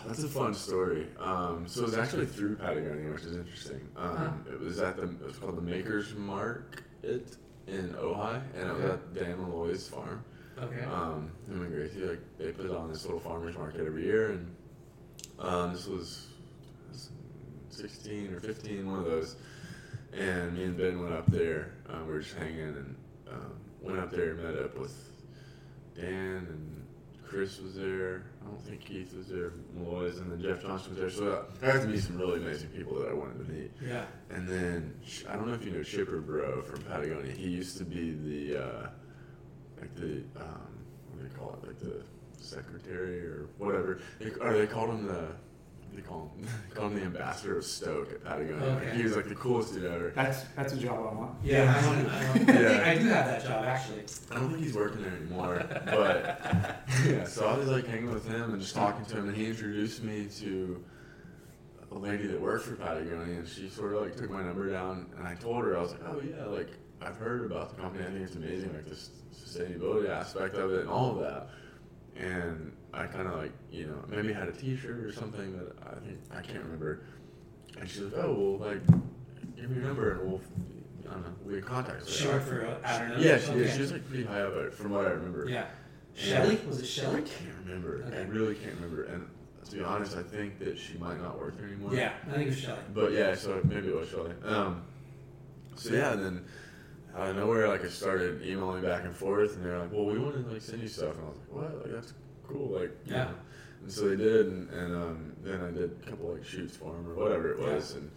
Speaker 3: That's a fun story. Um, so it was actually through Patagonia, which is interesting. Um, It was at the it was called the Makers Market in Ojai, and it was at Dan Malloy's farm.
Speaker 1: Okay.
Speaker 3: Um, him and Gracie, like they put on this little farmers market every year, and um, this was this- sixteen or fifteen, one of those. And me and Ben went up there. Um, we were just hanging and um, went up there and met up with Dan and Chris was there. I don't think Keith was there. Malloy's and then Jeff Johnson was there. So I got to meet some really amazing people that I wanted to meet.
Speaker 1: yeah.
Speaker 3: And then Sh- I don't know if you know Shipper Bro from Patagonia. He used to be the uh, like the the um, what do they call it? Like the secretary or whatever. They, or they called him the. what do They call him, they called him the ambassador of Stoke at Patagonia. Like,
Speaker 1: Okay.
Speaker 3: He was like the coolest dude ever.
Speaker 2: That's that's a job I want.
Speaker 1: Yeah, I, wanna, I, wanna, I, think
Speaker 3: Yeah.
Speaker 1: I do have that job actually.
Speaker 3: I don't think he's working there anymore, but yeah. So I was like hanging with him and just talking to him, and he introduced me to a lady that worked for Patagonia, and she sort of like took my number down, and I told her I was like, oh yeah, like I've heard about the company, I think it's amazing, like this sustainability aspect of it and all of that, and I kind of like you know maybe had a T-shirt or something that I think I can't remember, and she's like, oh well, like give me your number and we'll. I don't know. We can contact. her."
Speaker 1: She worked for uh, I don't know.
Speaker 3: Yeah, she,
Speaker 1: okay.
Speaker 3: yeah, she was like pretty high up uh, from what I remember.
Speaker 1: Yeah. Shelly was it
Speaker 3: I
Speaker 1: Shelly?
Speaker 3: can't remember. I
Speaker 1: Okay.
Speaker 3: really can't remember. And to be honest, I think that she might not work there anymore.
Speaker 1: Yeah, I think it was Shelly.
Speaker 3: But yeah, so maybe it was Shelly. Um, so yeah, and then out of nowhere, like I started emailing back and forth, and they're like, "Well, we want to like send you stuff," and I was like, "What? Like that's cool." Like you
Speaker 1: Yeah.
Speaker 3: know. And so they did, and, and um, then I did a couple like shoots for them or whatever it
Speaker 1: Yeah.
Speaker 3: was, and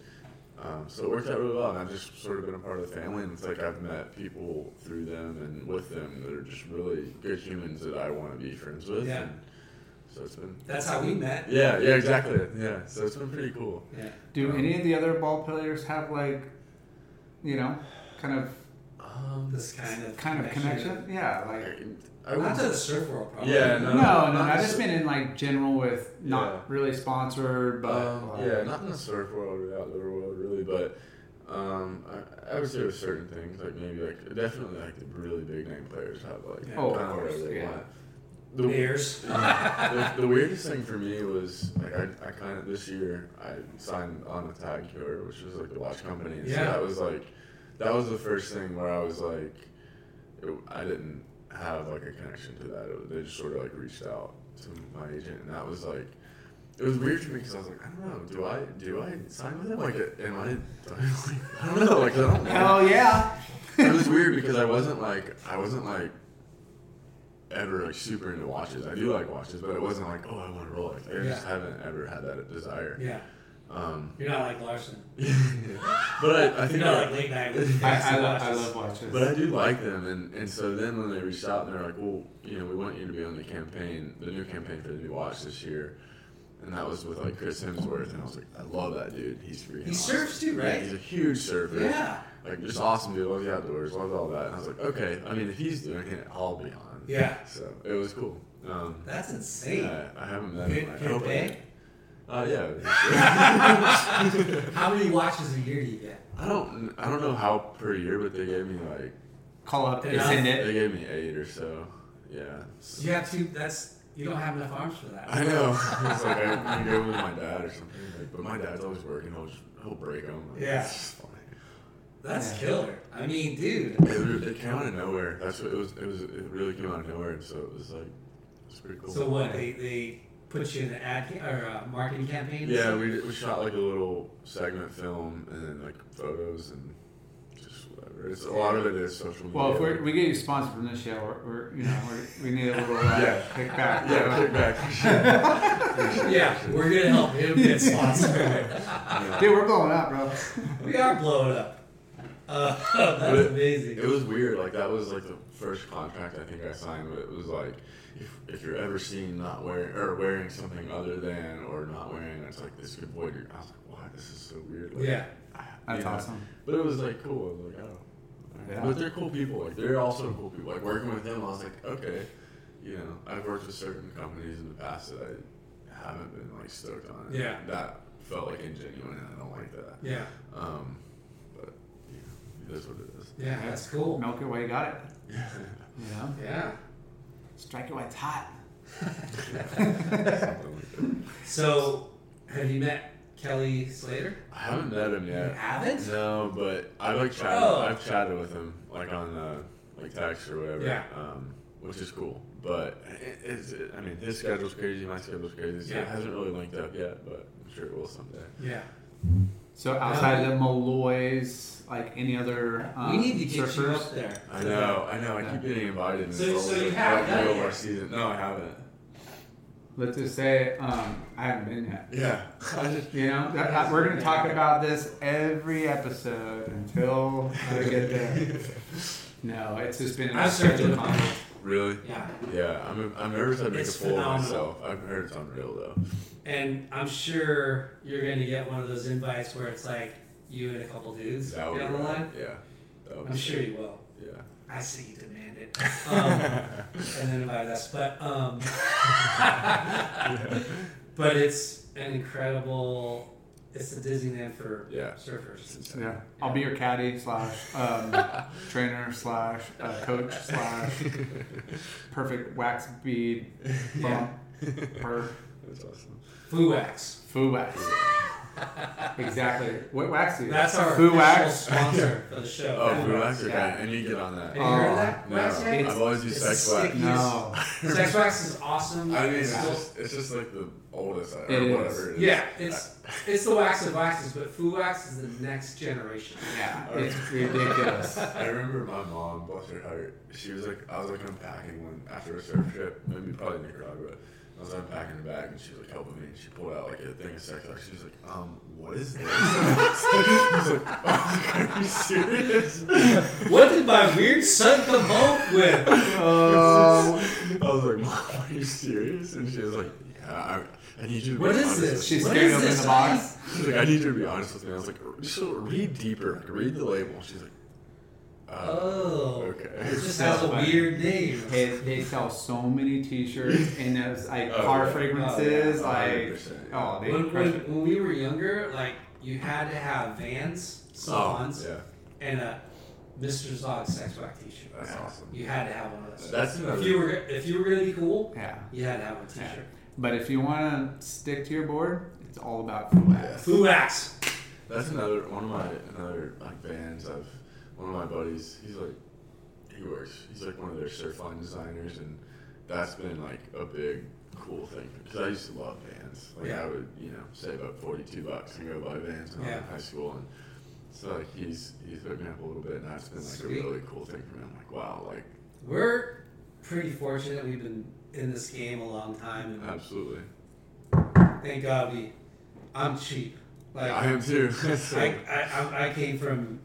Speaker 3: um, so it worked out really well. And I've just sort of been a part of the family, and it's like I've met people through them and with them that are just really good humans that I want to be friends with.
Speaker 1: Yeah.
Speaker 3: And so it's been.
Speaker 1: That's how we met.
Speaker 3: Yeah, yeah, exactly. Yeah, so it's been pretty cool.
Speaker 1: Yeah.
Speaker 2: Do
Speaker 3: Um,
Speaker 2: any of the other ball players have like, you know, kind of
Speaker 3: Um,
Speaker 1: This kind of
Speaker 2: kind of connection? Yeah, like
Speaker 3: I
Speaker 1: Not
Speaker 3: wouldn't
Speaker 1: to the surf world, probably.
Speaker 3: Yeah,
Speaker 2: no, no,
Speaker 3: No,
Speaker 2: no.
Speaker 3: Uh, not
Speaker 2: I just
Speaker 3: so-
Speaker 2: mean in like general with not
Speaker 3: Yeah.
Speaker 2: really sponsored, but
Speaker 3: Um,
Speaker 2: like,
Speaker 3: yeah, not in the surf world or the outdoor world, really, but um, I, I would say with certain things, like maybe like definitely like the really big name players have like
Speaker 1: Yeah.
Speaker 2: Oh, of
Speaker 3: kind of
Speaker 2: course,
Speaker 3: whatever they
Speaker 2: yeah.
Speaker 3: want. The,
Speaker 1: Bears.
Speaker 3: yeah. the, the weirdest thing for me was like I, I kind of this year I signed on with Tag Heuer, which was like the watch company. And So
Speaker 1: Yeah.
Speaker 3: that was like that was the first thing where I was like it, I didn't have like a connection to that. It, they just sort of like reached out to my agent, and that was like. It was weird for me because I was like, I don't know, do I do I sign with him? Like, am I? I don't know. Like, I don't know
Speaker 2: Hell yeah!
Speaker 3: it was weird because I wasn't like I wasn't like ever like super into watches. I do like watches, but it wasn't like oh I want a Rolex. Like, I just
Speaker 1: Yeah.
Speaker 3: haven't ever had that desire.
Speaker 1: Yeah.
Speaker 3: Um,
Speaker 1: You're not like Larson.
Speaker 3: but I, I
Speaker 1: You're
Speaker 3: think
Speaker 1: not
Speaker 3: I-
Speaker 1: like late night.
Speaker 2: I, I, love, I love watches.
Speaker 3: but I do like them, and, and so then when they reached out and they're like, well, you know, we want you to be on the campaign, the new campaign for the new watch this year, and that was with like Chris Hemsworth, and I was like, I love that dude. He's freaking.
Speaker 1: He
Speaker 3: awesome.
Speaker 1: surfs too,
Speaker 3: Yeah,
Speaker 1: right?
Speaker 3: he's a huge surfer.
Speaker 1: Yeah.
Speaker 3: Like just awesome dude. Loves the outdoors. Loves all that. And I was like, okay. I mean, if he's doing it, I'll be on.
Speaker 1: Yeah.
Speaker 3: So it was cool. Um,
Speaker 1: That's insane.
Speaker 3: yeah, I haven't met him.
Speaker 1: Good, eh?
Speaker 3: I
Speaker 1: good
Speaker 3: hope I-
Speaker 1: day.
Speaker 3: Uh, yeah.
Speaker 1: How many watches a year do you get?
Speaker 3: I don't. I don't know how per year, but they gave me like
Speaker 2: Call up and
Speaker 1: Yeah.
Speaker 2: send it.
Speaker 3: they gave me eight or so. Yeah.
Speaker 1: So you have two. That's you don't have enough arms for that.
Speaker 3: I know. it's like I can go with my dad or something. Like, but my dad's always working. He'll just, he'll break them. Like,
Speaker 1: Yeah.
Speaker 3: it's just funny.
Speaker 1: That's killer. I mean, dude.
Speaker 3: It, re- it came out of nowhere. That's what it was. It was. It really came out of nowhere, and so it was like, it's pretty cool.
Speaker 1: So what? They they put you in an ad ca- or a marketing campaign? and
Speaker 3: Yeah,
Speaker 1: stuff?
Speaker 3: we, we shot like a little segment film and then like photos and just whatever. It's a lot of it is social media.
Speaker 2: Well, if we're, we get you sponsored from this show, we're, we're you know we're, we need a little uh,
Speaker 3: Yeah.
Speaker 2: kickback.
Speaker 3: yeah,
Speaker 2: you know?
Speaker 3: kickback.
Speaker 1: Yeah, we're gonna help him get sponsored.
Speaker 2: dude, we're blowing up, bro.
Speaker 1: we are blowing up. Uh,
Speaker 3: But
Speaker 1: that's
Speaker 3: it-
Speaker 1: amazing.
Speaker 3: It was weird. Like that was like the first contract I think I signed. But it was like, if, if you're ever seen not wearing or wearing something other than or not wearing, it's like this could void your. I was like, wow, this is so weird. Like,
Speaker 1: Yeah.
Speaker 2: That's
Speaker 3: Yeah.
Speaker 2: awesome.
Speaker 3: But it was like cool. I was like, oh.
Speaker 2: Yeah.
Speaker 3: But they're cool people. Like they're also cool people. Like working with them, I was like, okay, you know, I've worked with certain companies in the past that I haven't been like stoked on.
Speaker 1: Yeah.
Speaker 3: That felt like ingenuine, and I don't like that.
Speaker 1: Yeah.
Speaker 3: Um, but yeah, it is what it is.
Speaker 1: Yeah. That's cool.
Speaker 2: Milk it while you got it. You know,
Speaker 1: Yeah.
Speaker 2: strike it while it's hot.
Speaker 1: So have you met Kelly Slater?
Speaker 3: I haven't met him
Speaker 1: You
Speaker 3: yet.
Speaker 1: haven't?
Speaker 3: No, but I like chatted.
Speaker 1: Oh.
Speaker 3: I've chatted with him like on uh, like text or whatever.
Speaker 1: Yeah.
Speaker 3: Um, which is cool, but it, it's, it, I mean, his schedule's crazy. My schedule's crazy. So
Speaker 1: Yeah.
Speaker 3: It hasn't really linked up yet, but I'm sure it will someday.
Speaker 1: Yeah.
Speaker 2: So outside of the Malloys, like any other, um,
Speaker 1: we need to get you
Speaker 2: surfers,
Speaker 1: up there.
Speaker 3: I know. I know. I keep getting invited. and
Speaker 1: So-
Speaker 3: it's
Speaker 1: so
Speaker 3: always,
Speaker 1: you
Speaker 3: like,
Speaker 1: haven't
Speaker 3: halfway
Speaker 1: done it
Speaker 3: over
Speaker 1: yet?
Speaker 3: our season. No, I haven't.
Speaker 2: let's just say um, I haven't been yet.
Speaker 3: Yeah. I just,
Speaker 2: You know, that, that- we're going to talk about this every episode until I get there. No, it's just been.
Speaker 1: I've surfed with him.
Speaker 3: Really?
Speaker 1: Yeah.
Speaker 3: Yeah, I'm, I'm nervous I'd make
Speaker 1: It's
Speaker 3: a fool of
Speaker 1: phenomenal.
Speaker 3: myself. I've heard it's unreal though.
Speaker 1: And I'm sure you're going to get one of those invites where it's like you and a couple dudes
Speaker 3: That
Speaker 1: down
Speaker 3: would
Speaker 1: the
Speaker 3: be
Speaker 1: line.
Speaker 3: Yeah. That would
Speaker 1: I'm
Speaker 3: be-
Speaker 1: sure you will.
Speaker 3: Yeah.
Speaker 1: I see you demand it. Um, and then invite us. But um, but it's an incredible. It's the Disneyland for
Speaker 3: Yeah.
Speaker 1: surfers.
Speaker 2: Yeah, I'll be your caddy slash um, trainer slash uh, coach slash perfect wax bead bump per
Speaker 3: That's awesome.
Speaker 1: Foo wax.
Speaker 2: foo wax. Exactly. What wax do you?
Speaker 1: That's our
Speaker 2: foo
Speaker 1: official
Speaker 2: wax.
Speaker 1: sponsor for the show.
Speaker 3: Oh, Blue Wax? Okay,
Speaker 1: Yeah.
Speaker 3: and you get on that.
Speaker 1: Have you heard of that?
Speaker 3: no.
Speaker 1: Wax yet?
Speaker 3: I've always used
Speaker 1: It's
Speaker 3: sex
Speaker 1: the
Speaker 3: wax.
Speaker 1: stickiest-
Speaker 2: No.
Speaker 1: Sex wax is awesome.
Speaker 3: I mean,
Speaker 1: It's
Speaker 3: it's
Speaker 1: still-
Speaker 3: just, it's just like the oldest I- or
Speaker 2: It is.
Speaker 3: whatever. It is.
Speaker 1: yeah, it's it's the wax of waxes, but Foo wax is the next generation.
Speaker 2: Yeah, it's ridiculous.
Speaker 3: I remember my mom, bless her heart, she was like, I was like unpacking one after a surf trip, maybe probably Nicaragua. I was unpacking the bag and she was like helping me and she pulled out like a thing of sex. Like, she was like, um, what is this? I was like, oh, are you serious?
Speaker 1: What did my weird son come home with?
Speaker 3: I was like, mom, are you serious? And she was like, yeah, I, I need you to
Speaker 1: What
Speaker 3: be
Speaker 1: is
Speaker 3: honest
Speaker 1: this?
Speaker 3: with
Speaker 2: She's
Speaker 1: What
Speaker 2: scared
Speaker 1: is
Speaker 2: open
Speaker 1: this?
Speaker 2: the box.
Speaker 3: She's like, I need you to be honest with me. I was like, just read deeper, like, read the label. She's like, "Uh,
Speaker 1: Oh,
Speaker 3: okay.
Speaker 1: it just has a weird name.
Speaker 2: They, they sell so many T-shirts and those like
Speaker 3: Oh,
Speaker 2: car
Speaker 3: yeah.
Speaker 2: fragrances,
Speaker 3: Oh, yeah.
Speaker 2: like
Speaker 3: 100%.
Speaker 2: oh, they
Speaker 1: When,
Speaker 2: crush
Speaker 1: when,
Speaker 2: it.
Speaker 1: when we were younger, like you had to have Vans, Salons,
Speaker 3: Oh, yeah.
Speaker 1: and a Mr. Zog sex wax T-shirt.
Speaker 3: That's awesome.
Speaker 1: You had to have one of those.
Speaker 3: That's another-
Speaker 1: if you were if you were gonna be cool,
Speaker 2: Yeah.
Speaker 1: you had to have a T-shirt.
Speaker 2: But if you want to stick to your board, it's all about foo wax.
Speaker 1: Foo wax.
Speaker 3: That's another one of my another like bands. I've one of my buddies. He's like he works. He's like one of their surfline designers, and that's been like a big cool thing because I used to love bands. Like
Speaker 1: Yeah.
Speaker 3: I would you know save up forty two bucks and go buy bands when I was in
Speaker 1: Yeah.
Speaker 3: high school and. So like he's he's hooked me up a little bit, and that's been like
Speaker 1: Sweet.
Speaker 3: a really cool thing for me. I'm like, wow, like
Speaker 1: We're pretty fortunate. We've been in this game a long time, and
Speaker 3: absolutely. Uh-huh.
Speaker 1: thank God we. I'm cheap. Like
Speaker 3: I am too.
Speaker 1: I, I, I, I came from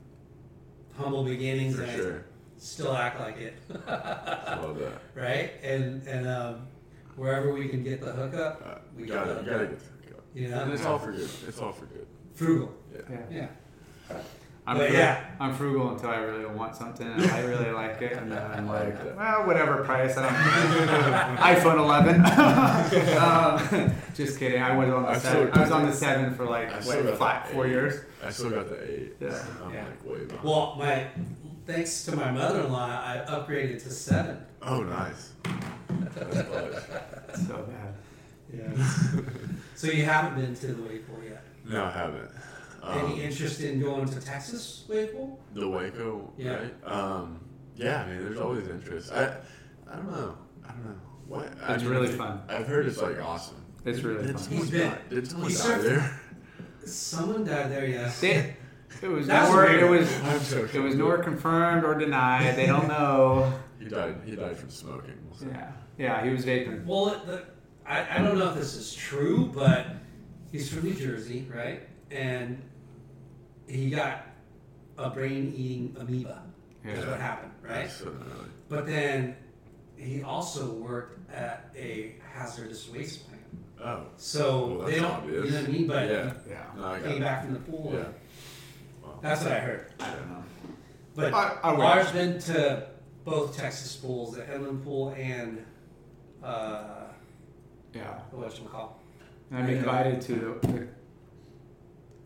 Speaker 1: humble beginnings,
Speaker 3: for
Speaker 1: and
Speaker 3: sure.
Speaker 1: I still act like it.
Speaker 3: I love that.
Speaker 1: right? And and um, wherever we can get the hookup,
Speaker 3: Uh,
Speaker 1: we
Speaker 3: we
Speaker 1: got
Speaker 3: gotta,
Speaker 1: it.
Speaker 3: you gotta get the hookup.
Speaker 1: you
Speaker 3: And
Speaker 1: know,
Speaker 3: it's all for good. It's all for good.
Speaker 1: frugal.
Speaker 2: Yeah.
Speaker 1: Yeah.
Speaker 2: I'm
Speaker 1: But
Speaker 2: frugal,
Speaker 1: yeah.
Speaker 2: I'm frugal until I really want something and I really like it, and then I'm like,
Speaker 3: like that.
Speaker 2: well, whatever price. I don't iPhone 11. um, just kidding. I was on the
Speaker 3: I
Speaker 2: seven.
Speaker 3: still-
Speaker 2: I was on the seven for like
Speaker 3: I still
Speaker 2: what,
Speaker 3: got
Speaker 2: five,
Speaker 3: the
Speaker 2: four
Speaker 3: eight.
Speaker 2: years.
Speaker 3: I still got the eight.
Speaker 2: Yeah.
Speaker 3: I'm
Speaker 1: Yeah.
Speaker 3: like way behind.
Speaker 1: Well, my thanks to my mother-in-law, I upgraded to seven.
Speaker 3: oh, nice. That's clutch.
Speaker 2: So bad.
Speaker 1: Yeah. so you haven't been to the wave pool yet.
Speaker 3: No, I haven't. Um,
Speaker 1: Any interest in going to Texas wave pool?
Speaker 3: the Waco,
Speaker 1: Yeah.
Speaker 3: right? Um, yeah, I mean, there's always interest. I, I don't know. I don't know. What? I
Speaker 2: It's
Speaker 3: mean,
Speaker 2: really fun.
Speaker 3: I've heard it's like awesome.
Speaker 2: It's really
Speaker 3: Did
Speaker 2: fun.
Speaker 3: someone
Speaker 1: He's been-
Speaker 3: die- Did someone
Speaker 1: he's
Speaker 3: die
Speaker 1: surfed-
Speaker 3: there?
Speaker 1: Someone died there, yes.
Speaker 2: They, it was
Speaker 1: That's
Speaker 2: nor it
Speaker 1: weird.
Speaker 2: was
Speaker 3: I'm so
Speaker 2: it was nor confirmed or denied. They don't know.
Speaker 3: He died. He died from smoking. we'll say.
Speaker 2: Yeah. Yeah. He was vaping.
Speaker 1: Well, it- the, I, I don't know if this is true, but he's from New Jersey, right? And he got a brain-eating amoeba. Is
Speaker 2: Yeah.
Speaker 1: what happened, right?
Speaker 3: So, uh,
Speaker 1: But then he also worked at a hazardous waste plant.
Speaker 3: oh.
Speaker 1: So
Speaker 3: Well, that's
Speaker 1: they don't,
Speaker 3: obvious.
Speaker 1: you know what I mean? But
Speaker 3: yeah.
Speaker 2: Yeah.
Speaker 3: No, I
Speaker 1: he
Speaker 3: got
Speaker 1: came
Speaker 3: it.
Speaker 1: back from the pool.
Speaker 3: Yeah.
Speaker 1: That's what I heard.
Speaker 2: I don't know.
Speaker 1: But
Speaker 2: I-
Speaker 1: I,
Speaker 2: I would-
Speaker 1: has been to both Texas pools, the Inland Pool and uh,
Speaker 2: Yeah.
Speaker 1: what you call?
Speaker 2: I'm invited to the, the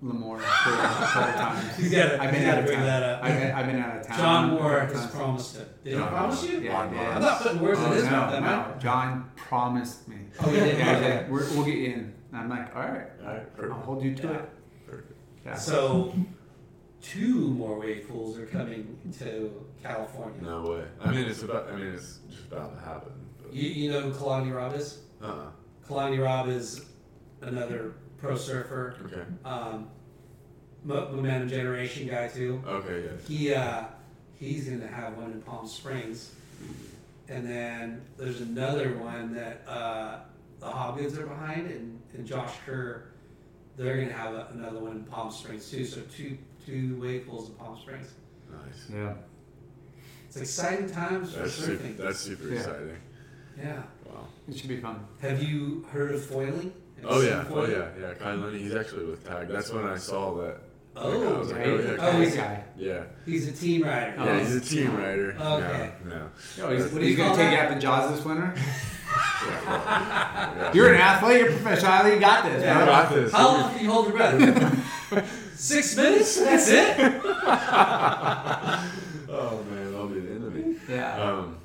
Speaker 2: Lemoore for a couple times.
Speaker 1: He's gotta-
Speaker 2: I've
Speaker 1: he's
Speaker 2: been
Speaker 1: gotta
Speaker 2: out of
Speaker 1: bring
Speaker 2: town.
Speaker 1: that up.
Speaker 2: I've been, I've been out of town.
Speaker 1: John
Speaker 2: a
Speaker 1: Moore
Speaker 2: couple
Speaker 1: has
Speaker 2: times.
Speaker 1: promised it. Did he
Speaker 3: John
Speaker 1: promise
Speaker 3: Moore.
Speaker 1: you?
Speaker 2: Yeah, I
Speaker 3: Moore.
Speaker 2: did.
Speaker 1: I'm not putting words in
Speaker 3: Oh,
Speaker 1: his mouth.
Speaker 2: No,
Speaker 1: am I?
Speaker 2: no. John promised me.
Speaker 1: Oh, he did?
Speaker 2: Yeah,
Speaker 1: Okay.
Speaker 2: yeah, We're, we'll get you in. And I'm like, all right,
Speaker 3: All right.
Speaker 2: I'll hold you to
Speaker 1: Yeah.
Speaker 2: it. Yeah.
Speaker 1: So, two more wave pools are coming to California.
Speaker 3: No way. I mean, it's about. I mean, it's just about to happen. But,
Speaker 1: You, you know who Kalani Rob is?
Speaker 3: uh,
Speaker 1: Kalani Rob is another pro surfer,
Speaker 3: okay.
Speaker 1: um, mo- momentum generation guy too.
Speaker 3: Okay. Yeah.
Speaker 1: He uh, he's gonna have one in Palm Springs, and then there's another one that uh, the Hobgoods are behind, and, and Josh Kerr, they're gonna have a, another one in Palm Springs too. So two two wave pools in Palm Springs.
Speaker 3: Nice.
Speaker 2: Yeah.
Speaker 1: It's It's exciting times for
Speaker 3: That's super,
Speaker 1: surfing.
Speaker 3: that's super
Speaker 2: Yeah.
Speaker 3: exciting.
Speaker 1: yeah.
Speaker 3: Wow.
Speaker 2: It should be fun.
Speaker 1: Have you heard of foiling? Have you
Speaker 3: Oh
Speaker 1: seen
Speaker 3: yeah, oh
Speaker 1: foiling?
Speaker 3: yeah, yeah. Kai Lenny, he's actually with Tag. That's when I saw that.
Speaker 1: Oh,
Speaker 3: I was like,
Speaker 2: Right?
Speaker 3: oh, yeah.
Speaker 1: Oh,
Speaker 2: Oh,
Speaker 1: he's-
Speaker 2: guy.
Speaker 3: Yeah,
Speaker 1: He's a team rider.
Speaker 3: yeah. He's a team rider.
Speaker 1: Okay.
Speaker 3: No, no.
Speaker 2: Oh, he's,
Speaker 1: What do
Speaker 2: he's
Speaker 1: you
Speaker 2: gonna
Speaker 1: call
Speaker 2: take you
Speaker 1: that?
Speaker 2: up in Jaws this winter.
Speaker 3: Yeah,
Speaker 2: You're an athlete. You're professional. You got this,
Speaker 3: well, I
Speaker 2: bro.
Speaker 3: got this.
Speaker 1: How long can you hold your breath? Six minutes? That's it?
Speaker 3: Oh man, that'll be the end of me.
Speaker 2: Yeah.
Speaker 3: Um,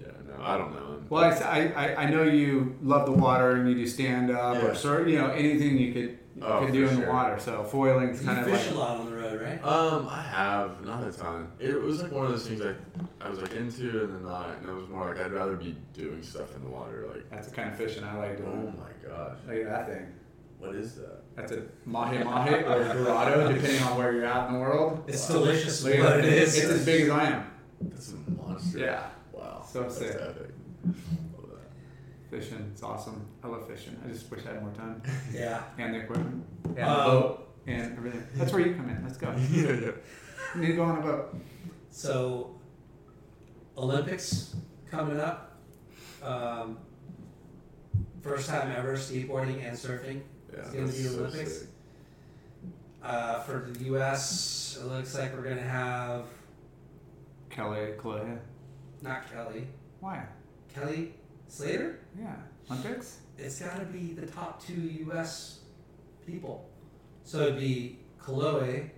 Speaker 3: yeah, no, I don't know.
Speaker 2: Well, I, I, I know you love the water and you do stand up
Speaker 3: Yeah.
Speaker 2: or sur- you know anything you could
Speaker 3: Oh,
Speaker 2: could do
Speaker 3: for
Speaker 2: in the
Speaker 3: sure.
Speaker 2: water. So foiling is
Speaker 1: You
Speaker 2: kind of
Speaker 1: fish
Speaker 2: like
Speaker 1: a lot on the road, right?
Speaker 3: Um, I have not a ton. It was like one of those things like I was like into and then not, and it was more like I'd rather be doing stuff in the water. Like,
Speaker 2: that's the kind of fishing I like
Speaker 3: oh
Speaker 2: doing.
Speaker 3: my gosh,
Speaker 1: Mm.
Speaker 2: Look at that thing.
Speaker 3: what is that?
Speaker 2: That's a mahe mahe or dorado, depending on where you're at in the world.
Speaker 1: It's delicious,
Speaker 2: Look at
Speaker 1: but
Speaker 2: that
Speaker 1: it
Speaker 2: thing.
Speaker 1: is.
Speaker 2: It's as big as I am.
Speaker 3: That's a monster.
Speaker 2: Yeah,
Speaker 3: Wow.
Speaker 2: So
Speaker 3: that's
Speaker 2: sick.
Speaker 3: epic. Love that.
Speaker 2: fishing. It's awesome. I love fishing. I just wish I had more time
Speaker 1: Yeah.
Speaker 2: and the equipment and
Speaker 1: Um,
Speaker 2: the boat and everything. That's where you come in. Let's go.
Speaker 3: yeah, yeah.
Speaker 2: You need to go on a boat.
Speaker 1: So, Olympics coming up. Um, first time ever skateboarding and surfing.
Speaker 3: Yeah,
Speaker 1: It's gonna
Speaker 3: that's
Speaker 1: be
Speaker 3: so
Speaker 1: Olympics.
Speaker 3: sick.
Speaker 1: Uh, for the U.S., it looks like we're gonna have
Speaker 2: Kelly, Chloe.
Speaker 1: not Kelly,
Speaker 2: Why?
Speaker 1: Kelly Slater.
Speaker 2: Yeah. Olympics?
Speaker 1: It's gotta be the top two U.S. people. So it'd be Chloe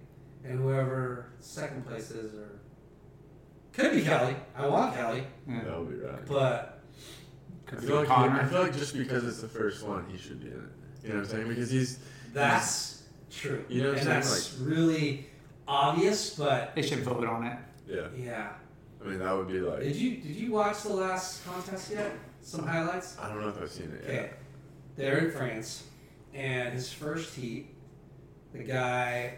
Speaker 1: and whoever second place is, or could be Kelly. I want Kelly,
Speaker 2: Yeah.
Speaker 3: That would be right.
Speaker 1: but
Speaker 2: Could
Speaker 3: I
Speaker 2: be
Speaker 3: feel, like
Speaker 2: Connor.
Speaker 3: I feel like just because it's the first one, he should be in it. You know what I'm saying? Because he's
Speaker 1: That's true.
Speaker 3: You know what
Speaker 1: and
Speaker 3: I'm saying?
Speaker 1: that's really obvious, but
Speaker 2: They should vote on it.
Speaker 3: yeah.
Speaker 1: yeah.
Speaker 3: I mean, that would be
Speaker 1: Did
Speaker 3: like
Speaker 1: you did you watch the last contest yet? Some highlights?
Speaker 3: I don't know if I've seen it
Speaker 1: Okay.
Speaker 3: yet.
Speaker 1: They're in France and his first heat, the guy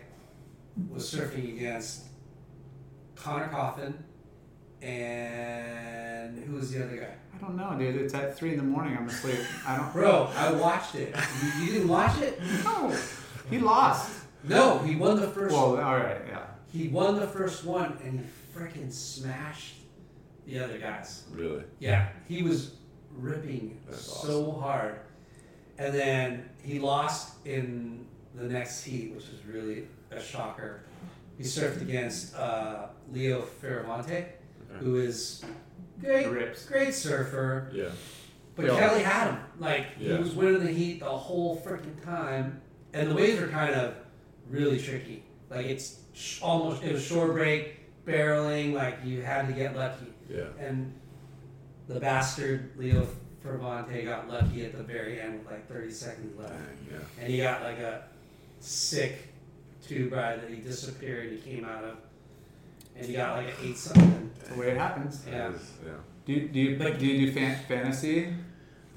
Speaker 1: was surfing against Connor Coffin and who was the other guy?
Speaker 2: I don't know, dude. It's at three in the morning. I'm asleep. I don't.
Speaker 1: Bro, I watched it. You, you didn't watch it?
Speaker 2: No. He lost.
Speaker 1: No, he won the first
Speaker 2: Well, all right, yeah.
Speaker 1: He won the first one and he freaking smashed the other guys.
Speaker 3: Really?
Speaker 1: Yeah, he was ripping
Speaker 3: That's
Speaker 1: so hard. And then he lost in the next heat, which is really a shocker. He surfed against uh, Leo Ferravante, who is great,
Speaker 2: Rips.
Speaker 1: great surfer.
Speaker 3: Yeah.
Speaker 1: But
Speaker 2: Yeah.
Speaker 1: Kelly had him. Like
Speaker 3: Yeah.
Speaker 1: he was winning the heat the whole freaking time, and the waves are kind of really tricky. Like it's sh- almost it was shore break, barreling. Like you had to get lucky,
Speaker 3: Yeah.
Speaker 1: and the bastard Leo Fervante got lucky at the very end with like 30 seconds left,
Speaker 3: Dang, yeah.
Speaker 1: and he got like a sick tube ride that he disappeared. He came out of, and he got like an eight something.
Speaker 2: It's the way it happens.
Speaker 3: That
Speaker 1: Yeah,
Speaker 3: is- yeah.
Speaker 2: Do you, do you,
Speaker 1: But-
Speaker 2: do, you do fan, fantasy?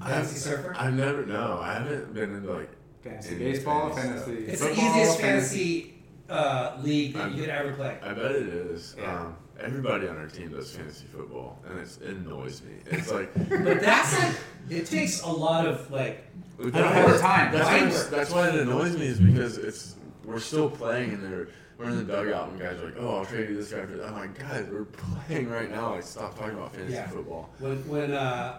Speaker 1: Fantasy
Speaker 3: I've-
Speaker 1: surfer?
Speaker 3: I've never no, I haven't been into like
Speaker 2: Fantasy
Speaker 3: Any
Speaker 2: baseball?
Speaker 3: fantasy
Speaker 2: Fantasy.
Speaker 1: it's the
Speaker 2: football,
Speaker 1: easiest fantasy uh, league that
Speaker 3: I'm-
Speaker 1: you could ever play.
Speaker 3: I bet it is.
Speaker 1: Yeah.
Speaker 3: Um, everybody on our team does fantasy football and it's, it annoys me. It's like
Speaker 1: But that's like it takes a lot of like
Speaker 3: I
Speaker 2: don't have the time.
Speaker 3: That's
Speaker 1: Mind
Speaker 3: why,
Speaker 1: work.
Speaker 3: that's why it annoys me is because it's we're still playing and they're we're in the dugout and guys are like, oh, I'll trade you this guy for that. I'm like, guys, we're playing right now. Like, stop talking about fantasy
Speaker 1: Yeah.
Speaker 3: football.
Speaker 1: when when uh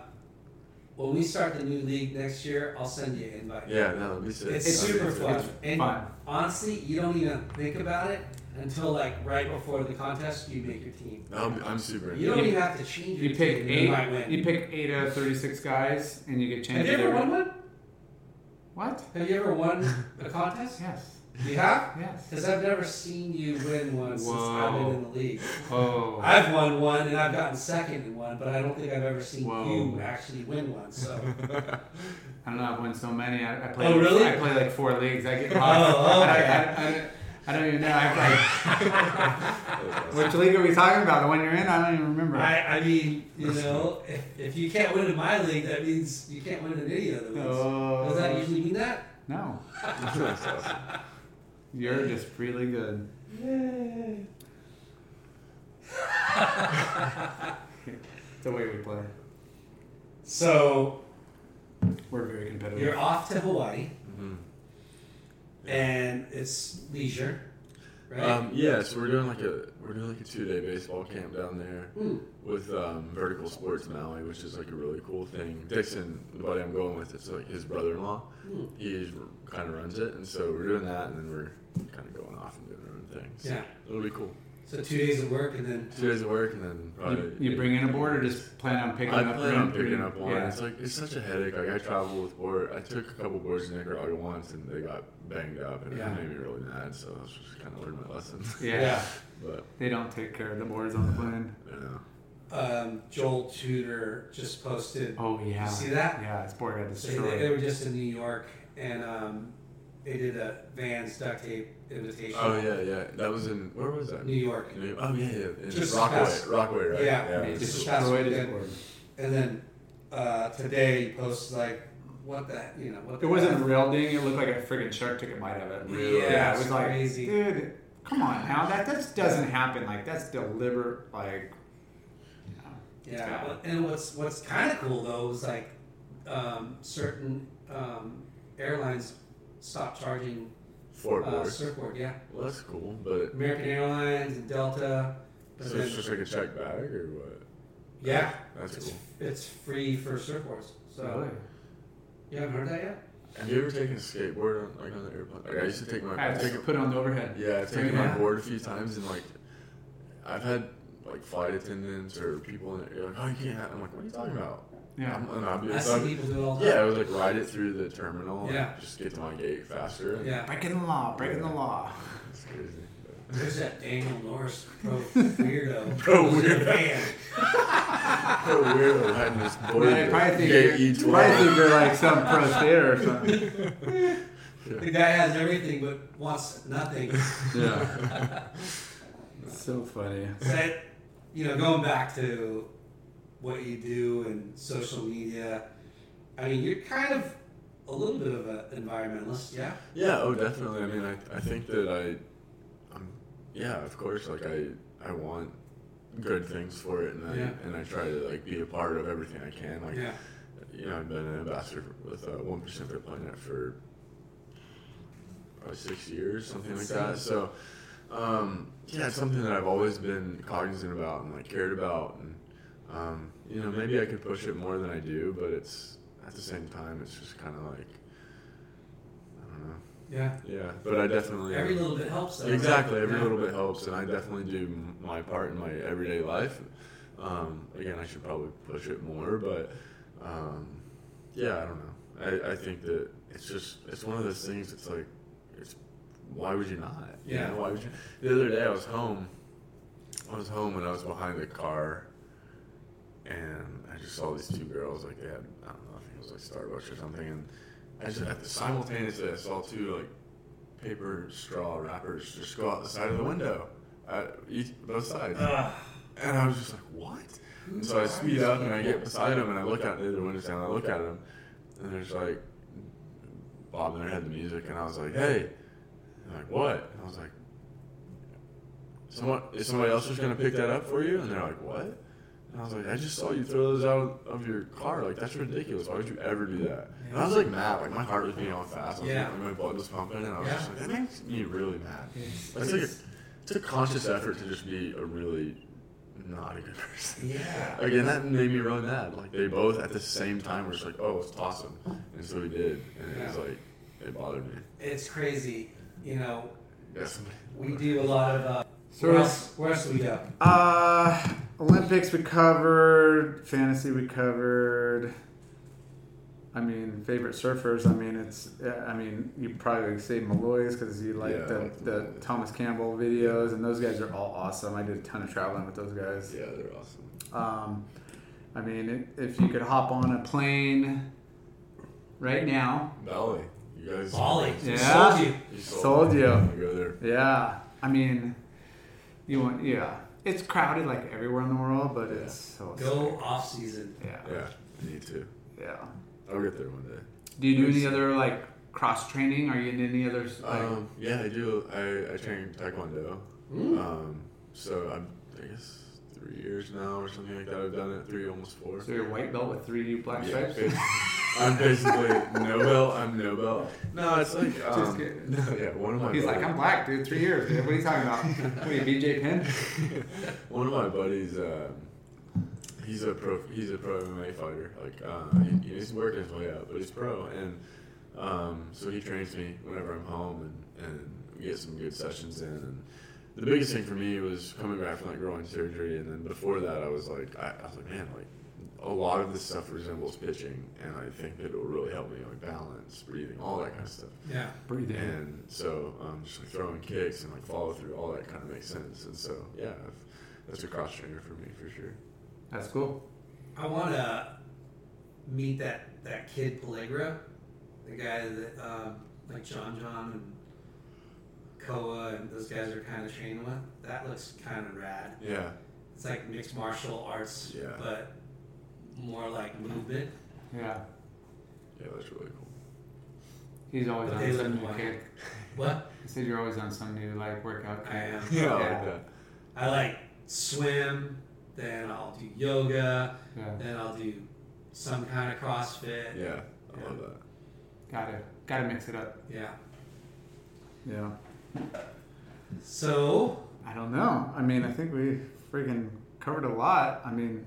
Speaker 1: when we start the new league next year, I'll send you an invite.
Speaker 3: Yeah, no, let me sit.
Speaker 1: It's,
Speaker 2: It's-
Speaker 1: super
Speaker 3: it's-
Speaker 1: fun. and
Speaker 2: fun.
Speaker 1: honestly, you don't even think about it until like right before the contest you make your team.
Speaker 3: I'm, I'm
Speaker 1: You
Speaker 3: super. Into
Speaker 1: don't
Speaker 3: it.
Speaker 1: even have to change your
Speaker 2: You pick
Speaker 1: team. You might
Speaker 2: eight.
Speaker 1: win.
Speaker 2: You pick eight out of thirty-six guys, and you get
Speaker 1: have
Speaker 2: changed.
Speaker 1: you ever
Speaker 2: every-
Speaker 1: won one?
Speaker 2: What?
Speaker 1: Have you ever won a contest?
Speaker 2: Yes.
Speaker 1: You have?
Speaker 2: Yes.
Speaker 1: Because I've never seen you win one since I've
Speaker 2: Whoa.
Speaker 1: been in the league.
Speaker 2: Oh.
Speaker 1: I've won one and I've gotten second in one, but I don't think I've ever seen
Speaker 2: Whoa.
Speaker 1: you actually win one. So
Speaker 2: I don't know. I've won so many. I, I play.
Speaker 1: Oh, really?
Speaker 2: I play like four leagues. I get lost.
Speaker 1: Oh,
Speaker 2: I,
Speaker 1: okay.
Speaker 2: I, I, I don't even know. I, I, which league are we talking about? The one you're in? I don't even remember.
Speaker 1: I, I mean, you know, if, if you can't win in my league, that means you can't win in any other leagues.
Speaker 2: Oh.
Speaker 1: Does that usually mean that?
Speaker 2: No. You're just really good. it's the way we play.
Speaker 1: So
Speaker 2: We're very competitive. Mm-hmm.
Speaker 1: you're off to Hawaii, and it's leisure. right?
Speaker 3: Um, yeah, so we're doing like a we're doing like a two day baseball camp down there with um, Vertical Sports Maui, which is like a really cool thing. Dixon, the buddy I'm going with, it's like his brother-in-law. He kind of runs it, and so we're doing that, and then we're kind of going off and doing our own things.
Speaker 1: Yeah.
Speaker 3: it'll be cool.
Speaker 1: so two days of work and then
Speaker 3: Two days of work, and then
Speaker 2: You,
Speaker 3: probably
Speaker 2: you bring in a board or just plan on picking
Speaker 3: Uh, I
Speaker 2: up?
Speaker 3: plan
Speaker 2: your
Speaker 3: on
Speaker 2: own?
Speaker 3: picking up one.
Speaker 2: Yeah.
Speaker 3: It's like it's such a headache. Like I travel with board. I took a couple boards in Nicaragua once, and they got banged up, and
Speaker 2: Yeah.
Speaker 3: it made me really mad. So I was just kind of learning my lesson.
Speaker 2: yeah.
Speaker 3: but
Speaker 2: They don't take care of the boards on the plan.
Speaker 3: you know.
Speaker 1: um, Joel Tudor just posted.
Speaker 2: Oh yeah.
Speaker 1: You see that?
Speaker 2: Yeah, it's board got
Speaker 1: They, they- they
Speaker 2: destroyed.
Speaker 1: were just in New York and um, they did a Vans duct tape invitation.
Speaker 3: Oh yeah, yeah. That was in where was that?
Speaker 1: New York.
Speaker 3: New- Oh yeah, yeah. In
Speaker 1: Just
Speaker 3: Rockaway,
Speaker 1: past-
Speaker 3: Rockaway, right?
Speaker 1: Yeah.
Speaker 2: They
Speaker 3: it's-
Speaker 1: just-
Speaker 2: destroyed his
Speaker 1: that's-
Speaker 2: board.
Speaker 1: And then uh, today he posts like, what the, you know, what
Speaker 2: It
Speaker 1: the
Speaker 2: wasn't a real ding. It looked like a friggin' shark took a bite of it.
Speaker 3: Really?
Speaker 2: Yeah, it
Speaker 1: it's
Speaker 2: was like,
Speaker 1: crazy.
Speaker 2: dude, come on now. That that doesn't happen. Like that's deliberate. Like,
Speaker 1: Yeah,
Speaker 2: Yeah.
Speaker 1: but- and what's what's kind of cool though is like um, certain um, airlines stop charging
Speaker 3: Four
Speaker 1: uh,
Speaker 3: boards.
Speaker 1: surfboard. Yeah,
Speaker 3: well, that's cool, but
Speaker 1: American Airlines and Delta. but
Speaker 3: so
Speaker 1: then-
Speaker 3: it's just like a check bag or what?
Speaker 1: yeah,
Speaker 3: That's
Speaker 1: it's,
Speaker 3: cool.
Speaker 1: It's free for surfboards. So you haven't heard that yet?
Speaker 3: Have you ever taken a skateboard on, like on the airplane? Like I used to take my.
Speaker 2: I
Speaker 3: I take
Speaker 2: just put it on the overhead.
Speaker 3: Yeah, I've taken
Speaker 2: Yeah.
Speaker 3: my board a few times, and like, I've had like flight attendants or people in there, like, oh, you can't. have-" I'm like, what are you talking about?
Speaker 2: Yeah.
Speaker 3: I'm, and I'll be,
Speaker 1: I
Speaker 3: I'll-
Speaker 1: see people do it all the
Speaker 3: yeah, I
Speaker 1: time.
Speaker 3: was like, ride it through the terminal. and
Speaker 1: Yeah.
Speaker 3: just get to my gate faster. and
Speaker 1: Yeah,
Speaker 2: Breaking the law. Breaking the law.
Speaker 3: It's crazy.
Speaker 1: there's that Daniel Norris pro weirdo.
Speaker 3: Pro
Speaker 1: who's in a
Speaker 3: weirdo.
Speaker 1: van.
Speaker 3: so weird riding this board.
Speaker 2: I probably think,
Speaker 3: gate E
Speaker 2: you're,
Speaker 3: E12.
Speaker 2: probably think you're like some pro skater or something.
Speaker 1: The guy has everything but wants nothing.
Speaker 3: Yeah.
Speaker 2: so funny.
Speaker 1: that you know going back to what you do and social media i mean you're kind of a little bit of an environmentalist yeah
Speaker 3: Yeah. Oh, definitely. I mean, I, I think that I, I'm, yeah, of course. Like I, I want good things for it, and I
Speaker 1: Yeah.
Speaker 3: and I try to like be a part of everything I can. Like,
Speaker 1: Yeah.
Speaker 3: you know, I've been an ambassador with One uh, Percent for the Planet for probably six years, something like that. So, um, yeah, it's something that I've always been cognizant about and like cared about, and um, you know, maybe I could push it more than I do, but it's at the same time, it's just kind of like. I don't know.
Speaker 1: yeah
Speaker 3: Yeah, but I definitely um,
Speaker 1: every little bit helps though.
Speaker 3: exactly every
Speaker 1: Yeah.
Speaker 3: little bit helps, and I definitely do my part in my everyday life. Um, again, I should probably push it more, but um, yeah, I don't know. I, I think that it's just it's one of those things. It's like it's why would you not? You
Speaker 1: Yeah.
Speaker 3: know, why would you? The other day I was home. I was home and I was behind the car, and I just saw these two girls like they had I don't know I think it was like Starbucks or something, and I just at the simultaneously I saw two like paper straw wrappers just go out the side of the window, uh, each, both sides. And I was just like, what? And so I speed up and I get beside him and I look out the other window and I look at him and there's like bobbing their head to music and I was like, hey. And like, what? And I was like, someone, is somebody else just going to pick that up for you? And they're like, what? And I was like, I just saw you throw those out of your car. Like, that's ridiculous. Why would you ever do that? And I was like mad. Like, my heart was beating all fast. I was,
Speaker 1: Yeah.
Speaker 3: like, my blood was pumping. And I was
Speaker 1: Yeah.
Speaker 3: just like, that makes me really mad. It's like a, it's a conscious effort to just be a really not a good person.
Speaker 1: yeah
Speaker 3: Again, that made me really mad. Like they both at the same time were just like, "Oh, it's awesome," and so we did, and it was
Speaker 1: Yeah.
Speaker 3: like it bothered me.
Speaker 1: it's crazy you know
Speaker 3: Yeah, somebody-
Speaker 1: we do a lot of uh,
Speaker 2: So
Speaker 1: where else, where else do we go
Speaker 2: Uh, Olympics we covered, fantasy we covered. I mean, favorite surfers. I mean, it's. uh, I mean, you probably say Malloy's because you like
Speaker 3: Yeah, I
Speaker 2: the,
Speaker 3: like
Speaker 2: the
Speaker 3: Malloy's.
Speaker 2: Thomas Campbell videos, and those guys are all awesome. I did a ton of traveling with those guys.
Speaker 3: yeah, they're awesome.
Speaker 2: Um, I mean, i- if you could hop on a plane right now,
Speaker 3: Bali, you guys.
Speaker 1: Bali.
Speaker 2: Yeah.
Speaker 1: Sold you.
Speaker 3: you
Speaker 2: Sold you.
Speaker 3: I go there.
Speaker 2: yeah. I mean, you want yeah. It's crowded like everywhere in the world, but it's so
Speaker 1: go off season
Speaker 2: yeah
Speaker 3: Yeah, I need to.
Speaker 2: yeah.
Speaker 3: I'll get there one day.
Speaker 2: Do you do any other like cross training? Are you in any other like?
Speaker 3: Um, yeah, I do. I, I train taekwondo. Um, so I'm, I guess three years now or something like that. I've done it three, almost four.
Speaker 2: So you're a white belt with three black
Speaker 3: Yeah,
Speaker 2: stripes.
Speaker 3: it's- I'm basically no belt. I'm no belt. No, it's like um,
Speaker 2: kidding.
Speaker 3: no, yeah. One of my
Speaker 2: He's like,
Speaker 3: buddies-
Speaker 2: I'm black, dude. Three years, dude. What are you talking about? What are you, BJ Penn?
Speaker 3: one of my buddies. Um, he's a pro. He's a pro MMA fighter. Like uh, he, he's working his way up, but he's pro, and um, so he trains me whenever I'm home, and and we get some good sessions in. And the biggest thing for me was coming back from like groin surgery, and then before that, I was like, I, I was like, man, like a lot of this stuff resembles pitching, and I think that it will really help me like balance, breathing, all that kind of stuff.
Speaker 1: Yeah.
Speaker 2: Breathe in.
Speaker 3: And so um, just like throwing kicks and like follow through, all that kind of makes sense. And so yeah, I've- that's a cross trainer for me for sure.
Speaker 2: That's cool.
Speaker 1: I want to meet that that kid Pellegra, the guy that um, like John John and Koa and those guys are kind of training with. That looks kind of rad.
Speaker 3: Yeah,
Speaker 1: It's like mixed martial arts,
Speaker 3: Yeah.
Speaker 1: but more like movement.
Speaker 2: Yeah.
Speaker 3: yeah, that's really cool.
Speaker 2: He's always
Speaker 1: But
Speaker 2: on
Speaker 1: they live
Speaker 2: some
Speaker 1: in
Speaker 2: new
Speaker 1: one.
Speaker 2: kick.
Speaker 1: What
Speaker 2: He said you're always on some new like workout.
Speaker 1: I am.
Speaker 3: Yeah, I
Speaker 2: Yeah.
Speaker 3: like that.
Speaker 1: I like swim. Then I'll do yoga.
Speaker 2: Yeah.
Speaker 1: Then I'll do some kind of CrossFit.
Speaker 3: Yeah, I
Speaker 1: Yeah.
Speaker 3: love that.
Speaker 2: Gotta gotta mix it up.
Speaker 1: Yeah.
Speaker 2: Yeah.
Speaker 1: So
Speaker 2: I don't know. I mean, I think we freaking covered a lot. I mean,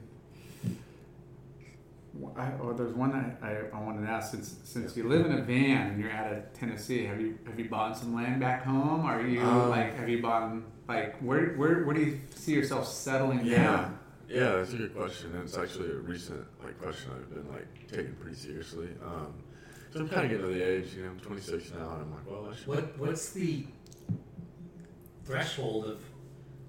Speaker 2: wh- I, oh, there's one I, I, I wanted to ask since since you live in a van and you're out of Tennessee, have you have you bought some land back home? Are you
Speaker 3: Um,
Speaker 2: like have you bought like where where where do you see yourself settling
Speaker 3: Yeah.
Speaker 2: down?
Speaker 3: Yeah, that's a good question. And it's actually a recent like question I've been like taking pretty seriously. Um, so I'm kind of getting to the age, you know, I'm 26 now, and I'm like, well, I should.
Speaker 1: What what's the threshold of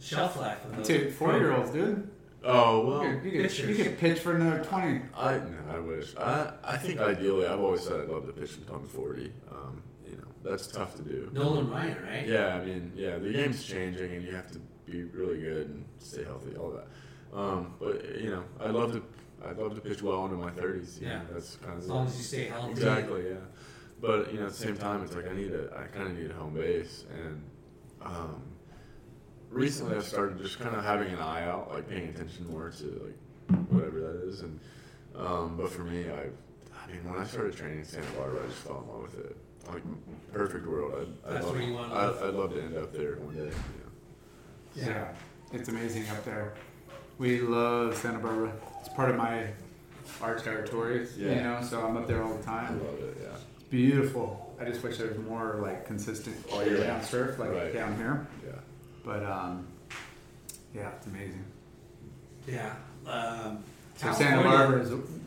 Speaker 1: shelf life of those?
Speaker 2: Dude, four year olds, dude.
Speaker 3: Oh
Speaker 2: You
Speaker 3: well,
Speaker 2: could, you, could, you could pitch for another twenty.
Speaker 3: I no, I wish. I I think ideally, I've always said I'd love to pitch until I'm 40. Um, you know, that's tough to do.
Speaker 1: Nolan Ryan, right?
Speaker 3: Yeah, I mean, yeah, the game's changing, and you have to be really good and stay healthy, all that. Um, but you know, I'd love to, I'd love to pitch well into my thirties.
Speaker 1: Yeah.
Speaker 3: Yeah, that's kind of
Speaker 1: As long as you stay healthy.
Speaker 3: exactly, yeah. But you know, at the same time, it's like I need a, I kind of need a home base, and um, recently I've started just kind of having an eye out, like paying attention more to like whatever that is, and um, but for me, I, I mean, when I started training in Santa Barbara, I just fell in love with it. Like perfect world. I'd, I'd
Speaker 1: That's
Speaker 3: love,
Speaker 1: where you wanna
Speaker 3: I'd,
Speaker 1: live.
Speaker 3: I'd love to end up there one day. Yeah.
Speaker 1: Yeah.
Speaker 2: It's amazing up there. We love Santa Barbara. It's part of my arch territories, you
Speaker 3: Yeah.
Speaker 2: know, so I'm up there all the
Speaker 3: I
Speaker 2: time.
Speaker 3: love it. Yeah.
Speaker 2: Beautiful. I just wish there was more like consistent all year round surf like
Speaker 3: Right.
Speaker 2: down here.
Speaker 3: Yeah.
Speaker 2: But um, yeah, it's amazing.
Speaker 1: Yeah. Um,
Speaker 2: So Santa
Speaker 1: California,
Speaker 2: Barbara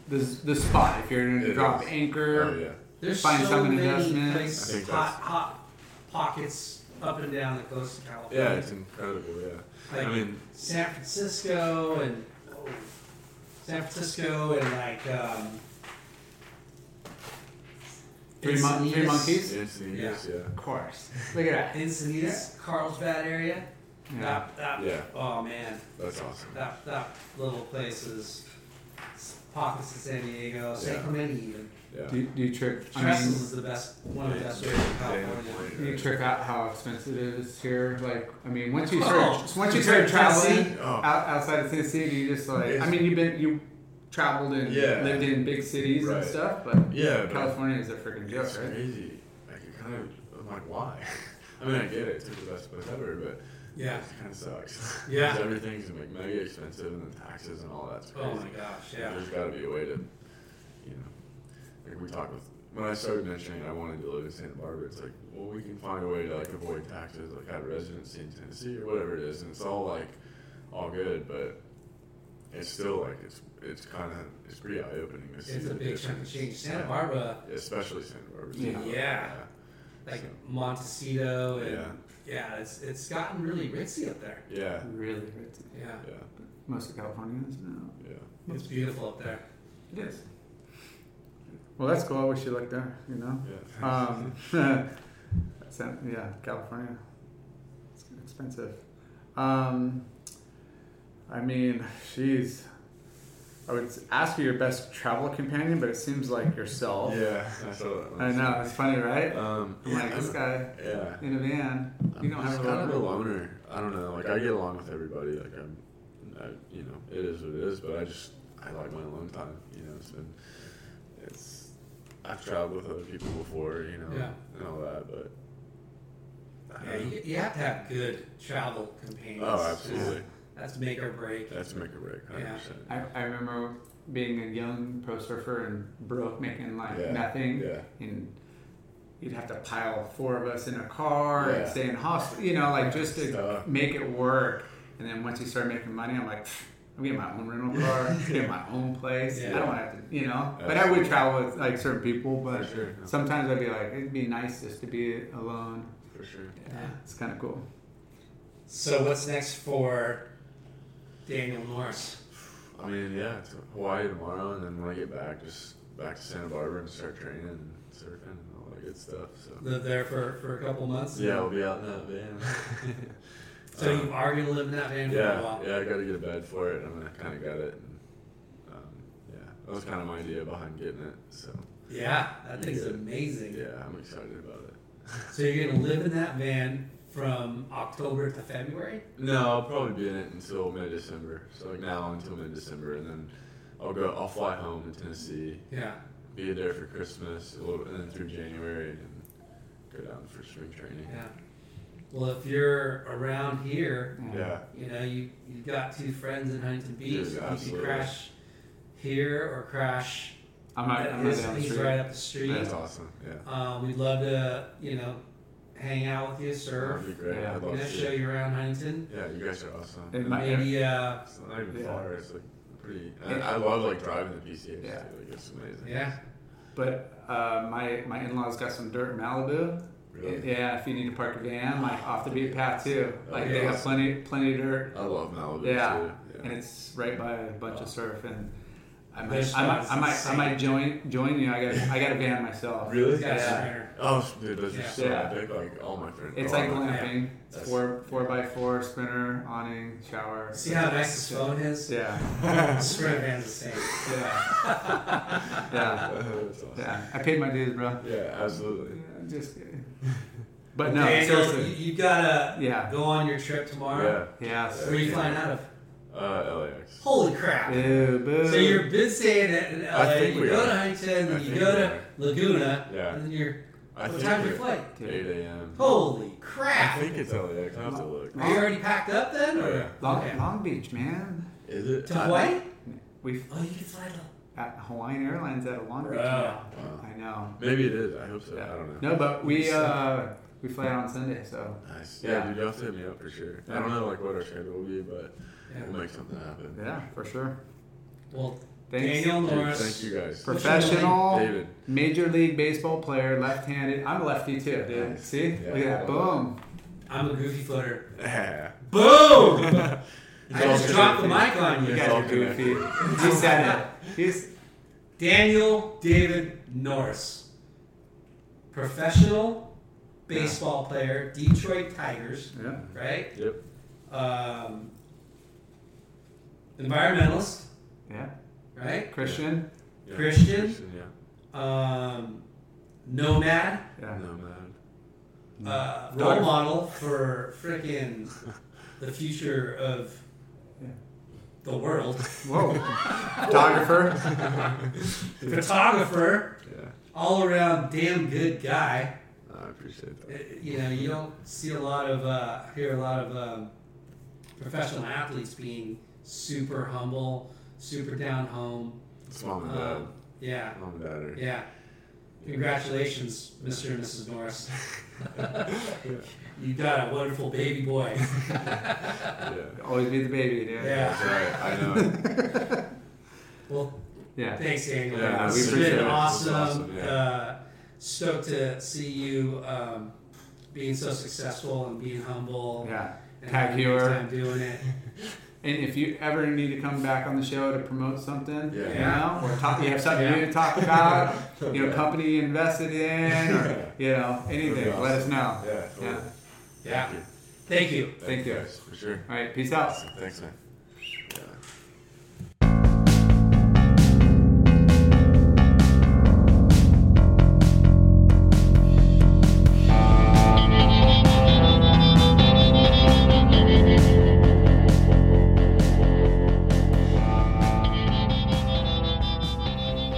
Speaker 2: is the, the spot if you're going
Speaker 3: It
Speaker 2: to drop
Speaker 3: is.
Speaker 2: anchor.
Speaker 3: Oh yeah.
Speaker 1: There's
Speaker 2: find
Speaker 1: so
Speaker 2: some
Speaker 1: many
Speaker 2: investments.
Speaker 3: I
Speaker 1: places,
Speaker 3: think
Speaker 1: hot,
Speaker 3: that's-
Speaker 1: hot pockets up and down the coast of California.
Speaker 3: Yeah, it's incredible. Yeah.
Speaker 1: Like
Speaker 3: I mean,
Speaker 1: San Francisco and oh, San Francisco and like um,
Speaker 2: Three, mon- three
Speaker 1: Encinitas-
Speaker 2: monkeys.
Speaker 3: it's the years, yeah.
Speaker 2: Of course. Look at that.
Speaker 1: Encinitas, Carlsbad area.
Speaker 2: Yeah.
Speaker 1: That, that,
Speaker 3: Yeah.
Speaker 1: Oh man,
Speaker 3: That's awesome.
Speaker 1: that that little place is it's pockets of San Diego, San
Speaker 3: Yeah.
Speaker 1: Clemente even.
Speaker 3: Yeah.
Speaker 2: Do, you- do you trick? I
Speaker 1: Trestles
Speaker 2: mean,
Speaker 1: is the best, one of the best areas in California.
Speaker 3: Damn.
Speaker 2: do you trick out how expensive it is here. Like, I mean, once you
Speaker 1: Oh,
Speaker 2: start, once you start
Speaker 1: compared to
Speaker 2: traveling
Speaker 1: Tennessee?
Speaker 3: Oh.
Speaker 2: out, outside of Tennessee, do you just like? I
Speaker 3: It's-
Speaker 2: mean, you've been you traveled and
Speaker 3: Yeah.
Speaker 2: lived in big cities
Speaker 3: Right.
Speaker 2: and stuff, but
Speaker 3: Yeah, but
Speaker 2: California is a freaking joke,
Speaker 3: It's
Speaker 2: right?
Speaker 3: crazy. Like it kind of, I'm like, why? I mean, I get it. It's the best place ever, but
Speaker 1: Yeah.
Speaker 3: it kind of sucks.
Speaker 1: Yeah.
Speaker 3: 'Cause everything's like mega expensive, and then taxes and all that's crazy.
Speaker 1: Oh my gosh,
Speaker 3: Like,
Speaker 1: yeah.
Speaker 3: There's got to be a way to, you know, like we talked with. When I started mentioning I wanted to live in Santa Barbara, it's like, well, we can find a way to like avoid taxes, like have a residency in Tennessee or whatever it is, and it's all like, all good, but it's still like it's it's kind of it's pretty eye opening.
Speaker 1: It's a big chunk of change. Santa Barbara,
Speaker 3: especially Santa Barbara.
Speaker 2: Yeah.
Speaker 1: Yeah. like
Speaker 3: So-
Speaker 1: Montecito, and yeah,
Speaker 3: Yeah.
Speaker 1: it's it's gotten really ritzy up there.
Speaker 3: Yeah,
Speaker 2: Really, it's-
Speaker 1: Yeah,
Speaker 3: yeah,
Speaker 2: most of California is no.
Speaker 3: yeah.
Speaker 1: it's beautiful up there.
Speaker 2: It is. Well, that's cool. I wish you luck there. You know.
Speaker 3: yeah.
Speaker 2: Um, so, yeah, California. It's expensive. Um, I mean, jeez. I would ask you your best travel companion, but it seems like yourself.
Speaker 3: yeah, I saw that one.
Speaker 2: I know. It's funny, right?
Speaker 3: Um,
Speaker 2: I'm
Speaker 3: yeah,
Speaker 2: like, this
Speaker 3: I'm-
Speaker 2: guy
Speaker 3: yeah.
Speaker 2: in a van. You
Speaker 3: I'm
Speaker 2: don't
Speaker 3: just
Speaker 2: have a
Speaker 3: kind of
Speaker 2: lot
Speaker 3: a
Speaker 2: of.
Speaker 3: loner. I don't know. Like I get along with everybody. Like I'm and I, you know, it is what it is. But I just I like my alone time. You know, it's been it's I've traveled with other people before. You know,
Speaker 1: Yeah.
Speaker 3: and all that, but. I
Speaker 1: Yeah,
Speaker 3: don't know.
Speaker 1: you, you have to have good travel companions.
Speaker 3: Oh, absolutely.
Speaker 1: That's make or break.
Speaker 3: That's make or break. 100%.
Speaker 1: Yeah.
Speaker 2: I, I remember being a young pro surfer and broke, making like
Speaker 3: Yeah,
Speaker 2: nothing,
Speaker 3: yeah.
Speaker 2: and you'd have to pile four of us in a car
Speaker 3: Yeah.
Speaker 2: and stay in hospital, you know, like just to
Speaker 3: Stuff.
Speaker 2: make it work. And then once you start making money, I'm like, "Pfft, I'm getting my own rental car, get my own place. I
Speaker 1: Yeah.
Speaker 2: don't have to, you know. But I would travel with like certain people, but
Speaker 3: For sure, yeah.
Speaker 2: sometimes I'd be like, it'd be nice just to be alone.
Speaker 3: For sure.
Speaker 1: Yeah.
Speaker 2: It's kind of cool.
Speaker 1: So what's next for Daniel Norris?
Speaker 3: I mean, yeah, it's Hawaii tomorrow, and then when I get back, just back to Santa Barbara and start training and surfing and all that good stuff. So
Speaker 1: Live there for, for a couple months.
Speaker 3: yeah, I'll be out in that van.
Speaker 1: So you are gonna live in that van for a
Speaker 3: yeah,
Speaker 1: while.
Speaker 3: yeah, I got to get a bed for it, and I kind of got it. And, um, yeah, that was kind of my idea behind getting it. So
Speaker 1: Yeah, that
Speaker 3: You
Speaker 1: thing's
Speaker 3: get it.
Speaker 1: amazing.
Speaker 3: yeah, I'm excited about it.
Speaker 1: So you're gonna live in that van from October to February.
Speaker 3: No, I'll probably be in it until mid December. So like now until mid December, and then I'll go. I'll fly home to Tennessee,
Speaker 1: Yeah.
Speaker 3: be there for Christmas, a little, and then through January, and go down for spring training.
Speaker 1: Yeah. Well, if you're around here,
Speaker 3: Yeah.
Speaker 1: you know you you've got two friends in Huntington Beach.
Speaker 3: Dude,
Speaker 1: you could
Speaker 3: absolutely.
Speaker 1: crash here or crash.
Speaker 2: I'm not,
Speaker 1: at
Speaker 2: I'm not
Speaker 1: his-
Speaker 2: down the
Speaker 1: he's
Speaker 2: street.
Speaker 1: right up the street.
Speaker 3: That's awesome. Yeah.
Speaker 1: Uh, we'd love to, you know, hang out with you,
Speaker 3: That'd
Speaker 1: surf.
Speaker 3: be great.
Speaker 2: Yeah.
Speaker 3: I'd
Speaker 1: You know,
Speaker 3: love to.
Speaker 1: show
Speaker 3: see it.
Speaker 1: you around Huntington.
Speaker 3: Yeah, you guys are awesome.
Speaker 2: It might-
Speaker 1: Maybe uh,
Speaker 3: It's not even
Speaker 2: Yeah.
Speaker 3: far. It's like pretty. I, I love like driving the PCH. Yeah.
Speaker 2: Yeah.
Speaker 3: Like, it's amazing.
Speaker 1: yeah.
Speaker 2: But uh, my my in laws got some dirt in Malibu.
Speaker 3: Really?
Speaker 2: Yeah, if you need to park a van, like off the beat path too. Like they
Speaker 3: Yeah.
Speaker 2: got plenty plenty of dirt.
Speaker 3: I love Malibu
Speaker 2: Yeah.
Speaker 3: too.
Speaker 2: and it's right by a bunch of surf and. I might,
Speaker 1: There's
Speaker 2: I might,
Speaker 1: spots
Speaker 2: I might, I
Speaker 1: insane.
Speaker 2: might join join you. I got I got a van myself.
Speaker 3: Really?
Speaker 1: He's got a
Speaker 2: Yeah.
Speaker 1: sprinter.
Speaker 3: Oh, dude, those
Speaker 1: Yeah.
Speaker 3: are so
Speaker 2: Yeah.
Speaker 3: epic. Like all my friends.
Speaker 2: It's
Speaker 3: all
Speaker 2: like
Speaker 3: my-
Speaker 2: glamping. It's
Speaker 3: Oh, That's-
Speaker 2: four four by four sprinter awning shower.
Speaker 1: See how nice his phone is?
Speaker 2: Yeah,
Speaker 1: Sprinter van's the same.
Speaker 2: yeah, yeah,
Speaker 3: That's awesome. Yeah.
Speaker 2: yeah. I paid my dues, bro.
Speaker 3: absolutely.
Speaker 2: Just kidding. But no,
Speaker 1: Daniel,
Speaker 2: seriously.
Speaker 1: you, you gotta
Speaker 2: Yeah.
Speaker 1: go on your trip tomorrow.
Speaker 3: Yeah.
Speaker 2: Yeah.
Speaker 1: Where are you flying out of?
Speaker 3: Uh, LAX.
Speaker 1: Holy crap!
Speaker 2: Ew, boo.
Speaker 1: So you're been staying at- in LA.
Speaker 3: I think
Speaker 1: you
Speaker 3: we
Speaker 1: go
Speaker 3: are.
Speaker 1: to Huntington,
Speaker 3: I
Speaker 1: then you
Speaker 3: think
Speaker 1: go
Speaker 3: we
Speaker 1: to
Speaker 3: are.
Speaker 1: Laguna,
Speaker 3: Yeah.
Speaker 1: and then you're.
Speaker 3: I
Speaker 1: what
Speaker 3: think
Speaker 1: time's your
Speaker 3: we're-
Speaker 1: flight?
Speaker 3: 8 a.m.
Speaker 1: Holy
Speaker 3: I
Speaker 1: crap!
Speaker 3: think it's LAX. I have to look.
Speaker 1: Are you already packed up then? Or?
Speaker 3: Yeah.
Speaker 2: Long,
Speaker 1: Okay.
Speaker 2: Long Beach, man.
Speaker 3: Is it?
Speaker 1: To Hawaii?
Speaker 2: We've
Speaker 1: Oh, you can fly to
Speaker 2: at Hawaiian Airlines out of Long Beach.
Speaker 1: Wow.
Speaker 2: now. I know.
Speaker 3: Maybe it is. I hope so.
Speaker 2: Yeah.
Speaker 3: I don't know.
Speaker 2: No, but we uh, we fly out on Sunday, so
Speaker 3: Nice.
Speaker 2: Yeah.
Speaker 3: Yeah, dude, you'll have to hit me up for sure. I don't know like what our schedule will be, but we'll make something happen.
Speaker 2: yeah, for sure.
Speaker 1: Well,
Speaker 2: Thanks.
Speaker 1: Daniel
Speaker 3: Dude,
Speaker 1: Norris.
Speaker 3: thank you guys.
Speaker 2: Professional
Speaker 3: David.
Speaker 2: major league baseball player, left-handed. I'm a lefty too, dude.
Speaker 3: Nice.
Speaker 2: See,
Speaker 3: Yeah,
Speaker 2: look at that,
Speaker 3: I
Speaker 2: boom.
Speaker 3: love
Speaker 1: I'm a goofy footer.
Speaker 3: Yeah.
Speaker 1: Boom! I
Speaker 3: It's all
Speaker 1: just dropped the
Speaker 3: connected.
Speaker 1: mic on
Speaker 2: You
Speaker 1: you.
Speaker 2: guys
Speaker 3: all
Speaker 2: are goofy. He said it. He's
Speaker 1: Daniel David Norris, professional baseball player, Detroit Tigers,
Speaker 2: yeah.
Speaker 1: right?
Speaker 3: Yep.
Speaker 1: Um, environmentalist,
Speaker 2: yeah,
Speaker 1: right?
Speaker 2: Christian.
Speaker 3: Yeah.
Speaker 1: Christian?
Speaker 3: yeah.
Speaker 1: Um, nomad,
Speaker 2: Yeah,
Speaker 3: No man.
Speaker 1: uh,
Speaker 2: Daughter.
Speaker 1: role model for frickin' the future of
Speaker 2: Yeah.
Speaker 1: the world,
Speaker 2: whoa, photographer.
Speaker 1: photographer,
Speaker 3: Yeah.
Speaker 1: all around damn good guy.
Speaker 3: I appreciate
Speaker 1: Uh,
Speaker 3: that.
Speaker 1: you know, you don't see a lot of, uh, hear a lot of um, professional athletes being super humble, super down home.
Speaker 3: It's
Speaker 2: Oh,
Speaker 3: mom and
Speaker 1: Um,
Speaker 3: dad.
Speaker 1: yeah,
Speaker 3: Mom and dad are.
Speaker 1: yeah. Congratulations, Mr. and Mrs. Norris. you got a wonderful baby boy.
Speaker 3: Yeah.
Speaker 2: Always be the baby, dude.
Speaker 1: Yeah.
Speaker 3: That's right. I know.
Speaker 1: Well,
Speaker 2: yeah.
Speaker 1: thanks, Daniel.
Speaker 3: Yeah,
Speaker 1: It's
Speaker 2: we appreciate it.
Speaker 1: been
Speaker 2: It was
Speaker 1: awesome.
Speaker 3: awesome, yeah.
Speaker 1: uh, stoked to see you um, being so successful and being humble.
Speaker 2: Yeah.
Speaker 1: and
Speaker 2: Tag
Speaker 1: having a good
Speaker 2: Heuer.
Speaker 1: time doing it.
Speaker 2: And if you ever need to come back on the show to promote something,
Speaker 3: Yeah.
Speaker 2: you know, or talk, you have something
Speaker 1: Yeah.
Speaker 2: new to talk about, you know,
Speaker 3: Yeah.
Speaker 2: company you invested in, or you know, anything,
Speaker 3: That'd be
Speaker 2: let us
Speaker 3: awesome.
Speaker 2: know.
Speaker 3: Yeah. totally.
Speaker 2: Yeah.
Speaker 1: Yeah.
Speaker 3: Thank you.
Speaker 1: Thank you.
Speaker 2: Thank you.
Speaker 3: guys, for sure.
Speaker 2: All right, peace out.
Speaker 3: Thanks, man. Yeah.